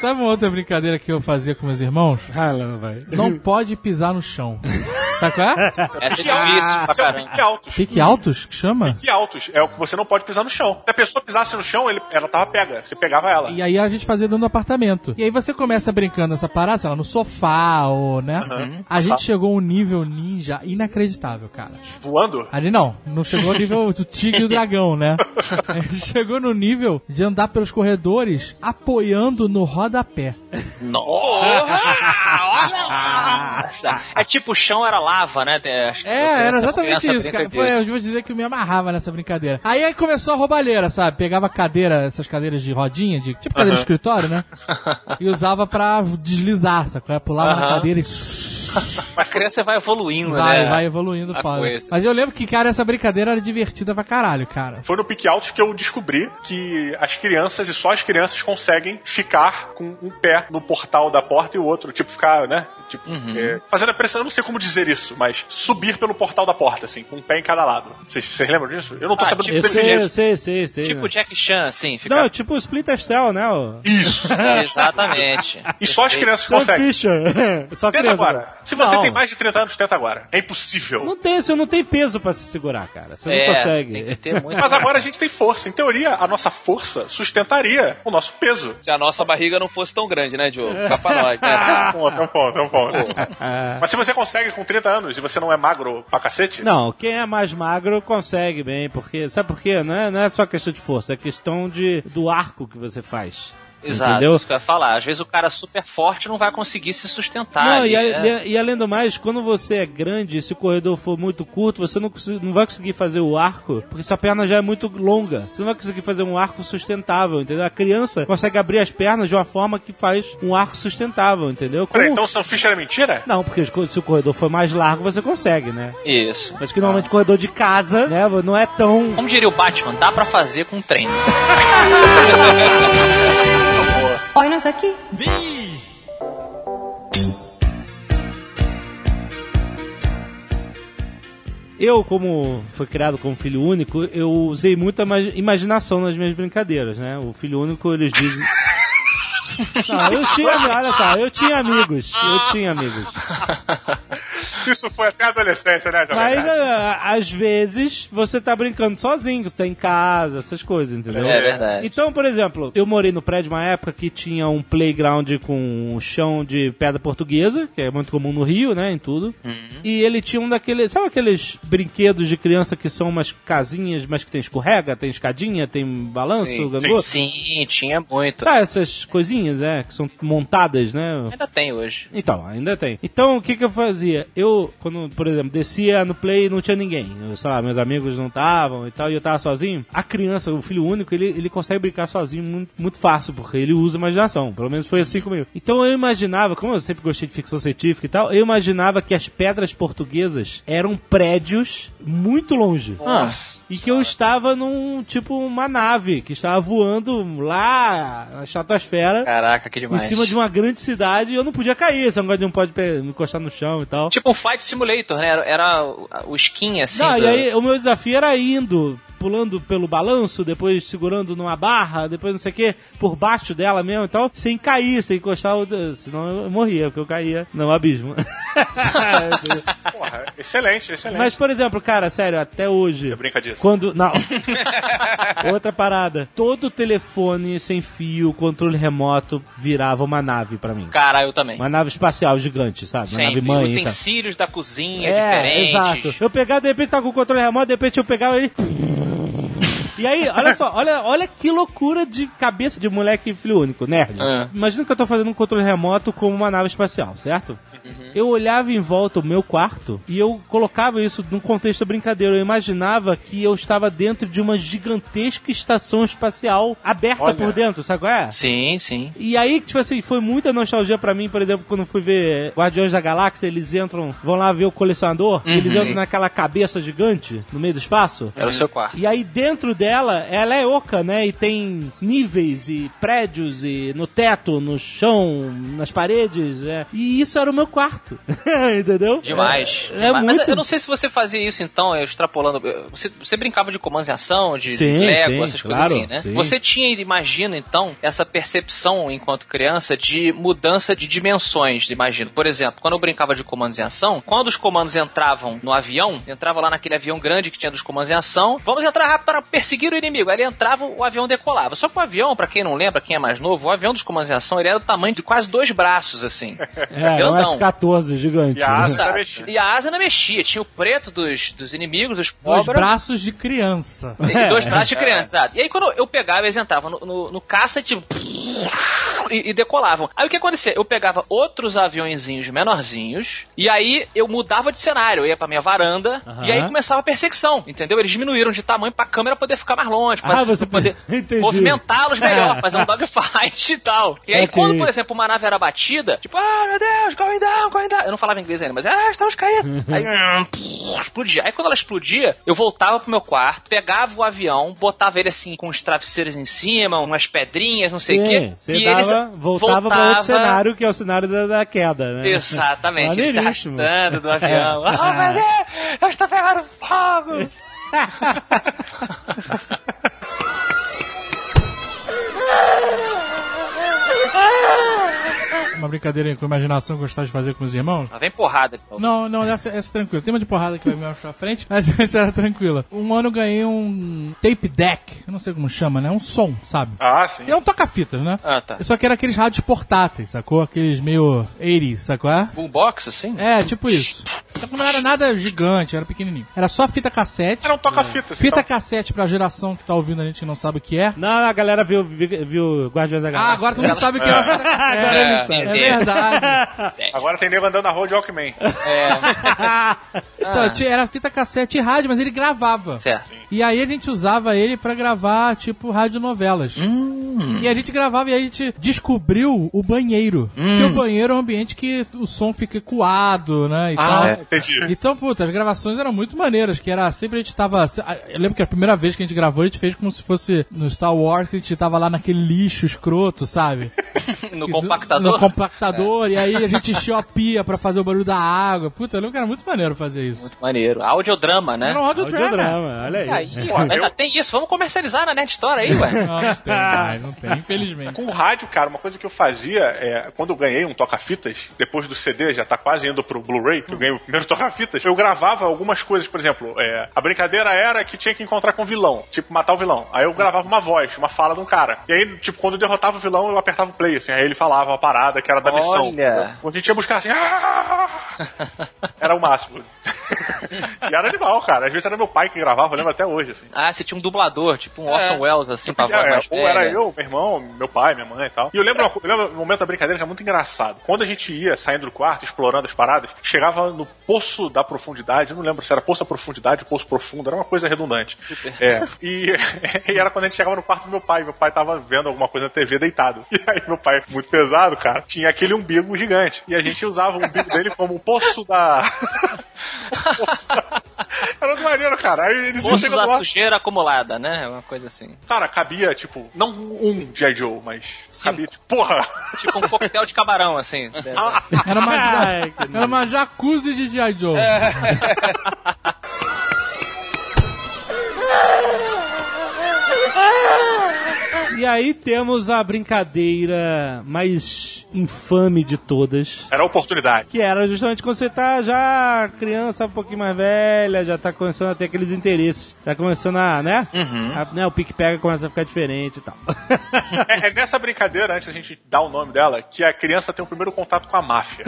[SPEAKER 5] Sabe uma outra brincadeira que eu fazia com meus irmãos?
[SPEAKER 3] Ah, não, vai.
[SPEAKER 5] Não pode pisar no chão. Sabe qual é?
[SPEAKER 6] Essa é difícil
[SPEAKER 5] Ah,
[SPEAKER 6] pra
[SPEAKER 7] Isso é o
[SPEAKER 6] caramba.
[SPEAKER 7] pique altos.
[SPEAKER 5] Pique altos que chama?
[SPEAKER 7] Pique altos. É o que você não pode pisar no chão. Se a pessoa pisasse no chão, ele- ela tava pega. Você pegava ela.
[SPEAKER 5] E aí a gente fazia dentro do apartamento. E aí você começa brincando essa parada, sei lá, no sofá ou, né? A gente chegou a um nível ninja inacreditável, cara.
[SPEAKER 7] Voando?
[SPEAKER 5] Ali não, não chegou ao nível do tigre e o dragão, né? A gente chegou no nível de andar pelos corredores apoiando no rodapé.
[SPEAKER 6] Nossa! É tipo, o chão era lava, né? Tem- acho que criança-
[SPEAKER 5] É, era exatamente
[SPEAKER 6] criança
[SPEAKER 5] isso, cara.
[SPEAKER 6] brinca
[SPEAKER 5] Foi, eu
[SPEAKER 6] disso.
[SPEAKER 5] vou dizer que eu me amarrava nessa brincadeira. Aí, aí começou a roubalheira, sabe? Pegava cadeira, essas cadeiras de rodinha, de, tipo cadeira de escritório, né? E usava pra deslizar, sabe? Pulava na
[SPEAKER 6] Aham.
[SPEAKER 5] cadeira e...
[SPEAKER 6] A criança vai evoluindo,
[SPEAKER 5] Vai,
[SPEAKER 6] né?
[SPEAKER 5] vai evoluindo
[SPEAKER 6] a
[SPEAKER 5] foda.
[SPEAKER 6] coisa.
[SPEAKER 5] Mas eu lembro que, cara, essa brincadeira era divertida pra caralho, cara.
[SPEAKER 7] Foi no pique altos que eu descobri que as crianças e só as crianças conseguem ficar com um pé no portal da porta e o outro, tipo, ficar, né? Tipo,
[SPEAKER 3] Uhum.
[SPEAKER 7] é, fazendo a pressão, eu não sei como dizer isso, mas subir pelo portal da porta, assim, com um pé em cada lado. Vocês vocês lembram disso? Eu não tô
[SPEAKER 6] Ah,
[SPEAKER 7] sabendo
[SPEAKER 6] tipo-
[SPEAKER 3] Eu
[SPEAKER 7] dizer
[SPEAKER 3] sei, eu
[SPEAKER 7] isso.
[SPEAKER 3] sei, eu sei, eu sei.
[SPEAKER 6] Tipo
[SPEAKER 3] né?
[SPEAKER 6] Jack Chan, assim. Fica...
[SPEAKER 3] Não, tipo Splinter Cell, né? o-
[SPEAKER 7] Isso.
[SPEAKER 6] Exatamente.
[SPEAKER 7] E só as crianças
[SPEAKER 3] Sam
[SPEAKER 7] conseguem.
[SPEAKER 3] Fisher. Só
[SPEAKER 7] Tenta
[SPEAKER 3] é criança.
[SPEAKER 7] agora. Se você
[SPEAKER 3] Não.
[SPEAKER 7] tem mais de 30 anos, tenta agora. É impossível.
[SPEAKER 3] Não tem, você não tem peso pra se segurar, cara. Você
[SPEAKER 6] É,
[SPEAKER 3] não
[SPEAKER 6] Tem
[SPEAKER 3] consegue.
[SPEAKER 6] que ter muito.
[SPEAKER 7] Mas agora a gente tem força. Em teoria, a nossa força sustentaria o nosso peso.
[SPEAKER 4] Se a nossa barriga não fosse tão grande, né, Diogo? Fica pra nós,
[SPEAKER 7] É um
[SPEAKER 3] Ah.
[SPEAKER 4] né?
[SPEAKER 7] ponto, é um ponto, é um ponto. Mas se você consegue com 30 anos e você não é magro pra cacete,
[SPEAKER 3] Não, quem é mais magro consegue bem, porque. Sabe por quê? Não é, não é só questão de força, é questão de, do arco que você faz.
[SPEAKER 6] Exato,
[SPEAKER 3] entendeu?
[SPEAKER 6] isso que eu ia falar. Às vezes o cara super forte não vai conseguir se sustentar.
[SPEAKER 3] Não,
[SPEAKER 6] ali,
[SPEAKER 3] e, a-
[SPEAKER 6] né?
[SPEAKER 3] e a- e além do mais, quando você é grande, se o corredor for muito curto, você não, consi- não vai conseguir fazer o arco, porque sua perna já é muito longa. Você não vai conseguir fazer um arco sustentável, entendeu? A criança consegue abrir as pernas de uma forma que faz um arco sustentável, entendeu? Como-
[SPEAKER 7] Peraí, então o Sam Fisher é mentira?
[SPEAKER 3] Não, porque os co- se o corredor for mais largo, você consegue, né?
[SPEAKER 6] Isso.
[SPEAKER 3] Mas que normalmente corredor de casa, né? Não é tão
[SPEAKER 6] Como diria o Batman, dá pra fazer com treino.
[SPEAKER 10] Olha nós aqui.
[SPEAKER 3] Eu, como fui criado como filho único, eu usei muita ma- imaginação nas minhas brincadeiras, né? O filho único, eles dizem. Não, eu tinha, olha só, eu tinha amigos, eu tinha amigos.
[SPEAKER 7] Isso foi até a adolescência, né, Jovem?
[SPEAKER 3] Mas
[SPEAKER 7] Nerd?
[SPEAKER 3] ah, às vezes você tá brincando sozinho, você tá em casa, essas coisas, entendeu?
[SPEAKER 6] É verdade.
[SPEAKER 3] Então, por exemplo, eu morei no prédio uma época que tinha um playground com um chão de pedra portuguesa, que é muito comum no Rio, né, em tudo.
[SPEAKER 6] Uhum.
[SPEAKER 3] E ele tinha um daqueles, sabe aqueles brinquedos de criança que são umas casinhas, mas que tem escorrega, tem escadinha, tem balanço,
[SPEAKER 6] Sim,
[SPEAKER 3] gangorra?
[SPEAKER 6] Sim, tinha muito.
[SPEAKER 3] Ah, essas coisinhas, é, que são montadas, né?
[SPEAKER 6] Ainda tem hoje.
[SPEAKER 3] Então, ainda tem. Então, o que que eu fazia? Eu, quando, por exemplo, descia no play e não tinha ninguém. Eu, sei lá, meus amigos não estavam e tal, e eu tava sozinho. A criança, o filho único, ele, ele consegue brincar sozinho muito, muito fácil, porque ele usa imaginação. Pelo menos foi assim comigo. Então eu imaginava, como eu sempre gostei de ficção científica e tal, eu imaginava que as pedras portuguesas eram prédios muito longe. E que eu estava num, tipo, uma nave que estava voando lá na estratosfera
[SPEAKER 6] Caraca, que demais.
[SPEAKER 3] em cima de uma grande cidade e eu não podia cair, esse negócio de não pode pe- encostar no chão e tal.
[SPEAKER 6] Tipo um Flight Simulator, né? Era, era o- o skin, assim.
[SPEAKER 3] não,
[SPEAKER 6] do-
[SPEAKER 3] e aí o meu desafio era indo, pulando pelo balanço, depois segurando numa barra, depois não sei o que, por baixo dela mesmo e tal, sem cair, sem encostar, o- senão eu morria, porque eu caía no abismo.
[SPEAKER 7] Porra, excelente, excelente.
[SPEAKER 3] Mas, por exemplo, cara, sério, até hoje...
[SPEAKER 7] Você brinca disso?
[SPEAKER 3] Quando. Não. Outra parada. Todo telefone sem fio, controle remoto, virava uma nave pra mim.
[SPEAKER 6] Cara, eu também.
[SPEAKER 3] Uma nave espacial gigante, sabe? Uma nave
[SPEAKER 6] Sempre.
[SPEAKER 3] mãe. tá? e tal.
[SPEAKER 6] Utensílios da cozinha diferentes.
[SPEAKER 3] É, exato. Eu pegava, de repente tava com o controle remoto, de repente eu pegava ele. E aí, olha só, olha, olha que loucura de cabeça de moleque filho único, nerd.
[SPEAKER 6] É.
[SPEAKER 3] Imagina que eu tô fazendo um controle remoto como uma nave espacial, certo? Eu olhava em volta o meu quarto e eu colocava isso num contexto brincadeira. Eu imaginava que eu estava dentro de uma gigantesca estação espacial aberta
[SPEAKER 7] Olha.
[SPEAKER 3] por dentro, sabe qual é?
[SPEAKER 6] Sim, sim.
[SPEAKER 3] E aí, tipo assim, foi muita nostalgia pra mim, por exemplo, quando fui ver Guardiões da Galáxia, eles entram, vão lá
[SPEAKER 6] Uhum.
[SPEAKER 3] ver o colecionador, eles entram naquela cabeça gigante no meio do espaço.
[SPEAKER 6] Era o seu quarto.
[SPEAKER 3] E aí dentro
[SPEAKER 9] dela, ela é oca, né? E tem níveis e prédios e no teto, no chão, nas paredes. é. E isso era o meu quarto. Entendeu?
[SPEAKER 6] Demais.
[SPEAKER 9] É, é
[SPEAKER 6] demais.
[SPEAKER 9] muito.
[SPEAKER 6] Mas eu não sei se você fazia isso então, eu extrapolando. Você, você brincava de comandos em ação, de
[SPEAKER 9] Sim,
[SPEAKER 6] Lego,
[SPEAKER 9] sim,
[SPEAKER 6] essas
[SPEAKER 9] claro,
[SPEAKER 6] coisas assim, né?
[SPEAKER 9] sim.
[SPEAKER 6] Você tinha, imagino então, essa percepção enquanto criança de mudança de dimensões, imagino. Por exemplo, quando eu brincava de comandos em ação, quando os comandos entravam no avião, entrava lá naquele avião grande que tinha dos comandos em ação, vamos entrar rápido para perseguir o inimigo. Aí ele entrava, o avião decolava. Só que o avião, pra quem não lembra, quem é mais novo, o avião dos comandos em ação, ele era do tamanho de quase dois braços, assim.
[SPEAKER 9] É, era um
[SPEAKER 6] grandão.
[SPEAKER 9] F-14 gigante.
[SPEAKER 7] E a asa tá
[SPEAKER 6] Sabe?
[SPEAKER 7] ainda mexia.
[SPEAKER 6] E a asa não mexia, tinha o preto dos, dos inimigos, dos
[SPEAKER 5] Dois
[SPEAKER 6] cobras.
[SPEAKER 5] braços de criança.
[SPEAKER 6] E
[SPEAKER 9] É.
[SPEAKER 6] dois braços de criança, exato. E aí quando eu pegava, eles entravam no, no, no caça e tipo. E, e decolavam. Aí o que acontecia? Eu pegava outros aviõezinhos menorzinhos, e aí eu mudava de cenário, eu ia pra minha varanda,
[SPEAKER 9] Aham.
[SPEAKER 6] e aí começava a perseguição, entendeu? Eles diminuíram de tamanho pra câmera poder ficar mais longe, pra,
[SPEAKER 9] Ah, você
[SPEAKER 6] pra poder
[SPEAKER 9] Entendi. É.
[SPEAKER 6] movimentá-los melhor, fazer um dogfight e tal. E
[SPEAKER 9] Ok.
[SPEAKER 6] aí, É quando, por exemplo, uma nave era batida, tipo, ah, meu Deus, going down, going down. Eu não falava inglês ainda, mas, ah, estamos caindo. aí, hum, pum, explodia. Aí, quando ela explodia, eu voltava pro meu quarto, pegava o avião, botava ele assim, com os travesseiros em cima, umas pedrinhas, não sei o quê.
[SPEAKER 9] Sim, você dava, voltava para outro cenário, que é o cenário da, da queda, né?
[SPEAKER 6] Exatamente, ele se
[SPEAKER 9] Maneiríssimo.
[SPEAKER 6] arrastando do avião.
[SPEAKER 9] É.
[SPEAKER 6] Ah, meu Deus, eu estou pegando fogo.
[SPEAKER 5] Uma brincadeira com imaginação que eu gostava de fazer com os irmãos.
[SPEAKER 6] Lá vem porrada. pô.
[SPEAKER 5] Não, não, essa, essa é tranquila. Tem uma de porrada que vai me achar à frente, mas essa era tranquila. Um ano eu ganhei um tape deck, eu não sei como chama, né? Um som, sabe?
[SPEAKER 7] Ah, sim.
[SPEAKER 5] É um toca-fitas, né?
[SPEAKER 6] Ah, tá.
[SPEAKER 5] Só que era aqueles rádios portáteis, sacou? Aqueles meio 80, sacou? É?
[SPEAKER 6] Boombox, assim?
[SPEAKER 5] É, tipo isso. Só que não era nada gigante, era pequenininho. Era só fita cassete.
[SPEAKER 7] Era um toca-fita.
[SPEAKER 5] Fita
[SPEAKER 7] então.
[SPEAKER 5] cassete pra geração que tá ouvindo a gente e não sabe o que é.
[SPEAKER 9] Não, a galera viu, viu, viu Guardiões da
[SPEAKER 5] Ah,
[SPEAKER 9] Galáxia.
[SPEAKER 5] agora tu não sabe o que é uma fita cassete.
[SPEAKER 9] Agora
[SPEAKER 5] é,
[SPEAKER 9] ele sabe.
[SPEAKER 5] é verdade.
[SPEAKER 7] Agora tem nego andando na rua de Walkman.
[SPEAKER 9] É.
[SPEAKER 5] Então, tinha- era fita cassete e rádio, mas ele gravava.
[SPEAKER 6] Ah. Certo.
[SPEAKER 5] E aí a gente usava ele pra gravar, tipo, radionovelas.
[SPEAKER 6] Hum.
[SPEAKER 5] E a gente gravava e a gente descobriu o banheiro. Que
[SPEAKER 6] Hum.
[SPEAKER 5] o banheiro é um ambiente que o som fica ecoado, né? E
[SPEAKER 9] Ah,
[SPEAKER 5] tal.
[SPEAKER 6] é.
[SPEAKER 7] Entendi.
[SPEAKER 5] Então, puta, as gravações eram muito maneiras, que era sempre a gente tava. Eu lembro que a primeira vez que a gente gravou, a gente fez como se fosse no Star Wars, que a gente tava lá naquele lixo escroto, sabe?
[SPEAKER 6] No
[SPEAKER 9] é.
[SPEAKER 5] E do-
[SPEAKER 6] compactador.
[SPEAKER 5] No compactador, e aí a gente encheu a pia pra fazer o barulho da água. Puta, eu lembro que era muito maneiro fazer isso.
[SPEAKER 6] Maneiro. Audiodrama, né?
[SPEAKER 5] Era um áudio drama.
[SPEAKER 9] Audiodrama, olha aí.
[SPEAKER 6] Aí, pô, ainda tem isso. Vamos comercializar na Net Store aí, ué.
[SPEAKER 5] Não, não tem, mais, não tem, infelizmente.
[SPEAKER 7] Com o rádio, cara, uma coisa que eu fazia é, quando eu ganhei um toca-fitas, depois do CD, já tá quase indo pro Blu-ray, que eu ganhei o primeiro toca-fitas, eu gravava algumas coisas, por exemplo, é, a brincadeira era que tinha que encontrar com o vilão, tipo, matar o vilão. Aí eu gravava uma voz, uma fala de um cara. E aí, tipo, quando eu derrotava o vilão, eu apertava o play, assim, aí ele falava uma parada que era da missão.
[SPEAKER 6] Olha.
[SPEAKER 7] Quando a gente ia buscar assim, "Ah!" era o máximo. e era animal, cara. Às vezes era meu pai que gravava, eu lembro até hoje, assim.
[SPEAKER 6] Ah, você tinha um dublador, tipo um Orson Welles, assim, pra voz
[SPEAKER 7] É,
[SPEAKER 6] mais
[SPEAKER 7] ou
[SPEAKER 6] velha.
[SPEAKER 7] era eu, meu irmão, meu pai, minha mãe e tal. E eu lembro, uma co- eu lembro um momento da brincadeira que é muito engraçado. Quando a gente ia saindo do quarto, explorando as paradas, chegava no poço da profundidade, eu não lembro se era poço da profundidade ou poço profundo, era uma coisa redundante. É, e, e era quando a gente chegava no quarto do meu pai, meu pai tava vendo alguma coisa na TV deitado. E aí meu pai, muito pesado, cara, tinha aquele umbigo gigante. E a gente usava o umbigo dele como um poço da... poço da- Era muito maneiro, cara. Aí eles iam
[SPEAKER 6] Poços
[SPEAKER 7] chegando
[SPEAKER 6] da
[SPEAKER 7] lá,
[SPEAKER 6] sujeira acumulada, né? Uma coisa assim.
[SPEAKER 7] Cara, cabia, tipo, não um G.I. Joe, mas
[SPEAKER 6] Cinco.
[SPEAKER 7] cabia, tipo, porra!
[SPEAKER 6] Tipo um coquetel de camarão, assim.
[SPEAKER 5] Era uma,
[SPEAKER 9] Ai, que
[SPEAKER 5] era uma jacuzzi de G.I. Joe.
[SPEAKER 9] E aí temos a brincadeira mais infame de todas.
[SPEAKER 7] Era a oportunidade.
[SPEAKER 9] Que era justamente quando você tá já criança um pouquinho mais velha, já tá começando a ter aqueles interesses. Tá começando a, né? A- né, o pique-pega começa a ficar diferente e tal.
[SPEAKER 7] É, é nessa brincadeira, antes da gente dar o nome dela, que a criança tem o primeiro contato com a máfia.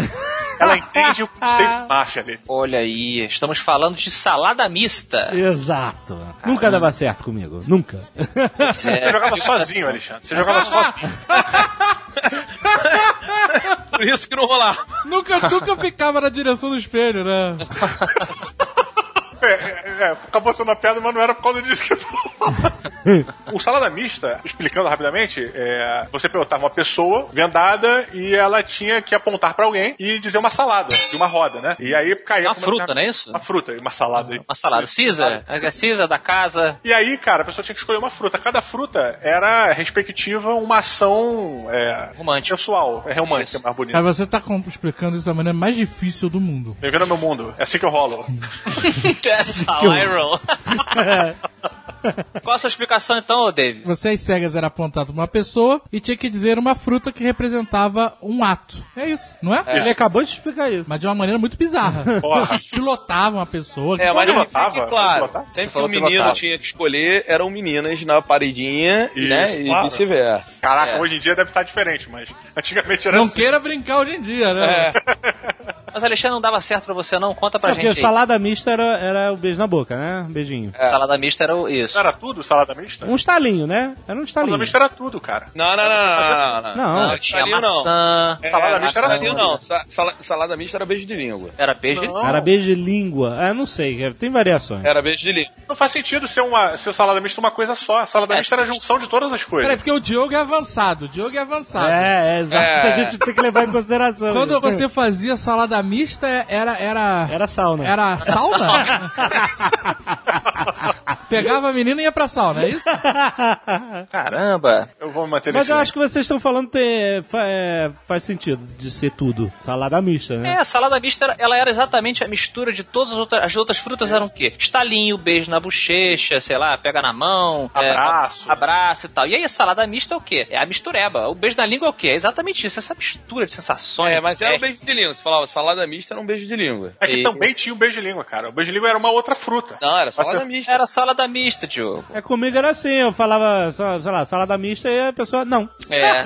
[SPEAKER 7] Ela entende o conceito de máfia ali.
[SPEAKER 6] Olha aí, estamos falando de salada mista.
[SPEAKER 9] Exato. Nunca dava certo comigo. Nunca.
[SPEAKER 6] É,
[SPEAKER 7] Você jogava
[SPEAKER 6] tipo,
[SPEAKER 7] sozinho, Alexandre. Você jogava sozinho.
[SPEAKER 6] Por isso que não rolava.
[SPEAKER 5] nunca, nunca ficava na direção do espelho, né?
[SPEAKER 7] É, é, é, acabou sendo uma piada, mas não era por causa disso que eu tava falando. o Salada Mista, explicando rapidamente, é, você perguntava uma pessoa vendada e ela tinha que apontar pra alguém e dizer uma salada, de uma roda, né? E aí caía...
[SPEAKER 6] Uma
[SPEAKER 7] como-
[SPEAKER 6] fruta, não é isso?
[SPEAKER 7] Uma fruta, e uma salada.
[SPEAKER 6] Uma salada. Cisa? É Cisa da casa.
[SPEAKER 7] E aí, cara, a pessoa tinha que escolher uma fruta. Cada fruta era respectiva uma ação é,
[SPEAKER 6] Romântica.
[SPEAKER 7] sensual, é romântica,
[SPEAKER 6] Isso.
[SPEAKER 7] mais bonita.
[SPEAKER 5] Cara, você tá com- explicando isso da maneira mais difícil do mundo.
[SPEAKER 7] Bem-vindo ao meu mundo. É assim que eu rolo.
[SPEAKER 6] That's how I roll. Qual a sua explicação então, ô David?
[SPEAKER 5] Você às cegas era apontado pra uma pessoa e tinha que dizer uma fruta que representava um ato. É isso, não é?
[SPEAKER 3] Ele acabou de explicar isso.
[SPEAKER 5] Mas de uma maneira muito bizarra.
[SPEAKER 7] Porra.
[SPEAKER 5] Pilotava uma pessoa.
[SPEAKER 4] É, mas
[SPEAKER 7] Pilotava?
[SPEAKER 4] fique claro,
[SPEAKER 7] Pilotava?
[SPEAKER 4] sempre que
[SPEAKER 6] Falou
[SPEAKER 4] o menino
[SPEAKER 6] pilotava.
[SPEAKER 4] tinha que escolher, eram meninas na paredinha,
[SPEAKER 7] Isso,
[SPEAKER 4] né? E
[SPEAKER 7] claro.
[SPEAKER 4] vice-versa.
[SPEAKER 7] Caraca,
[SPEAKER 6] É.
[SPEAKER 7] hoje em dia deve estar diferente, mas antigamente era
[SPEAKER 5] Não
[SPEAKER 7] assim.
[SPEAKER 5] queira brincar hoje em dia, né?
[SPEAKER 6] Mas Alexandre não dava certo pra você, não? Conta pra
[SPEAKER 9] É porque
[SPEAKER 6] gente. aí.
[SPEAKER 9] salada mista era, era o beijo na boca, né? Um beijinho.
[SPEAKER 6] Salada mista era o- isso.
[SPEAKER 7] Não era tudo salada mista?
[SPEAKER 9] Um estalinho, né? Era um
[SPEAKER 7] Salada
[SPEAKER 9] estalinho.
[SPEAKER 7] mista era tudo, cara.
[SPEAKER 4] Não, não, não, não, não, não.
[SPEAKER 9] Não,
[SPEAKER 6] Não, Ah, tinha
[SPEAKER 4] salinho não.
[SPEAKER 6] maçã.
[SPEAKER 7] É,
[SPEAKER 4] É,
[SPEAKER 7] Salada mista era
[SPEAKER 4] Salinho
[SPEAKER 7] tudo.
[SPEAKER 4] não, sa- sala- salada mista era beijo de língua.
[SPEAKER 6] Era beijo
[SPEAKER 5] Oh.
[SPEAKER 6] de...
[SPEAKER 9] Era beijo de língua. Ah, não sei, cara, tem variações.
[SPEAKER 5] É
[SPEAKER 4] Era beijo de língua.
[SPEAKER 7] Não faz sentido ser, uma, ser salada mista uma coisa só. Salada
[SPEAKER 6] É.
[SPEAKER 7] mista era a junção de todas as
[SPEAKER 5] Peraí,
[SPEAKER 7] coisas.
[SPEAKER 5] porque o Diogo é avançado. O Diogo é avançado.
[SPEAKER 9] É, é, exato.
[SPEAKER 4] É.
[SPEAKER 9] A gente tem que levar em consideração.
[SPEAKER 5] Quando
[SPEAKER 9] isso.
[SPEAKER 5] você fazia salada mista, era. Era,
[SPEAKER 9] Era né? sauna.
[SPEAKER 5] era sauna? Pegava a menina e ia pra sauna, é isso?
[SPEAKER 6] Caramba.
[SPEAKER 7] Eu vou manter
[SPEAKER 9] Mas
[SPEAKER 7] nesse-
[SPEAKER 9] eu acho que vocês estão falando tem, fa- é, faz sentido de ser tudo. Salada mista, né?
[SPEAKER 6] É, a salada mista, era- ela era exatamente a mistura de todas as outras... As outras frutas eram o quê? Estalinho, beijo na bochecha, sei lá, pega na mão... é,
[SPEAKER 7] Abraço.
[SPEAKER 6] abraço e tal. E aí a salada mista é o quê? É a mistureba. O beijo na língua é o quê? É exatamente isso. Essa mistura de sensações.
[SPEAKER 4] É, mas era um
[SPEAKER 6] É,
[SPEAKER 4] beijo de língua. Você falava salada mista era um beijo de língua.
[SPEAKER 7] É que também tinha o beijo de língua, cara. O beijo de língua era uma outra fruta.
[SPEAKER 4] Não, era salada
[SPEAKER 7] Mas eu-
[SPEAKER 4] mista.
[SPEAKER 6] Era salada mista, Diogo.
[SPEAKER 9] É, comigo era assim, eu falava, só- sei lá, salada mista e a pessoa, não.
[SPEAKER 6] É.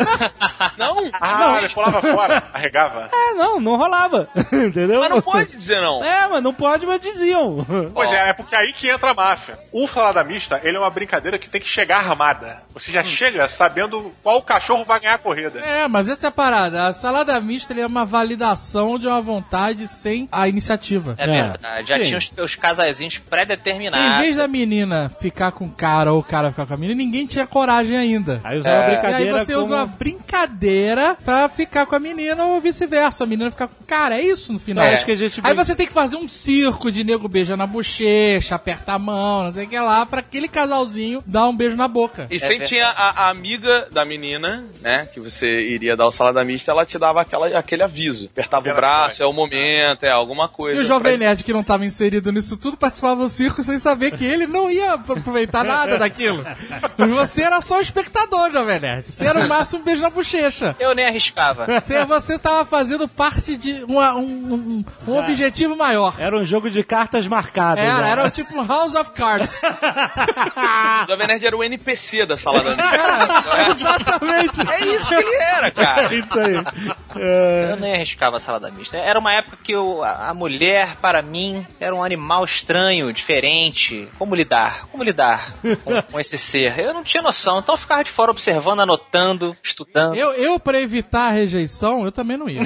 [SPEAKER 6] não,
[SPEAKER 7] Ah, ele pulava fora, arregava.
[SPEAKER 9] É, não, não rolava. Entendeu?
[SPEAKER 4] Mas não pode dizer não.
[SPEAKER 9] É, mas não pode, mas diziam.
[SPEAKER 7] Pois é, é porque aí que entra a máfia. O salada mista, ele é uma brincadeira que tem que chegar armada. Você
[SPEAKER 5] Hum.
[SPEAKER 7] já chega sabendo qual cachorro vai ganhar a corrida.
[SPEAKER 5] É, mas essa é a parada. A salada mista ele é uma validação de uma vontade sem a iniciativa. É.
[SPEAKER 6] É verdade. Já
[SPEAKER 9] Sim.
[SPEAKER 6] tinha os, os casazinhos
[SPEAKER 5] Em vez
[SPEAKER 6] pré-determinados.
[SPEAKER 5] da menina ficar com o cara ou o cara ficar com a menina, ninguém tinha coragem ainda. É.
[SPEAKER 9] Aí usava
[SPEAKER 5] E aí
[SPEAKER 9] brincadeira
[SPEAKER 5] você usa uma
[SPEAKER 9] como-
[SPEAKER 5] brincadeira pra ficar com a menina ou vice-versa. A menina ficar com o cara. É isso no final.
[SPEAKER 9] É, acho que a gente
[SPEAKER 5] Aí
[SPEAKER 9] brinca-
[SPEAKER 5] você tem que fazer um circo de nego beija na bochecha, aperta a mão, não sei o que lá, pra aquele casalzinho dar um beijo na boca.
[SPEAKER 4] E sempre tinha a, a amiga da menina, né? Que você iria dar o salada mista, ela te dava aquela, aquele aviso. Apertava o
[SPEAKER 7] Era
[SPEAKER 4] braço, é o momento, é alguma
[SPEAKER 5] E
[SPEAKER 4] coisa.
[SPEAKER 5] o Jovem
[SPEAKER 4] pra-
[SPEAKER 5] Nerd que não tava inserido nisso tudo participava do circo sem saber que ele não ia aproveitar nada daquilo. Você era só o espectador, Jovem Nerd. Você era o máximo um beijo na bochecha.
[SPEAKER 6] Eu nem arriscava.
[SPEAKER 5] Você, você tava fazendo parte de uma- um, um- um objetivo maior.
[SPEAKER 9] Era um jogo de cartas
[SPEAKER 3] É,
[SPEAKER 9] marcadas.
[SPEAKER 5] Era,
[SPEAKER 9] né?
[SPEAKER 5] era tipo um House of Cards.
[SPEAKER 4] O Jovem Nerd era o NPC da salada mista.
[SPEAKER 5] Exatamente.
[SPEAKER 6] É isso que ele era, cara.
[SPEAKER 9] Isso aí. É.
[SPEAKER 6] Eu nem arriscava a salada mista. Era uma época que eu, a a mulher, para mim, era um animal estranho, diferente. Como lidar? Como lidar com, com esse ser? Eu não tinha noção, então eu ficava de fora observando, anotando, estudando.
[SPEAKER 5] Eu, eu, pra evitar a rejeição, eu também não ia.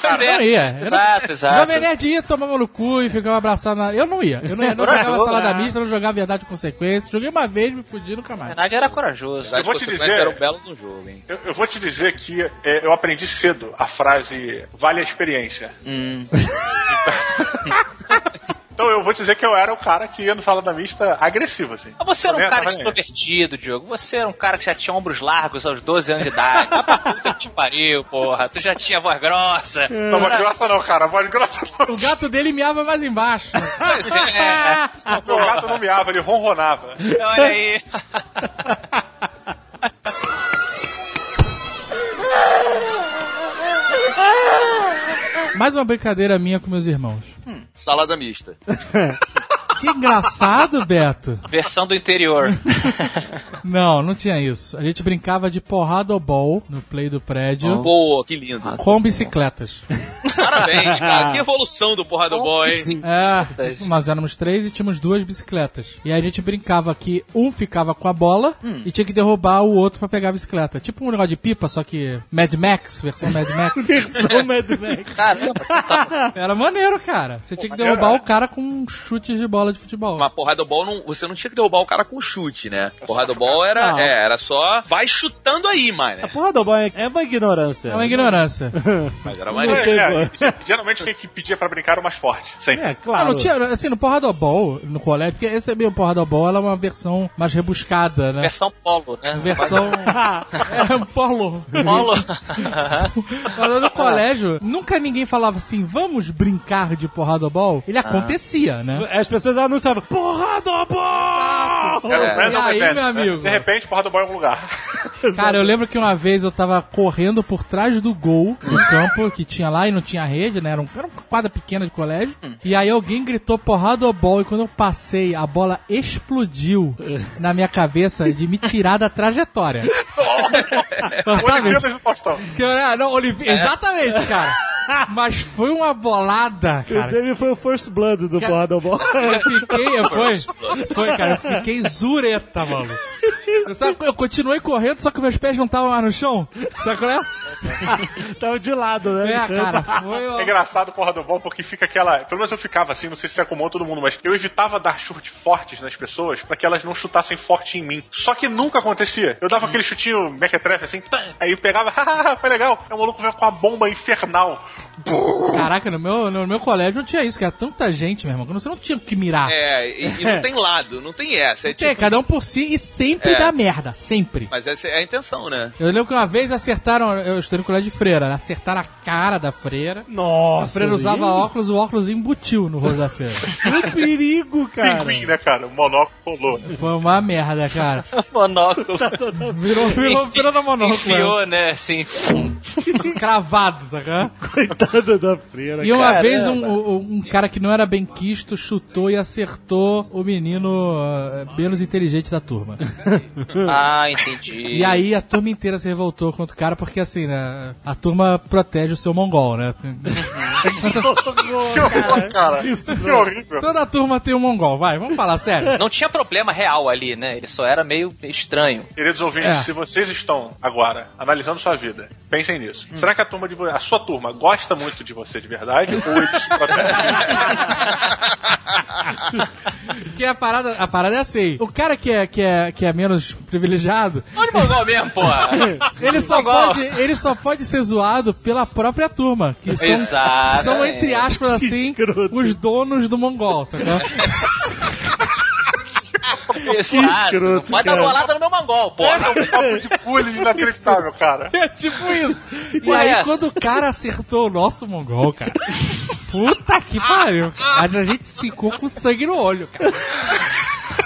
[SPEAKER 6] Pois é.
[SPEAKER 5] Eu não ia. Eu não-
[SPEAKER 6] Exato, exato.
[SPEAKER 5] Jovem Nerd ia, tomava no cu e ficava abraçado na... Eu não ia. Eu não, ia, não jogava
[SPEAKER 6] Corajoso,
[SPEAKER 5] salada
[SPEAKER 6] né?
[SPEAKER 5] mista, não jogava verdade e consequência. Joguei uma vez, me fudi, nunca
[SPEAKER 6] Na
[SPEAKER 5] mais.
[SPEAKER 6] verdade, era corajoso.
[SPEAKER 7] Eu vou te
[SPEAKER 4] Você
[SPEAKER 7] dizer-
[SPEAKER 4] Era um belo do jogo, hein?
[SPEAKER 7] Eu, eu vou te dizer que é, eu aprendi cedo a frase vale a experiência.
[SPEAKER 5] Hum.
[SPEAKER 7] Então- então eu vou te dizer que eu era o cara que ia no salada mista agressivo, assim.
[SPEAKER 6] Mas você era um
[SPEAKER 7] Comenta,
[SPEAKER 6] cara
[SPEAKER 7] vai.
[SPEAKER 6] extrovertido, Diogo. Você era um cara que já tinha ombros largos aos 12 anos de idade. Vai pra puta que te pariu, porra. Tu já tinha voz grossa.
[SPEAKER 7] Não, voz grossa não, cara. Voz grossa não.
[SPEAKER 5] O gato dele miava mais embaixo.
[SPEAKER 6] Pois é.
[SPEAKER 5] Tá
[SPEAKER 7] Meu gato não miava, ele ronronava.
[SPEAKER 6] Olha aí.
[SPEAKER 5] Mais uma brincadeira minha com meus irmãos.
[SPEAKER 4] Salada mista.
[SPEAKER 5] Que engraçado, Beto.
[SPEAKER 6] Versão do interior.
[SPEAKER 5] Não, não tinha isso. A gente brincava de porrada ou ball no play do prédio
[SPEAKER 4] Boa, que lindo.
[SPEAKER 9] Ah,
[SPEAKER 5] com bicicletas.
[SPEAKER 9] tá.
[SPEAKER 4] Parabéns, cara. Que evolução do Porra do Boy, hein?
[SPEAKER 5] É, nós éramos três e tínhamos duas bicicletas. E aí a gente brincava que um ficava com a bola e tinha que derrubar o outro pra pegar a bicicleta. Tipo um negócio de pipa, só que Mad Max, versão Mad Max.
[SPEAKER 9] Versão Mad Max.
[SPEAKER 6] Caramba, que tá tal-
[SPEAKER 5] Era maneiro, cara. Você tinha que derrubar o cara com chutes de bola bolão de futebol.
[SPEAKER 4] Mas porrada ball não, você não tinha que derrubar o cara com chute, né? Porrada ball era,
[SPEAKER 9] Não.
[SPEAKER 4] é, era só vai chutando aí, mano.
[SPEAKER 9] A porra do banho é uma ignorância.
[SPEAKER 5] É uma ignorância.
[SPEAKER 4] Mas era
[SPEAKER 9] Não
[SPEAKER 4] maneiro.
[SPEAKER 9] tem
[SPEAKER 7] É,
[SPEAKER 9] bo-
[SPEAKER 7] é, geralmente quem que pedia pra brincar era o mais forte. Sempre.
[SPEAKER 9] É,
[SPEAKER 5] Ah,
[SPEAKER 9] claro.
[SPEAKER 5] não tinha, assim, no Porradobol, no colégio, porque esse é meio Porradobol, ela é uma versão mais rebuscada, né?
[SPEAKER 6] Versão polo, né?
[SPEAKER 5] Versão. é um polo.
[SPEAKER 6] polo.
[SPEAKER 5] Mas no colégio, nunca ninguém falava assim, vamos brincar de Porradobol. Ele acontecia,
[SPEAKER 3] É.
[SPEAKER 5] né?
[SPEAKER 9] As pessoas anunciavam, porra do bom!
[SPEAKER 7] Era um
[SPEAKER 6] É.
[SPEAKER 7] random
[SPEAKER 5] E aí,
[SPEAKER 7] event,
[SPEAKER 5] meu
[SPEAKER 7] né?
[SPEAKER 5] amigo?
[SPEAKER 7] De repente, porra do boy em algum lugar.
[SPEAKER 5] Cara, eu lembro que uma vez eu tava correndo por trás do gol no campo que tinha lá e não tinha rede, né? Era, um, era uma quadra pequena de colégio. E aí alguém gritou porrada ou bola e quando eu passei, a bola explodiu na minha cabeça de me tirar da trajetória. Mas sabe?
[SPEAKER 7] Olimpíadas do Faustão.
[SPEAKER 5] Que eu era- não, Olimpí- Exatamente, cara. Mas foi uma bolada,
[SPEAKER 9] O
[SPEAKER 5] cara.
[SPEAKER 9] dele foi o first blood do
[SPEAKER 5] Que-
[SPEAKER 9] porra do bom.
[SPEAKER 5] Eu fiquei, eu foi, foi, cara, eu fiquei zureta, mano. Sabe, eu continuei correndo, só que meus pés não estavam mais no chão. Sabe qual é?
[SPEAKER 9] Tava de lado, né?
[SPEAKER 5] É, cara, foi
[SPEAKER 7] É
[SPEAKER 5] ó.
[SPEAKER 7] engraçado porra do bom porque fica aquela. Pelo menos eu ficava assim, não sei se acumulou todo mundo, mas eu evitava dar chute fortes nas pessoas pra que elas não chutassem forte em mim. Só que nunca acontecia. Eu dava aquele chutinho mequetrefe assim, tam, aí eu pegava, "Ah, foi legal. Aí o maluco veio com uma bomba infernal.
[SPEAKER 5] Caraca, no meu, no meu colégio não tinha isso, que era tanta gente, meu irmão, que você não tinha o que mirar. É,
[SPEAKER 4] É, e, e não tem lado, não tem essa. É tipo,
[SPEAKER 5] cada um por si e sempre
[SPEAKER 4] É.
[SPEAKER 5] dá merda, sempre.
[SPEAKER 4] mas essa é a intenção, né?
[SPEAKER 5] Eu lembro que uma vez acertaram, eu estudei no colégio de freira, né? acertaram a cara da freira. A
[SPEAKER 9] Nossa,
[SPEAKER 5] freira usava
[SPEAKER 9] perigo.
[SPEAKER 5] óculos, o óculos embutiu no rosto da freira.
[SPEAKER 9] Que perigo, cara.
[SPEAKER 7] Pinguim, né, cara? O monóculo colou.
[SPEAKER 5] Foi uma merda, cara.
[SPEAKER 6] Monóculo.
[SPEAKER 5] Virou, virou, virou na monóculo.
[SPEAKER 6] Enfiou, Tá né? Assim.
[SPEAKER 5] Cravado, sacou?
[SPEAKER 9] Coitada da freira.
[SPEAKER 5] E uma
[SPEAKER 9] cara.
[SPEAKER 5] vez um, um- um cara que não era bem quisto chutou e acertou o menino ah, menos inteligente da turma.
[SPEAKER 6] Ah, entendi.
[SPEAKER 5] E aí a turma inteira se revoltou contra o cara, porque assim, né? A turma protege o seu mongol, né? Tem-
[SPEAKER 7] Que horror, cara. que horrível.
[SPEAKER 5] Toda a turma tem um mongol, vai, vamos falar sério.
[SPEAKER 6] Não tinha problema real ali, né? Ele só era meio estranho.
[SPEAKER 7] Queridos ouvintes,
[SPEAKER 5] É.
[SPEAKER 7] se vocês estão agora analisando sua vida, pensem nisso. Será que a turma de vo- a sua turma gosta muito de você de verdade? ou eles protegem?
[SPEAKER 5] Porque a parada, a parada é assim: o cara que é, que é, que é menos privilegiado,
[SPEAKER 6] Olha o Mongol mesmo, porra.
[SPEAKER 5] ele só,
[SPEAKER 6] Mongol.
[SPEAKER 5] pode, ele só pode ser zoado pela própria turma. Que são,
[SPEAKER 6] Exato.
[SPEAKER 5] são entre aspas, assim,
[SPEAKER 9] escroto.
[SPEAKER 5] os donos do mongol, sacou?
[SPEAKER 6] Exato. Não
[SPEAKER 9] escroto,
[SPEAKER 6] Pode dar
[SPEAKER 9] cara.
[SPEAKER 6] bolada no meu Mongol, porra.
[SPEAKER 7] um papo de bullying inacreditável, cara.
[SPEAKER 5] É tipo isso. E
[SPEAKER 6] Ué,
[SPEAKER 5] aí,
[SPEAKER 6] essa?
[SPEAKER 5] quando o cara acertou o nosso mongol, cara. Puta que pariu. A gente ficou com sangue no olho, cara.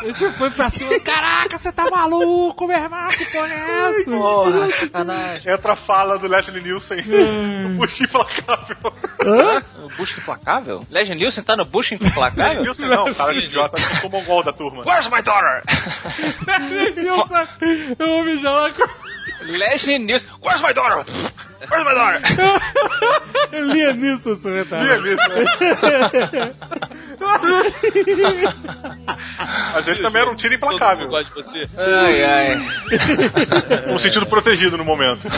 [SPEAKER 5] A gente foi pra cima. Caraca, você tá maluco, meu irmão? Que porra é essa?
[SPEAKER 6] Porra, sacanagem.
[SPEAKER 7] Entra a fala do Leslie Nielsen no Bush Implacável.
[SPEAKER 6] O Bush implacável? Legend Nielsen tá no Bush implacável?
[SPEAKER 7] Leslie Nielsen não, cara, que idiota. Eu sou mongol da turma.
[SPEAKER 6] Where's my daughter?
[SPEAKER 5] Nilson, eu vou mijar lá com.
[SPEAKER 6] Legend Nielsen. Where's my daughter? Where's my daughter?
[SPEAKER 9] Lia nisso, seu
[SPEAKER 5] tá.
[SPEAKER 9] retardo.
[SPEAKER 7] Lia Nielsen, né? Mas ele também era um tiro
[SPEAKER 4] Todo mundo
[SPEAKER 7] implacável.
[SPEAKER 4] gosta de você.
[SPEAKER 6] Ai, ai.
[SPEAKER 7] Um sentido protegido no momento.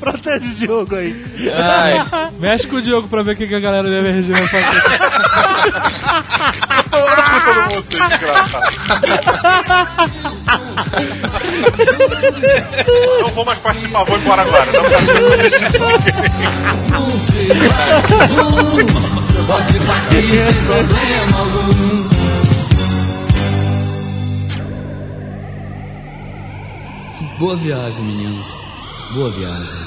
[SPEAKER 9] Protege o jogo aí.
[SPEAKER 6] Ai.
[SPEAKER 5] Mexe com o Diogo pra ver o que que a galera da MRG vai fazer.
[SPEAKER 4] Ah,
[SPEAKER 7] Todo mundo se desgraçado. Não vou mais participar, vou embora agora. Não quero
[SPEAKER 11] Boa viagem, meninos. Boa viagem.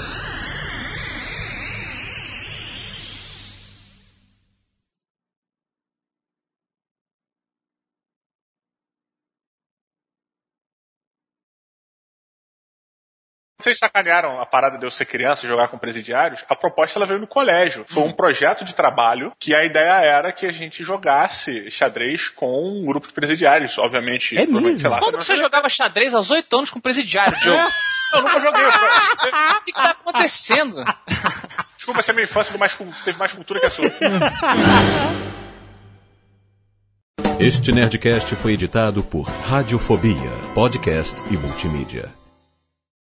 [SPEAKER 7] Vocês sacanearam a parada de eu ser criança e jogar com presidiários? A proposta ela veio no colégio. Foi um projeto de trabalho que a ideia era que a gente jogasse xadrez com um grupo de presidiários, obviamente.
[SPEAKER 9] É
[SPEAKER 7] provavelmente, sei lá,
[SPEAKER 6] Quando que você jogava xadrez aos 8 anos com o presidiário, Diogo?
[SPEAKER 7] Eu nunca joguei. eu-
[SPEAKER 6] O que, que tá acontecendo?
[SPEAKER 7] Desculpa se a minha infância teve mais, cu- teve mais cultura que a sua.
[SPEAKER 1] Este Nerdcast foi editado por Radiofobia, podcast e multimídia.